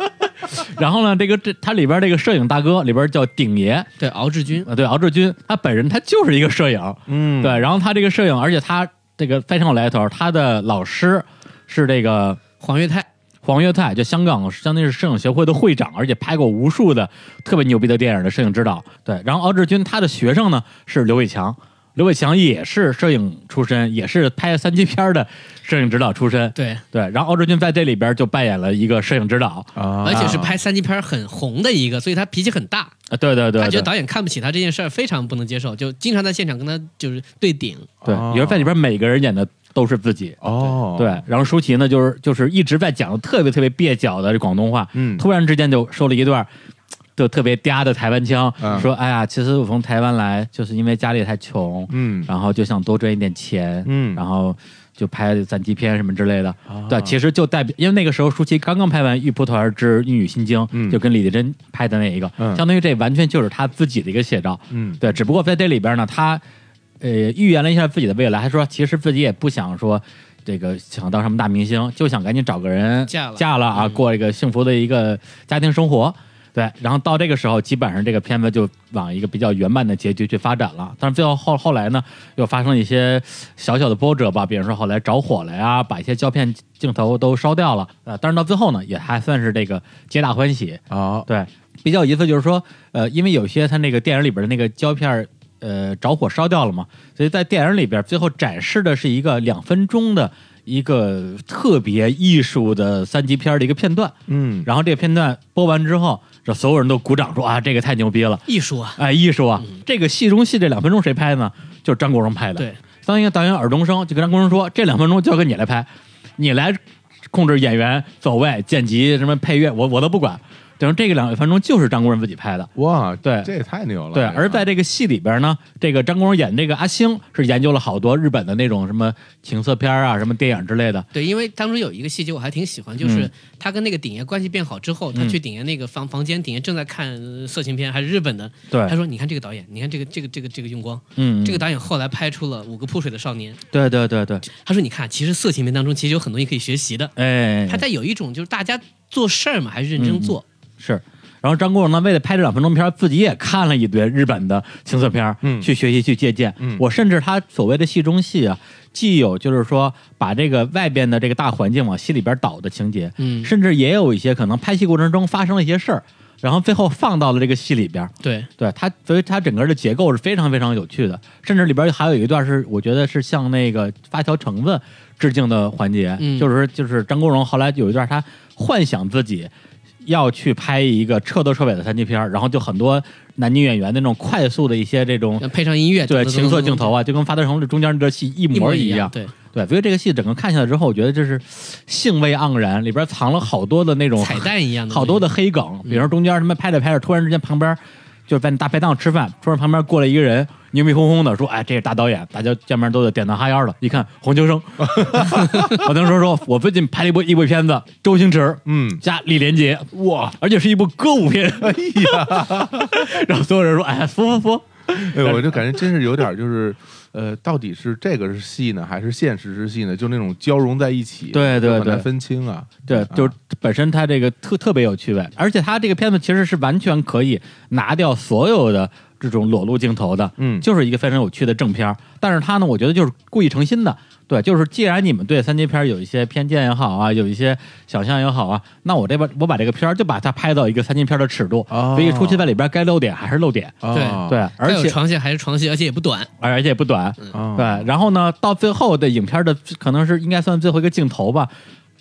Speaker 1: 然后呢，这个这他里边这个摄影大哥里边叫鼎爷，
Speaker 3: 对，敖志军，
Speaker 1: 呃，对，敖志军，他本人他就是一个摄影，
Speaker 2: 嗯，
Speaker 1: 对，然后他这个摄影，而且他这个非常有来头，他的老师是这个
Speaker 3: 黄岳泰，
Speaker 1: 黄岳泰，就香港相当于是摄影协会的会长，而且拍过无数的特别牛逼的电影的摄影指导。对，然后敖志军他的学生呢是刘伟强，刘伟强也是摄影出身，也是拍三级片儿的摄影指导出身。
Speaker 3: 对，
Speaker 1: 对，然后敖志军在这里边就扮演了一个摄影指导
Speaker 2: 啊，
Speaker 3: 而且是拍三级片儿很红的一个，所以他脾气很大。
Speaker 1: 啊，对对对，
Speaker 3: 他觉
Speaker 1: 对
Speaker 3: 得导演看不起他这件事儿非常不能接受，就经常在现场跟他就是对顶。
Speaker 1: 对，也就是在里边每个人演的都是自己。
Speaker 2: 哦，
Speaker 1: 对，然后舒淇呢，就是就是一直在讲特别特别蹩脚的这广东话，
Speaker 2: 嗯
Speaker 1: 突然之间就说了一段。就特别嗲的台湾腔，
Speaker 2: 嗯
Speaker 1: 说：“哎呀，其实我从台湾来，就是因为家里太穷，
Speaker 2: 嗯
Speaker 1: 然后就想多赚一点钱，
Speaker 2: 嗯哦
Speaker 1: 然后就拍三级片什么之类的。对，其实就代表，因为那个时候舒淇刚刚拍完《玉蒲团之玉女心经》，
Speaker 2: 嗯
Speaker 1: 就跟李丽珍拍的那一个，
Speaker 2: 嗯
Speaker 1: 相当于这完全就是她自己的一个写照。
Speaker 2: 嗯
Speaker 1: 对，只不过在这里边呢，她呃预言了一下自己的未来，还说其实自己也不想说。这个想当什么大明星，就想赶紧找个人
Speaker 3: 嫁了
Speaker 1: 嫁了啊，
Speaker 3: 嗯
Speaker 1: 过一个幸福的一个家庭生活。对，然后到这个时候，基本上这个片子就往一个比较圆满的结局去发展了。但是最后后后来呢，又发生了一些小小的波折吧，比如说后来着火了呀，把一些胶片镜头都烧掉了。呃，但是到最后呢，也还算是这个皆大欢喜。
Speaker 2: 哦，
Speaker 1: 对，比较有意思就是说，呃，因为有些他那个电影里边的那个胶片儿，呃，着火烧掉了嘛，所以在电影里边最后展示的是一个两分钟的一个特别艺术的三级片儿的一个片段。
Speaker 2: 嗯，
Speaker 1: 然后这个片段播完之后，这所有人都鼓掌说啊，这个太牛逼了，
Speaker 3: 艺术啊，
Speaker 1: 哎，艺术啊！这个戏中戏这两分钟谁拍的呢？就是张国荣拍的。
Speaker 3: 对，
Speaker 1: 当一个导演尔冬升就跟张国荣说，这两分钟交给你来拍，你来控制演员走位、剪辑、什么配乐，我我都不管。等于这个两分钟就是张国荣自己拍的。
Speaker 2: 哇，
Speaker 1: 对
Speaker 2: 这也太牛了，
Speaker 1: 对，
Speaker 2: 这个
Speaker 1: 而在这个戏里边呢，这个张国荣演这个阿星是研究了好多日本的那种什么情色片啊、什么电影之类的。
Speaker 3: 对，因为当中有一个细节我还挺喜欢，就是
Speaker 1: 嗯
Speaker 3: 他跟那个鼎爷关系变好之后，他
Speaker 1: 嗯
Speaker 3: 去鼎爷那个房房间，鼎爷正在看呃色情片，还是日本的，
Speaker 1: 对
Speaker 3: 他，说：“你看这个导演，你看这个这个这个这个用光，
Speaker 1: 嗯，
Speaker 3: 这个
Speaker 1: 嗯
Speaker 3: 导演后来拍出了《五个扑水的少年》。
Speaker 1: 对对对对，”
Speaker 3: 他说：“你看，啊其实色情片当中其实有很多你可以学习的。
Speaker 1: 哎，
Speaker 3: 他在有一种就是大家做事儿嘛，还是
Speaker 1: 嗯
Speaker 3: 认真做。
Speaker 1: 是。然后张国荣呢，为了拍这两分钟片儿，自己也看了一堆日本的情色片儿，
Speaker 2: 嗯
Speaker 1: 去学习去借鉴。
Speaker 2: 嗯
Speaker 1: 我甚至他所谓的戏中戏啊，既有就是说把这个外边的这个大环境往戏里边导的情节，
Speaker 3: 嗯
Speaker 1: 甚至也有一些可能拍戏过程中发生了一些事儿，然后最后放到了这个戏里边儿。
Speaker 3: 对，
Speaker 1: 对它，所以它整个的结构是非常非常有趣的，甚至里边还有一段是我觉得是向那个发条橙子致敬的环节，
Speaker 3: 嗯
Speaker 1: 就是就是张国荣后来有一段他幻想自己要去拍一个彻头彻尾的三级片儿，然后就很多男女演员那种快速的一些这种
Speaker 3: 要配上音乐，
Speaker 1: 对
Speaker 3: 噔噔噔噔
Speaker 1: 情色
Speaker 3: 噔
Speaker 1: 镜头啊，就跟发条橙子中间这戏一
Speaker 3: 一
Speaker 1: 模
Speaker 3: 模
Speaker 1: 一
Speaker 3: 样。
Speaker 1: 样，
Speaker 3: 对，
Speaker 1: 对，所以这个戏整个看下来之后，我觉得就是兴味盎然，里边藏了好多的那种
Speaker 3: 彩蛋一样的，嗯
Speaker 1: 好多的。黑梗，比如说中间什么拍着拍着，突然之间旁边就是在大排档吃饭，突然旁边过来一个人，牛逼哄哄的说：“哎，这是大导演，大家见面都得点头哈腰的。”一看黄 秋生，我当时说说，我最近拍了一部一部片子，周星驰，
Speaker 2: 嗯
Speaker 1: 加李连杰，哇，而且是一部歌舞片，哎呀， 然后所有人说：“哎，服服服。
Speaker 2: 哎，我就感觉真是有点儿就是，呃，到底是这个是戏呢，还是现实是戏呢？就那种交融在一起，
Speaker 1: 对对
Speaker 2: 就很难
Speaker 1: 对
Speaker 2: 分清啊。”
Speaker 1: 对，
Speaker 2: 啊
Speaker 1: 就是本身它这个特特别有趣味，而且它这个片子其实是完全可以拿掉所有的这种裸露镜头的，
Speaker 2: 嗯
Speaker 1: 就是一个非常有趣的正片儿。但是它呢，我觉得就是故意成新的。对，就是既然你们对三级片儿有一些偏见也好啊，有一些想象也好啊，那我这边我把这个片儿就把它拍到一个三级片儿的尺度，
Speaker 2: 哦
Speaker 1: 所以出去在里边该露点还是露点。
Speaker 2: 哦
Speaker 1: 对，而
Speaker 3: 该有
Speaker 1: 且
Speaker 3: 床戏还是床戏，而且也不短。
Speaker 1: 而且也不短，
Speaker 2: 哦
Speaker 1: 对，然后呢，到最后的影片的可能是应该算最后一个镜头吧，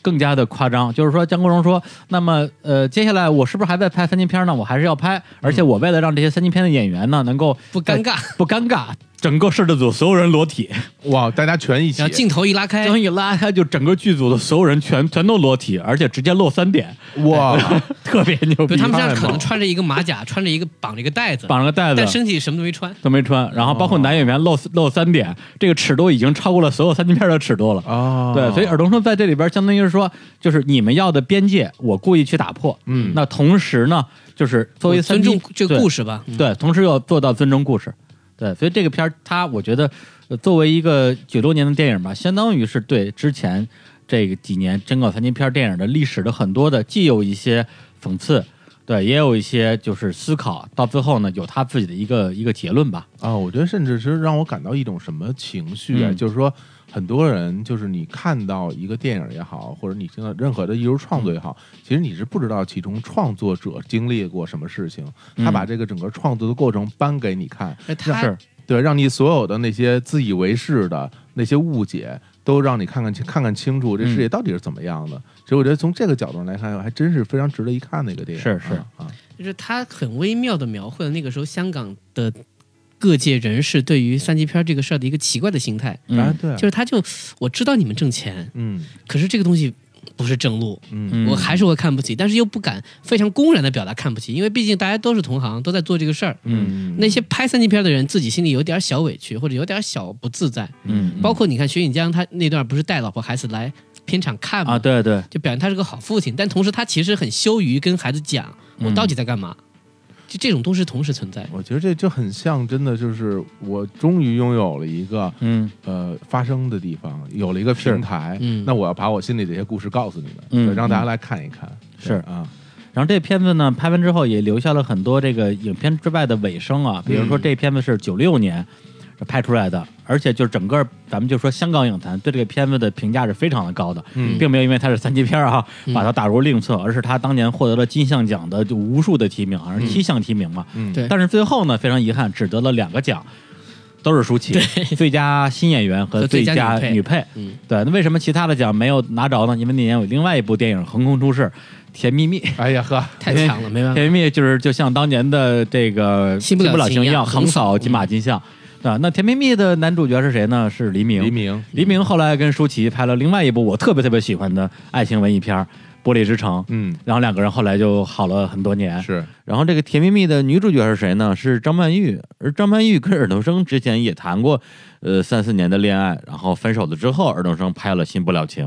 Speaker 1: 更加的夸张。就是说，江国荣说：“那么，呃，接下来我是不是还在拍三级片呢？我还是要拍，而且我为了让这些三级片的演员呢能够
Speaker 3: 不尴尬，
Speaker 1: 不尴尬，整个摄制组所有人裸体，
Speaker 2: 哇，大家全一起
Speaker 3: 然后，镜头一拉开，
Speaker 1: 灯一拉开，就整个剧组的所有人全全都裸体，而且直接露三点，
Speaker 2: 哇，
Speaker 1: 特别牛
Speaker 3: 不
Speaker 1: 逼。
Speaker 3: 是他们身
Speaker 2: 太
Speaker 3: 上可
Speaker 2: 猛
Speaker 3: 能
Speaker 2: 了
Speaker 3: 穿着一个马甲，穿着一个绑着一个带子，
Speaker 1: 绑了个带
Speaker 3: 但
Speaker 1: 子。”
Speaker 3: 身体什么都没穿。
Speaker 1: 都没穿，然后包括男演员露露三点，这个尺度已经超过了所有三级片的尺度了。
Speaker 2: 哦，
Speaker 1: 对，所以尔冬升在这里边相当于是说，就是你们要的边界，我故意去打破。
Speaker 2: 嗯
Speaker 1: 那同时呢，就是作为
Speaker 3: 我尊
Speaker 1: 三 D
Speaker 3: 重这个
Speaker 1: 对
Speaker 3: 故事吧，嗯
Speaker 1: 对，同时要做到尊重故事。对，所以这个片儿它，我觉得、呃作为一个九六年的电影吧，相当于是对之前这个几年真搞三级片儿电影的历史的很多的，既有一些讽刺，对，也有一些就是思考，到最后呢，有他自己的一个一个结论吧。
Speaker 2: 啊、我觉得甚至是让我感到一种什么情绪啊，
Speaker 1: 嗯
Speaker 2: 就是说很多人就是你看到一个电影也好，或者你听到任何的艺术创作也好，其实你是不知道其中创作者经历过什么事情，他
Speaker 1: 嗯
Speaker 2: 把这个整个创作的过程搬给你看，
Speaker 3: 哎他
Speaker 1: 是，
Speaker 2: 对，让你所有的那些自以为是的那些误解，都让你看看看看清楚这世界到底是怎么样的。其实我觉得从这个角度上来看，还真是非常值得一看的一个电影。
Speaker 1: 是是
Speaker 2: 啊啊，
Speaker 3: 就是他很微妙的描绘了那个时候香港的各界人士对于三级片这个事儿的一个奇怪的心态，
Speaker 2: 哎
Speaker 1: 嗯
Speaker 2: 对啊
Speaker 3: 就，是他就我知道你们挣钱，
Speaker 2: 嗯
Speaker 3: 可是这个东西不是正路，
Speaker 2: 嗯
Speaker 1: 嗯，
Speaker 3: 我还是会看不起，但是又不敢非常公然的表达看不起，因为毕竟大家都是同行，都在做这个事儿。
Speaker 2: 嗯，
Speaker 3: 那些拍三级片的人自己心里有点小委屈，或者有点小不自在。
Speaker 1: 嗯，
Speaker 3: 包括你看徐锦江他那段不是带老婆孩子来片场看吗？
Speaker 1: 啊，对对，
Speaker 3: 就表现他是个好父亲，但同时他其实很羞于跟孩子讲
Speaker 1: 嗯
Speaker 3: 我到底在干嘛。就这种都是同时存在。
Speaker 2: 我觉得这就很像，真的就是我终于拥有了一个
Speaker 1: 嗯
Speaker 2: 呃发声的地方，有了一个平台。
Speaker 3: 嗯
Speaker 2: 那我要把我心里这些故事告诉你们，
Speaker 1: 嗯
Speaker 2: 对让大家
Speaker 1: 嗯
Speaker 2: 来看一看。
Speaker 1: 是
Speaker 2: 对啊，
Speaker 1: 然后这片子呢，拍完之后也留下了很多这个影片之外的尾声
Speaker 3: 嗯
Speaker 1: 啊，比如说这片子是九六年拍出来的，而且就是整个咱们就说香港影坛对这个片子的评价是非常的高的，
Speaker 2: 嗯
Speaker 1: 并没有因为它是三级片儿啊
Speaker 3: 嗯
Speaker 1: 把它打入另册，而是它当年获得了金像奖的就无数的提名，好像是
Speaker 3: 嗯
Speaker 1: 七项提名嘛，
Speaker 2: 嗯，
Speaker 3: 对
Speaker 1: 但是最后呢，非常遗憾，只得了两个奖，都是舒淇，最佳新演员和
Speaker 3: 和
Speaker 1: 最
Speaker 3: 最佳
Speaker 1: 佳
Speaker 3: 女配
Speaker 1: 女配。
Speaker 3: 嗯，
Speaker 1: 对，那为什么其他的奖没有拿着呢？因为那年有另外一部电影横空出世，《甜蜜蜜》。
Speaker 2: 哎呀呵，
Speaker 3: 太强了，没办法。
Speaker 1: 甜蜜蜜就是就像当年的这个
Speaker 3: 新不了
Speaker 1: 老
Speaker 3: 情
Speaker 1: 情
Speaker 3: 一样嗯
Speaker 1: 横扫金马金像，对吧？那甜蜜蜜的男主角是谁呢？是黎明。
Speaker 2: 黎明，
Speaker 1: 黎明后来跟舒淇拍了另外一部我特别特别喜欢的爱情文艺片儿《玻璃之城》，
Speaker 2: 嗯，
Speaker 1: 然后两个人后来就好了很多年。
Speaker 2: 是，
Speaker 1: 然后这个《甜蜜蜜》的女主角是谁呢？是张曼玉。而张曼玉跟尔冬升之前也谈过，呃，三四年的恋爱，然后分手了之后，尔冬升拍了《新不了情》。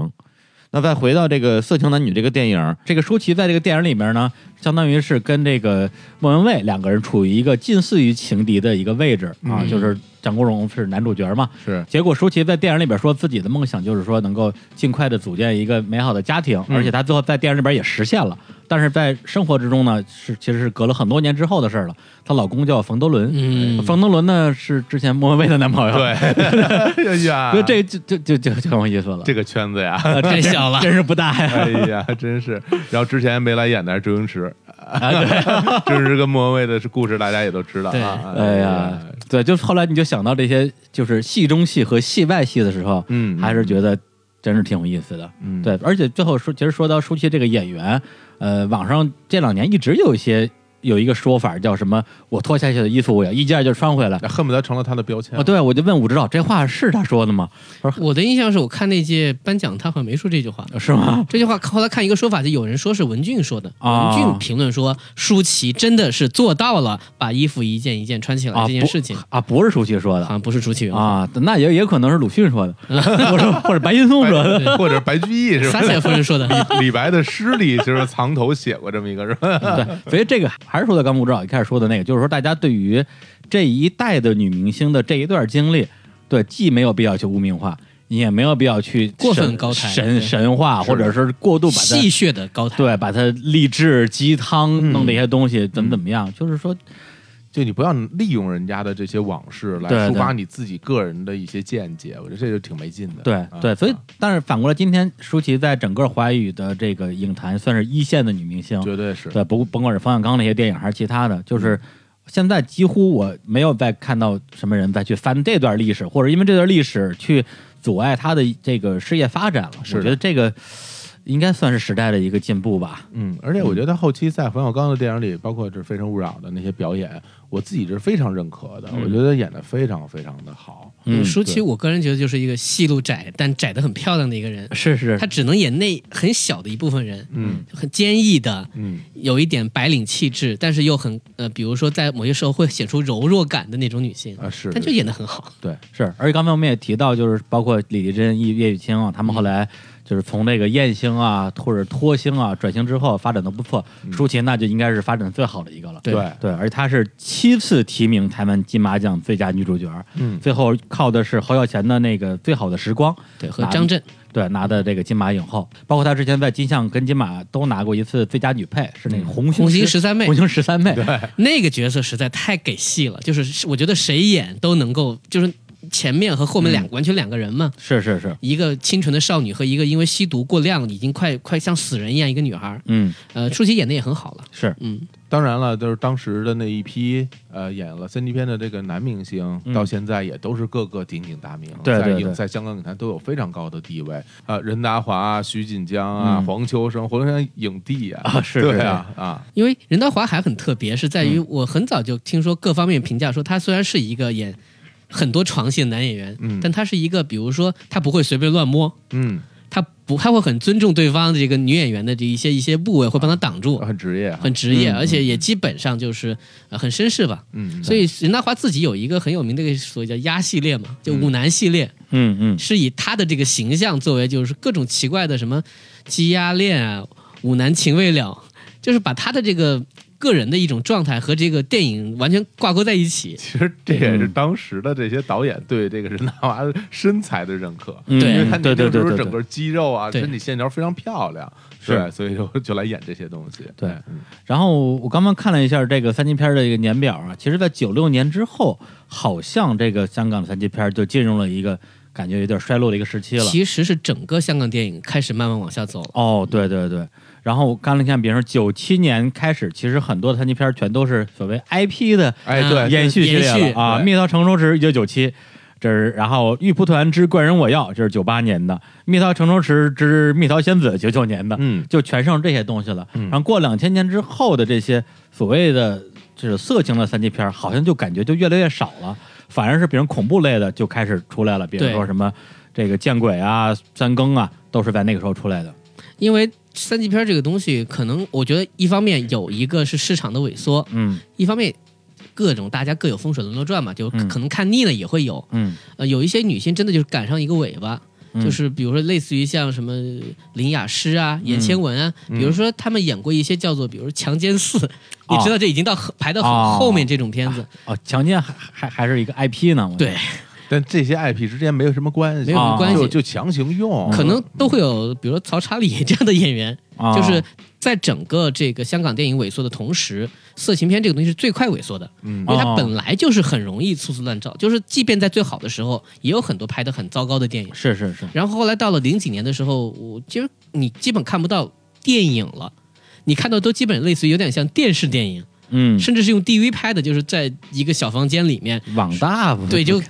Speaker 1: 那再回到这个《色情男女》这个电影，这个舒淇在这个电影里面呢，相当于是跟这个莫文蔚两个人处于一个近似于情敌的一个位置啊，
Speaker 2: 嗯
Speaker 1: 就是蒋国荣是男主角嘛。
Speaker 2: 是，
Speaker 1: 结果舒淇在电影里边说自己的梦想就是说能够尽快的组建一个美好的家庭，
Speaker 2: 嗯
Speaker 1: 而且她最后在电影里边也实现了。但是在生活之中呢，是其实是隔了很多年之后的事儿了。她老公叫冯德伦，
Speaker 3: 嗯
Speaker 1: 冯德伦呢是之前莫文蔚的男朋友，，
Speaker 2: 哎 呀
Speaker 1: 所以这就就就就就很有意思了。
Speaker 2: 这个圈子呀，
Speaker 1: 呃
Speaker 3: 太小了
Speaker 1: 真是不大呀。
Speaker 2: 哎呀，真是。然后之前没来演的是周星驰，
Speaker 1: 啊
Speaker 2: 周星驰跟莫文蔚的故事大家也都知道
Speaker 3: 对
Speaker 2: 啊。
Speaker 1: 哎呀，对，就是后来你就想到这些就是戏中戏和戏外戏的时候，
Speaker 2: 嗯，
Speaker 1: 还是觉得真是挺有意思的。
Speaker 2: 嗯，
Speaker 1: 对，而且最后说，其实说到舒淇这个演员，呃，网上这两年一直有一些有一个说法叫什么“我脱下去的衣服我要一件件穿回来
Speaker 2: 那恨不得成了他的标”，签
Speaker 1: 啊，
Speaker 2: 了。
Speaker 1: 对我就问武指导这话是他说的吗？
Speaker 3: 我的印象是我看那届颁奖，他好像没说这句话。
Speaker 1: 是吗？
Speaker 3: 这句话后来看一个说法，就有人说是文俊说的。
Speaker 1: 啊
Speaker 3: 文俊评论说，舒淇真的是做到了把衣服一件一件穿起来
Speaker 1: 啊
Speaker 3: 这件事情，好
Speaker 1: 啊，不是舒淇说的
Speaker 3: 像不是舒淇原话。
Speaker 1: 啊，那也也可能是鲁迅 说的，或者或者白岩松说的。
Speaker 2: 白或者白居易是吧
Speaker 3: 撒？切尔夫人说的，
Speaker 2: 李白的诗里就是藏头写过这么一个人，
Speaker 1: 对，所以这个还是说到刚吴指导一开始说的那个，就是说大家对于这一代的女明星的这一段经历，对，既没有必要去污名化，也没有必要去
Speaker 3: 过分
Speaker 1: 神
Speaker 3: 高抬
Speaker 1: 神
Speaker 3: 对
Speaker 1: 神话，
Speaker 2: 是
Speaker 1: 或者是过 度把它
Speaker 3: 戏谑的高抬。
Speaker 1: 对，把它励志鸡汤弄这些东西怎么怎么样，就是说，
Speaker 2: 就你不要利用人家的这些往事来
Speaker 1: 对
Speaker 2: 抒发你自己个人的一些见解，我觉得这就挺没劲的。
Speaker 1: 对
Speaker 2: 啊
Speaker 1: 对，所以
Speaker 2: 啊
Speaker 1: 但是反过来，今天舒淇在整个华语的这个影坛算是一线的女明星，
Speaker 2: 绝对是
Speaker 1: 对，不甭管是冯小刚那些电影还是其他的，就是现在几乎我没有再看到什么人再去翻这段历史，或者因为这段历史去阻碍他的这个事业发展了。
Speaker 2: 是的
Speaker 1: 我觉得这个应该算是时代的一个进步吧。
Speaker 2: 嗯，而且我觉得后期在冯小刚的电影里，包括这《非诚勿扰》的那些表演，我自己是非常认可的，
Speaker 1: 嗯
Speaker 2: 我觉得演的非常非常的好。
Speaker 1: 嗯，
Speaker 3: 舒淇，
Speaker 2: 对
Speaker 3: 我个人觉得就是一个戏路窄，但窄的很漂亮的一个人。
Speaker 1: 是是
Speaker 3: 她，只能演那很小的一部分人，
Speaker 2: 嗯
Speaker 3: 很坚毅的，
Speaker 2: 嗯，
Speaker 3: 有一点白领气质，但是又很呃，比如说在某些时候会显出柔弱感的那种女性，
Speaker 2: 啊是，
Speaker 3: 她就演的很好。
Speaker 2: 对，
Speaker 1: 是，而且刚才我们也提到，就是包括李丽珍、叶叶雨卿啊，他们后来就是从这个燕星啊或者托星啊转型之后发展的不错，舒淇那就应该是发展最好的一个了。
Speaker 3: 对
Speaker 1: 对，而且她是七次提名台湾金马奖最佳女主角，
Speaker 2: 嗯
Speaker 1: 最后靠的是侯孝贤的那个《最好的时光》，
Speaker 3: 对，和张震，
Speaker 1: 对，拿的这个金马影后，包括她之前在金像跟金马都拿过一次最佳女配，是那个红
Speaker 3: 红星
Speaker 1: 十
Speaker 3: 十三妹
Speaker 1: 红星十三妹，
Speaker 3: 那个角色实在太给戏了，就是我觉得谁演都能够，就是前面和后面
Speaker 2: 嗯
Speaker 3: 两、完全两个人嘛，
Speaker 1: 是是是，
Speaker 3: 一个清纯的少女和一个因为吸毒过量已经快快像死人一样一个女孩儿。
Speaker 1: 嗯，
Speaker 3: 呃，舒淇演的也很好了，
Speaker 1: 是
Speaker 3: 嗯，
Speaker 2: 当然了，就是当时的那一批呃演了三级片的这个男明星，
Speaker 1: 嗯
Speaker 2: 到现在也都是各个鼎鼎大名，
Speaker 1: 对对
Speaker 2: 在
Speaker 1: 对
Speaker 2: 影在香港影坛都有非常高的地位啊、任达华啊、徐锦江啊、
Speaker 1: 嗯
Speaker 2: 黄秋生，黄秋生影帝啊，
Speaker 1: 啊是
Speaker 2: 对
Speaker 1: 是
Speaker 2: 啊啊，
Speaker 3: 因为任达华还很特别，是在于我很早就听说各方面评价说他虽然是一个演很多床戏的男演员，
Speaker 2: 嗯
Speaker 3: 但他是一个比如说他不会随便乱摸，
Speaker 2: 嗯，
Speaker 3: 他不他会很尊重对方的这个女演员的这一些一些部位，会帮他挡住，
Speaker 2: 很职业啊，
Speaker 3: 很职业，
Speaker 1: 嗯
Speaker 3: 而且也基本上就是呃很绅士吧。
Speaker 2: 嗯，
Speaker 3: 所以任达华自己有一个很有名的一个所谓叫“鸭系列”嘛，就舞男系列，
Speaker 1: 嗯嗯
Speaker 3: 是以他的这个形象作为就是各种奇怪的什么鸡鸭恋啊、舞男情未了，就是把他的这个个人的一种状态和这个电影完全挂钩在一起。
Speaker 2: 其实这也
Speaker 1: 嗯
Speaker 2: 是当时的这些导演对这个任达华的身材的认可，
Speaker 1: 嗯，
Speaker 3: 对
Speaker 2: 因为
Speaker 1: 嗯
Speaker 2: 他
Speaker 1: 对对
Speaker 2: 年轻时
Speaker 1: 对
Speaker 2: 候
Speaker 1: 对
Speaker 2: 整
Speaker 1: 对。
Speaker 2: 个肌肉啊、
Speaker 3: 对
Speaker 2: 身体线条非常漂亮，
Speaker 1: 是
Speaker 2: 对，所以就就来演这些东西，
Speaker 1: 对
Speaker 2: 嗯
Speaker 1: 然后我刚刚看了一下这个三级片的这个年表啊，其实，在九六年之后，好像这个香港的三级片就进入了一个感觉有点衰落的一个时期了。
Speaker 3: 其实是整个香港电影开始慢慢往下走了。
Speaker 1: 哦，对对对。然后我看了看，比如说九七年开始，其实很多三级片全都是所谓 IP 的
Speaker 2: 哎
Speaker 3: 啊
Speaker 2: 对，
Speaker 1: 延续系
Speaker 3: 延
Speaker 1: 列
Speaker 3: 续
Speaker 1: 了啊，《
Speaker 2: 对
Speaker 1: 蜜桃成熟时》一九九七，这是然后《玉蒲团之怪人我要》这是九八年的，《蜜桃成熟时之蜜桃仙子》九九年的，
Speaker 2: 嗯，
Speaker 1: 就全剩这些东西了。
Speaker 2: 嗯
Speaker 1: 然后过两千年之后的这些所谓的这种色情的三级片儿，好像就感觉就越来越少了，反而是比如恐怖类的就开始出来了，比如
Speaker 3: 对
Speaker 1: 说什么这个见鬼啊、三更啊，都是在那个时候出来的。
Speaker 3: 因为三级片这个东西，可能我觉得一方面有一个是市场的萎缩，
Speaker 1: 嗯
Speaker 3: 一方面各种大家各有风水轮流转嘛，就
Speaker 1: 嗯
Speaker 3: 可能看腻了也会有。
Speaker 1: 嗯，
Speaker 3: 呃，有一些女星真的就是赶上一个尾巴，
Speaker 1: 嗯
Speaker 3: 就是比如说类似于像什么林雅诗啊、
Speaker 1: 嗯
Speaker 3: 严千文啊，
Speaker 2: 嗯
Speaker 3: 比如说他们演过一些叫做比如说《强奸四》你知道这已经到很排到很
Speaker 1: 哦
Speaker 3: 后面这种片子，
Speaker 1: 哦，强奸还还还是一个 IP 呢。我觉得
Speaker 3: 对，，
Speaker 2: 但这些 IP 之间没有什么关系，啊
Speaker 3: 没有什么关系
Speaker 2: 就就强行
Speaker 1: 哦
Speaker 2: 用，
Speaker 3: 可能都会有比如说曹查理这 样的演员，
Speaker 1: 啊
Speaker 3: 就是在整个这个香港电影萎缩的同时，色情片这个东西是最快萎缩的，
Speaker 2: 嗯
Speaker 3: 因为
Speaker 1: 哦
Speaker 3: 它本来就是很容易粗制滥造，就是即便在最好的时候，也有很多拍的很糟糕的电影。
Speaker 1: 是是是，
Speaker 3: 然后后来到了零几年的时候，我其实你基本看不到电影了，你看到都基本类似于有点像电视电影，
Speaker 1: 嗯，
Speaker 3: 甚至是用 DV 拍的，就是在一个小房间里面，
Speaker 1: 网大不
Speaker 3: 对，就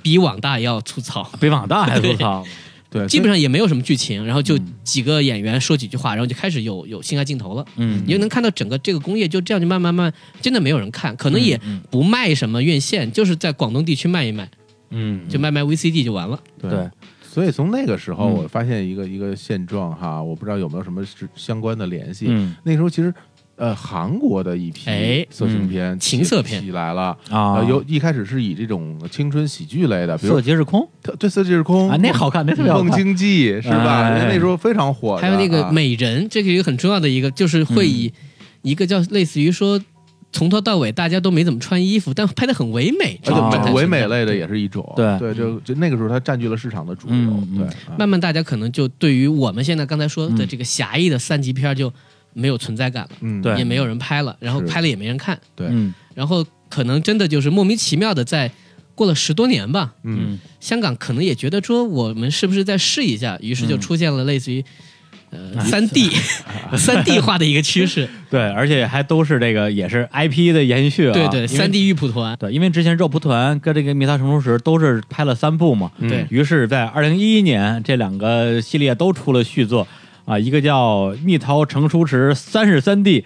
Speaker 3: 比网大要粗 糙，
Speaker 1: 比网大还粗糙。
Speaker 2: 对，
Speaker 3: 基
Speaker 2: 所以
Speaker 3: 本上也没有什么剧情，然后就几个演员说几句话，然后就开始有有性爱镜头了。
Speaker 1: 嗯
Speaker 3: 你就能看到整个这个工业就这样就慢慢慢，真的没有人看，可能也不卖什么院线，就是在广东地区卖一卖，
Speaker 1: 嗯，
Speaker 3: 就卖卖 VCD 就完了。
Speaker 1: 对，
Speaker 2: 所以从那个时候，
Speaker 1: 嗯
Speaker 2: 我发现一个一个现状哈，我不知道有没有什么是相关的联系。
Speaker 1: 嗯
Speaker 2: 那时候其实，呃，韩国的一批
Speaker 3: 哎
Speaker 2: 色情片起、
Speaker 3: 情色片
Speaker 2: 起来了。
Speaker 1: 啊
Speaker 2: 呃，，有一开始是以这种青春喜剧类的，比如
Speaker 1: 色即是空
Speaker 2: 特对《色即是空》
Speaker 1: 啊，那好看，那特别好
Speaker 2: 梦
Speaker 1: 看。
Speaker 2: 境记》是吧？
Speaker 1: 哎
Speaker 2: 人家那时候非常火的。啊
Speaker 3: 还有那个
Speaker 2: 美
Speaker 3: 美人，这个一个很重要的一个，就是会以
Speaker 2: 嗯
Speaker 3: 一个叫类似于说从头到尾大家都没怎么穿衣服，但拍的很唯美，这
Speaker 2: 而
Speaker 3: 种
Speaker 1: 啊
Speaker 2: 且
Speaker 3: 状态
Speaker 2: 美
Speaker 3: 是
Speaker 2: 唯美类的也是一种，
Speaker 1: 对
Speaker 2: 对，就就那个时候它占据了市场的主流，
Speaker 1: 嗯
Speaker 2: 对
Speaker 1: 嗯，
Speaker 2: 啊
Speaker 3: 慢慢大家可能就对于我们现在刚才说的这个狭义的三级片就没有存在感了，
Speaker 2: 嗯
Speaker 1: 对
Speaker 3: 也没有人拍了，然后
Speaker 2: 是
Speaker 3: 拍了也没人看，
Speaker 2: 对
Speaker 1: 嗯
Speaker 3: 然后可能真的就是莫名其妙的在过了十多年吧，
Speaker 2: 嗯
Speaker 1: 嗯
Speaker 3: 香港可能也觉得说我们是不是再试一下，于是就
Speaker 1: 嗯
Speaker 3: 出现了类似于。
Speaker 2: 嗯
Speaker 3: 呃，三 D，三 D 化的一个趋势，
Speaker 1: 对，而且还都是这个也是 IP 的延续啊。
Speaker 3: 对对，
Speaker 1: 因为
Speaker 3: 三 D 玉蒲团，
Speaker 1: 对，因为之前肉蒲团跟这个蜜桃成熟时都是拍了三部嘛，
Speaker 2: 嗯
Speaker 3: 对
Speaker 1: 于是，在二零一一年，这两个系列都出了续作。啊，一个叫《蜜桃成熟时三十三 D》，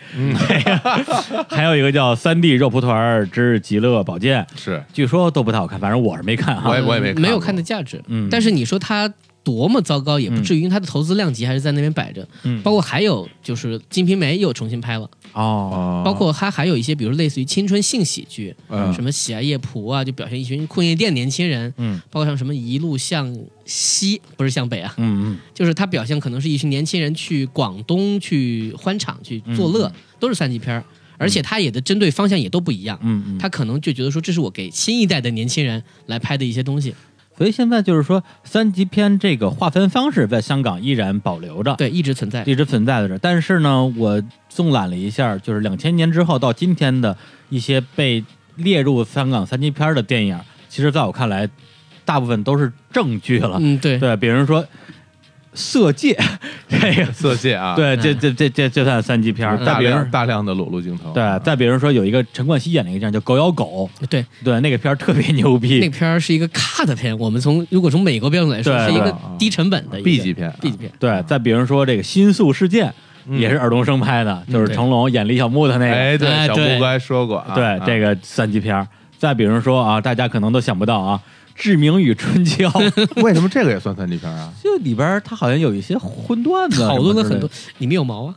Speaker 1: 还有一个叫《三 D 肉蒲团儿之极乐宝剑》，
Speaker 2: 是
Speaker 1: 据说都不太好看，反正我是没看啊。
Speaker 2: 我也我也没
Speaker 3: 嗯没有
Speaker 2: 看
Speaker 3: 看
Speaker 2: 过
Speaker 3: 的价值。
Speaker 1: 嗯
Speaker 3: 但是你说它多么糟糕，也不至于，因为它的投资量级还是在那边摆着。
Speaker 1: 嗯
Speaker 3: 包括还有就是《金瓶梅》又重新拍了，
Speaker 1: 哦，
Speaker 2: 哦
Speaker 3: 包括它还有一些，比如类似于青春性喜剧，
Speaker 2: 嗯
Speaker 3: 什么《喜爱夜蒲》啊，就表现一群困夜店年轻人，
Speaker 1: 嗯
Speaker 3: 包括像什么《一路向西》，不是向北啊，
Speaker 1: 嗯
Speaker 3: 就是它表现可能是一群年轻人去广东去欢场去作乐，
Speaker 1: 嗯
Speaker 3: 都是三级片儿，而且它也的针对方向也都不一样。
Speaker 1: 嗯嗯，
Speaker 3: 他可能就觉得说，这是我给新一代的年轻人来拍的一些东西，
Speaker 1: 所以现在就是说三级片这个划分方式在香港依然保留着，
Speaker 3: 对，一直存在。
Speaker 1: 一直存在的这儿。但是呢，我纵览了一下，就是两千年之后到今天的一些被列入香港三级片儿的电影，其实在我看来，大部分都是正剧了。
Speaker 3: 嗯，对，
Speaker 1: 对，比如说《色戒》这个，
Speaker 2: 色戒啊，，嗯
Speaker 1: 对，这这这这这算三级片儿。再
Speaker 2: 大
Speaker 1: 比如，
Speaker 2: 量大量的裸露镜头，啊
Speaker 1: 对，再比如说有一个陈冠希演了一个电影叫《狗咬狗
Speaker 3: 对，》，
Speaker 1: 对，那个片儿特别牛逼。
Speaker 3: 那片儿是一个 cut 片，我们从如果从美国标准来说，
Speaker 1: 对
Speaker 3: 是一个
Speaker 2: 对
Speaker 3: 低成本的一个
Speaker 2: B 级片啊
Speaker 3: B 级片。
Speaker 1: 对，再比如说这个《新宿事件》
Speaker 2: 嗯
Speaker 1: 也是尔冬升拍的，就是
Speaker 3: 对
Speaker 1: 成龙演李小牧的那个。
Speaker 2: 哎，对，
Speaker 3: 哎
Speaker 2: 小
Speaker 3: 对
Speaker 2: 木乖说过啊，
Speaker 1: 对、
Speaker 2: 啊
Speaker 1: 这个三级片儿。再比如说啊，大家可能都想不到啊，《志明与春娇》
Speaker 2: 为什么这个也算三级片啊？
Speaker 1: 就里边儿它好像有一些荤段子，
Speaker 3: 讨论了很多。，里面有毛啊，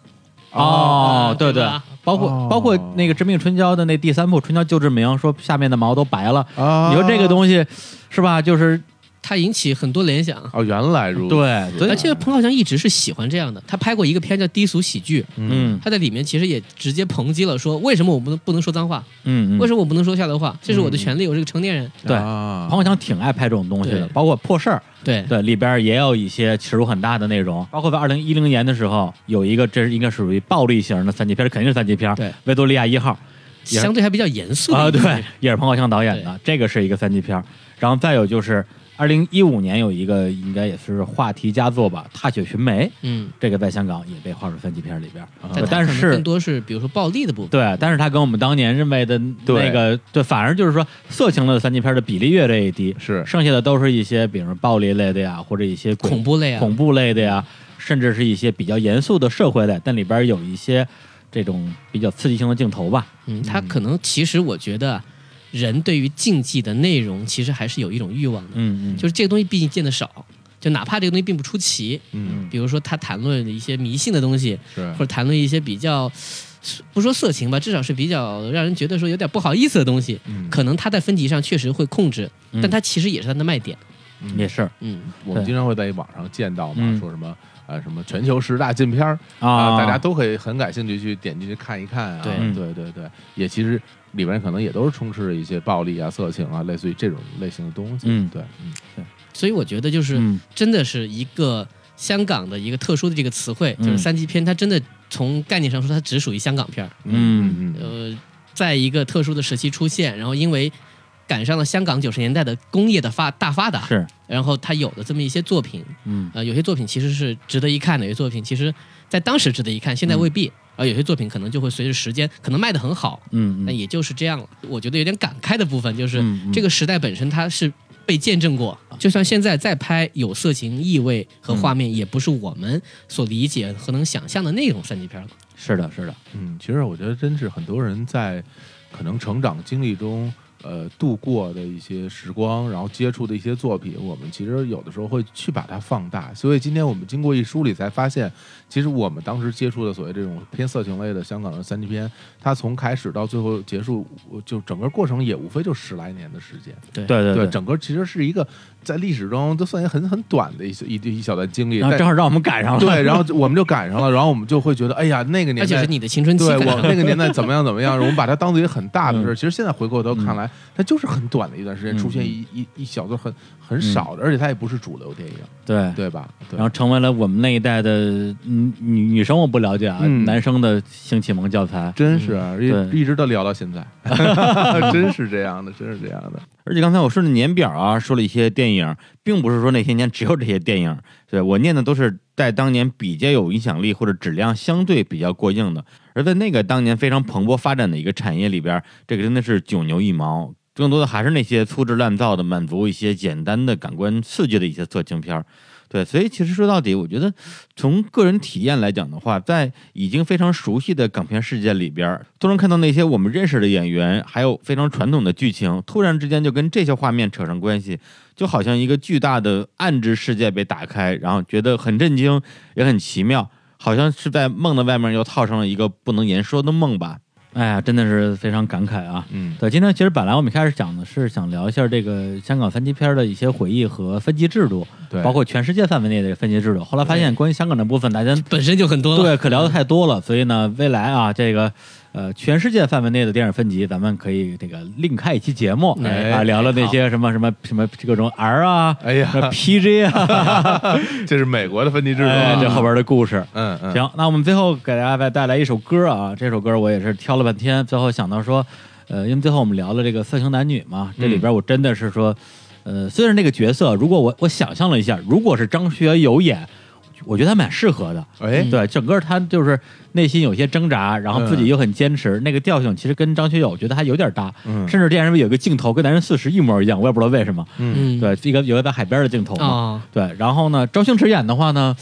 Speaker 1: 哦
Speaker 3: 啊，
Speaker 1: 对
Speaker 3: 对
Speaker 1: 对
Speaker 3: 吧，
Speaker 1: 包括、
Speaker 2: 哦
Speaker 1: 包括那个《致命春娇》的那第三部《春娇救志明》，说下面的毛都白了。
Speaker 2: 啊，
Speaker 1: 你说这个东西是吧？就是
Speaker 3: 它引起很多联想。啊
Speaker 2: 哦，原来如此，
Speaker 1: 对所以
Speaker 3: 而且彭浩翔一直是喜欢这样的，他拍过一个片叫《低俗喜剧》，
Speaker 2: 嗯，
Speaker 1: 嗯
Speaker 3: 他在里面其实也直接抨击了说，为什么我不能不能说脏话，
Speaker 1: 嗯嗯
Speaker 3: 为，什么我不能说下流话，这是我的权利，我是个成年人。
Speaker 1: 对
Speaker 2: 啊
Speaker 1: 彭浩翔挺爱拍这种东西的
Speaker 3: 对，
Speaker 1: 包括破事儿，
Speaker 3: 对，
Speaker 1: 对里边儿也有一些尺度很大的内容，包括在二零一零年的时候，有一个这是应该属于暴力型的三级片，肯定是三级片，
Speaker 3: 对
Speaker 1: 《维多利亚一号》也
Speaker 3: 相对还比较严肃
Speaker 1: 啊，
Speaker 3: 的一个
Speaker 1: 对，也是彭浩翔导演的，这个是一个三级片儿。然后再有就是二零一五年有一个应该也是话题佳作吧，《踏雪寻梅》，
Speaker 3: 嗯，
Speaker 1: 这个在香港也被划入三级片里边儿，
Speaker 3: 但他
Speaker 1: 啊但
Speaker 3: 可能
Speaker 1: 是
Speaker 3: 更多是比如说暴力的部分。
Speaker 1: 对，但是它跟我们当年认为的那
Speaker 2: 对
Speaker 1: 个对，反而就是说色情类的三级片的比例越来越低，
Speaker 2: 是
Speaker 1: 剩下的都是一些比如说暴力类的呀，或者一些鬼
Speaker 3: 恐怖类啊，
Speaker 1: 恐怖类的呀，甚至是一些比较严肃的社会类，但里边儿有一些这种比较刺激性的镜头吧。
Speaker 3: 嗯，他可能其实我觉得，人对于竞技的内容其实还是有一种欲望的，
Speaker 1: 嗯嗯，
Speaker 3: 就是这个东西毕竟见得少，就哪怕这个东西并不出奇，
Speaker 2: 嗯
Speaker 3: 比如说他谈论一些迷信的东西，
Speaker 2: 是
Speaker 3: 或者谈论一些比较。不说色情吧，至少是比较让人觉得说有点不好意思的东西。
Speaker 2: 嗯
Speaker 3: 可能他在分级上确实会控制，
Speaker 1: 嗯
Speaker 3: 但他其实也是他的卖点。
Speaker 2: 嗯
Speaker 1: 也是
Speaker 3: 嗯，
Speaker 2: 我们经常会在网上见到嘛，
Speaker 1: 嗯
Speaker 2: 说什么呃什么全球十大禁片儿
Speaker 1: 啊，
Speaker 2: 大家都可以很感兴趣去点进去看一看啊，
Speaker 3: 对
Speaker 1: 嗯
Speaker 2: 对对对，也其实里面可能也都是充斥着一些暴力啊、色情啊，类似于这种类型的东西，
Speaker 1: 嗯
Speaker 2: 对，嗯
Speaker 3: 所以我觉得就是
Speaker 1: 嗯
Speaker 3: 真的是一个香港的一个特殊的这个词汇，
Speaker 1: 嗯
Speaker 3: 就是三级片，它真的从概念上说，它只属于香港片儿。
Speaker 1: 嗯
Speaker 2: 嗯
Speaker 3: 呃，在一个特殊的时期出现，然后因为赶上了香港九十年代的工业的发大发达，
Speaker 1: 是
Speaker 3: 然后它有了这么一些作品，
Speaker 1: 嗯
Speaker 3: 呃，有些作品其实是值得一看的，有些作品其实在当时值得一看，现在未必，而有些作品可能就会随着时间可能卖得很好，
Speaker 1: 嗯
Speaker 3: 但
Speaker 1: 嗯
Speaker 3: 也就是这样了。我觉得有点感慨的部分就是、
Speaker 1: 嗯嗯
Speaker 3: 这个时代本身它是被见证过，就算现在再拍有色情意味和画
Speaker 1: 嗯
Speaker 3: 面，也不是我们所理解和能想象的那种三级片了。
Speaker 1: 是的是的，
Speaker 2: 嗯，其实我觉得真是很多人在可能成长经历中，呃，度过的一些时光，然后接触的一些作品，我们其实有的时候会去把它放大。所以今天我们经过一梳理，才发现，其实我们当时接触的所谓这种偏色情类的香港的三级片，它从开始到最后结束，我就整个过程也无非就十来年的时间。
Speaker 1: 对对
Speaker 2: 整个其实是一个在历史中都算一个很很短的一些一一小段经历。
Speaker 1: 然后
Speaker 2: 但
Speaker 1: 正 好让我们赶上了，
Speaker 2: 对，然后就我们就赶上了，然后我们就会觉得，哎呀，那个
Speaker 3: 而
Speaker 2: 年
Speaker 3: 且
Speaker 2: 代
Speaker 3: 是你的青春期
Speaker 2: 对
Speaker 3: 感
Speaker 2: 我们
Speaker 3: 上。
Speaker 2: 那个年代怎么样怎么样，我们把它当做一个很大的事儿。
Speaker 1: 嗯
Speaker 2: 其实现在回过头看来，它就是很短的一段时间，
Speaker 1: 嗯
Speaker 2: 出现一一一小段很很少的，而且它也不是主流电影，
Speaker 1: 对。
Speaker 2: 对吧？对
Speaker 1: 然后成为了我们那一代的嗯女女生，我不了解啊，
Speaker 2: 嗯
Speaker 1: 男生的性启蒙教材。
Speaker 2: 真是啊
Speaker 1: 嗯对
Speaker 2: 一一直都聊到现 在，真是这样的，真是这样的。
Speaker 1: 而且刚才我顺着年表啊，说了一些电影，并不是说那些年只有这些电影，对我念的都是在当年比较有影响力或者质量相对比较过硬的，而在那个当年非常蓬勃发展的一个产业里边，这个真的是九牛一毛。更多的还是那些粗制滥造的，满足一些简单的感官刺激的一些色情片儿。对，所以其实说到底，我觉得从个人体验来讲的话，在已经非常熟悉的港片世界里边儿，都能看到那些我们认识的演员，还有非常传统的剧情，突然之间就跟这些画面扯上关系，就好像一个巨大的暗之世界被打开，然后觉得很震惊，也很奇妙，好像是在梦的外面又套上了一个不能言说的梦吧。哎呀，真的是非常感慨啊！
Speaker 2: 嗯，
Speaker 1: 对，今天其实本来我们一开始讲的是想聊一下这个香港三级片儿的一些回忆和分级制度，
Speaker 2: 对，
Speaker 1: 包括全世界范围内的分级制度。后来发现关于香港的部分，大家
Speaker 3: 本身就很多了。
Speaker 1: 对可聊的太多了，所以呢，未来啊，这个呃，全世界范围内的电影分级，咱们可以这个另开一期节目、
Speaker 2: 哎
Speaker 1: 啊，聊聊那些什么什么什么各种 R 啊，
Speaker 2: 哎呀
Speaker 1: 什么 PG 啊，
Speaker 2: 这是美国的分级制度
Speaker 1: 哎
Speaker 2: 啊，
Speaker 1: 这后边的故事。
Speaker 2: 嗯嗯，
Speaker 1: 行，那我们最后给大家再带来一首歌啊，这首歌我也是挑了半天，最后想到说，呃，因为最后我们聊了这个色情男女嘛，这里
Speaker 2: 嗯
Speaker 1: 边我真的是说，呃，虽然这个角色，如果我我想象了一下，如果是张学友演，我觉得还蛮适合的。
Speaker 2: 哎，
Speaker 1: 对，整个他就是内心有些挣扎，然后自己又很坚持，那个调性其实跟张学友我觉得还有点搭，
Speaker 2: 嗯
Speaker 1: 甚至电视里有一个镜头跟《男人四十》一模一样，我也不知道为什么。
Speaker 3: 嗯，
Speaker 1: 对，一个有一个在海边的镜头嘛，
Speaker 3: 哦
Speaker 1: 对，然后呢，周星驰演的话呢，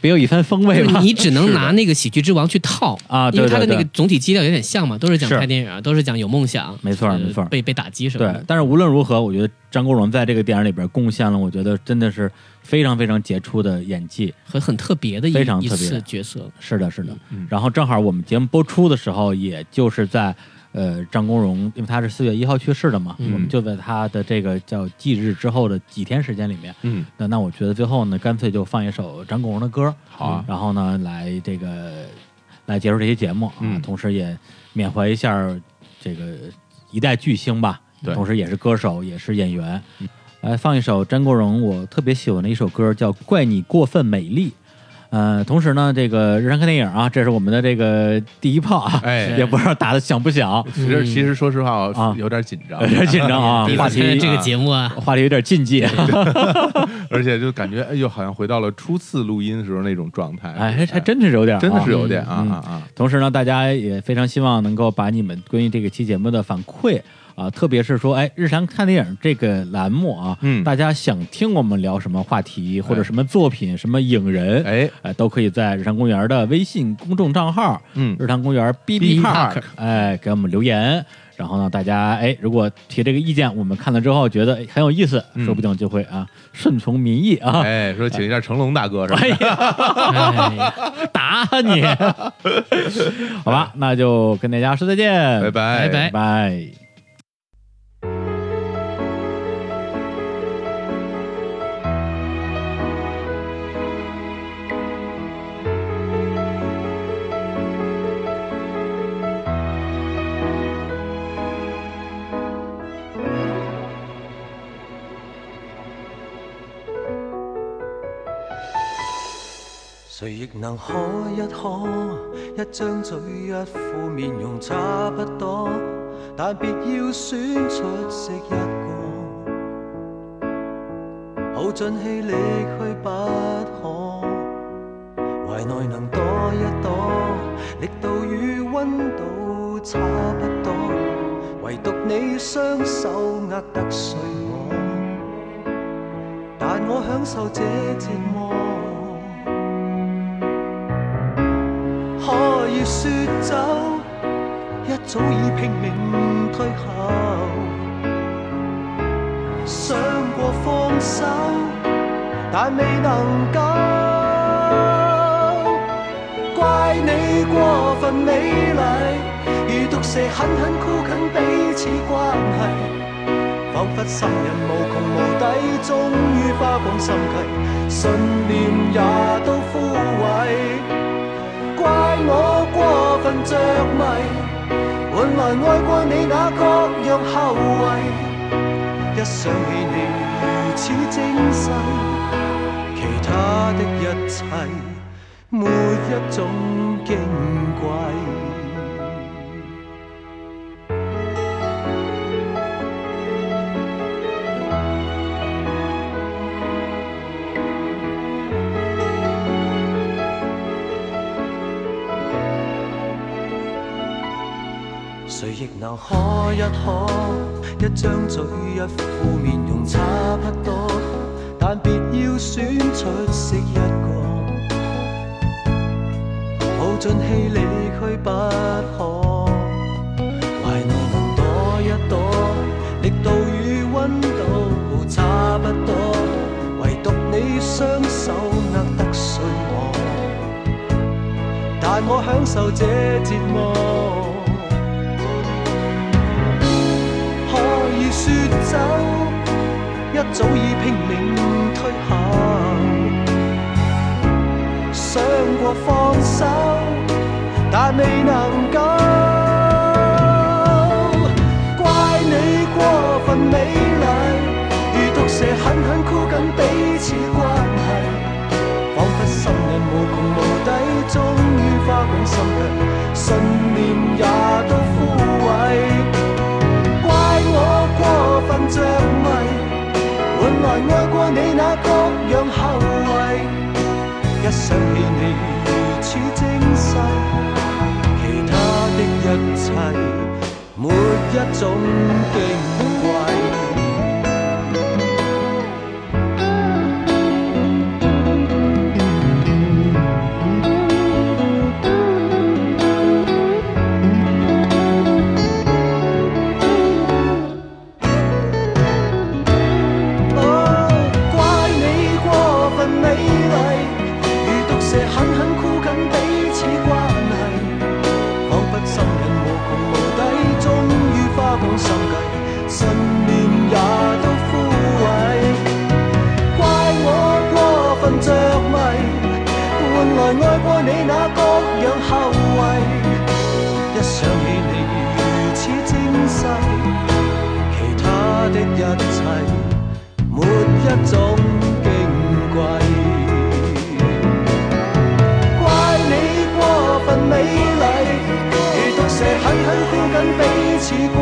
Speaker 1: 别有一番风味
Speaker 3: 就
Speaker 1: 吧。
Speaker 3: 是你只能拿那个《喜剧之王》去套
Speaker 1: 啊对
Speaker 3: 因为它的
Speaker 1: 对
Speaker 3: 那个
Speaker 1: 对
Speaker 3: 总体基调有点像嘛，都是讲
Speaker 1: 是
Speaker 3: 拍电影啊，都是讲有梦想，
Speaker 1: 没错
Speaker 3: 呃
Speaker 1: 没错
Speaker 3: 被被打击什 么
Speaker 1: 对
Speaker 3: 的，。
Speaker 1: 但是无论如何，我觉得张国荣在这个电影里边贡献了，我觉得真的是非常非常杰出的演技。
Speaker 3: 很很特别的一
Speaker 1: 非常
Speaker 3: 一
Speaker 1: 特别
Speaker 3: 次角色，
Speaker 1: 是的，是的。
Speaker 2: 嗯
Speaker 1: 然后正好我们节目播出的时候，也就是在呃张国荣，因为他是四月一号去世的嘛，
Speaker 3: 嗯
Speaker 1: 我们就在他的这个叫忌日之后的几天时间里面，
Speaker 2: 嗯，
Speaker 1: 那那我觉得最后呢，干脆就放一首张国荣的歌，
Speaker 2: 好啊
Speaker 1: 然后呢来这个来结束这期节目啊，
Speaker 2: 嗯
Speaker 1: 同时也缅怀一下这个一代巨星吧，
Speaker 2: 对
Speaker 1: 同时也是歌手，也是演员，来放一首张国荣我特别喜欢的一首歌，叫《怪你过分美丽》。呃，同时呢，这个日常看电影啊，这是我们的这个第一炮啊，
Speaker 2: 哎
Speaker 1: 也不知道打的响不响，
Speaker 2: 其实其实说实话，
Speaker 1: 啊
Speaker 2: 我有点紧 张
Speaker 1: 有，点紧张啊，
Speaker 2: 对
Speaker 1: 话
Speaker 3: 现在
Speaker 1: 题
Speaker 3: 这个节目啊，
Speaker 1: 话题有点禁忌，啊
Speaker 2: 而且就感觉哎呦，好像回到了初次录音时候那种状态，
Speaker 1: 哎，还还真是有点啊，
Speaker 2: 真的是有点啊
Speaker 1: 嗯
Speaker 2: 啊啊，
Speaker 1: 同时呢，大家也非常希望能够把你们关于这个期节目的反馈啊，特别是说，哎，日常看电影这个栏目啊，
Speaker 2: 嗯
Speaker 1: 大家想听我们聊什么话题或者什么作品、什么影人，
Speaker 2: 哎，
Speaker 1: 哎，都可以在日常公园的微信公众账号“
Speaker 2: 嗯
Speaker 1: 日常公园 B B
Speaker 2: BB
Speaker 1: Park”，
Speaker 2: Park
Speaker 1: 哎，给我们留言。然后呢，大家哎，如果提这个意见，我们看了之后觉得哎很有意思，
Speaker 2: 嗯
Speaker 1: 说不定就会啊顺从民意啊，
Speaker 2: 哎，说请一下成龙大哥是吧？
Speaker 3: 哎
Speaker 1: 打你。 好吧，那就跟大家说再见，
Speaker 2: 拜拜
Speaker 3: 拜
Speaker 1: 拜
Speaker 3: 拜
Speaker 1: 拜。
Speaker 6: 谁亦能可一可，一張嘴一副面容差不多，但別要選出色一個，耗盡氣力去不可，懷內能躲一躲，力度與温度差不多，唯獨你雙手握得碎我，但我享受這折磨。可以說走，一早已拼命退後。想過放手，但未能夠。怪你過分美麗，如毒蛇狠狠箍緊彼此關係。仿佛心人無窮無底，終於花光心計，信念也都枯萎。怪我過分着迷，換來愛過你那各樣後遺。一想起你如此精細，其他的一切沒一種矜貴。誰亦能可一可，一張嘴一副面容差不多，但但別要選出適一個，耗盡氣力去不可。懷內夢躲一躲，力度與温度差不多，唯獨你雙手握得碎我，但我享受這折磨。可以說走，一早已拼命推後。想過放手，但未能夠。怪你過分美麗，如毒蛇狠狠箍緊彼此關係，彷彿心癮無窮無底，終於花光心力，信念也都枯萎。怪我過分着迷，換來愛過你那各樣後遺。一想起你如此精細，其他的一切沒一種矜貴。哦，怪你過分美麗，如毒蛇狠狠箍緊彼此關係，彷彿心癮無窮無底，終於花光心計，信念也都枯萎。怪我過分着迷，換來愛過你那各樣後遺。一想起你如此精細，其他的一切。沒一種矜貴。怪你過分美麗，如毒蛇狠狠箍緊彼此關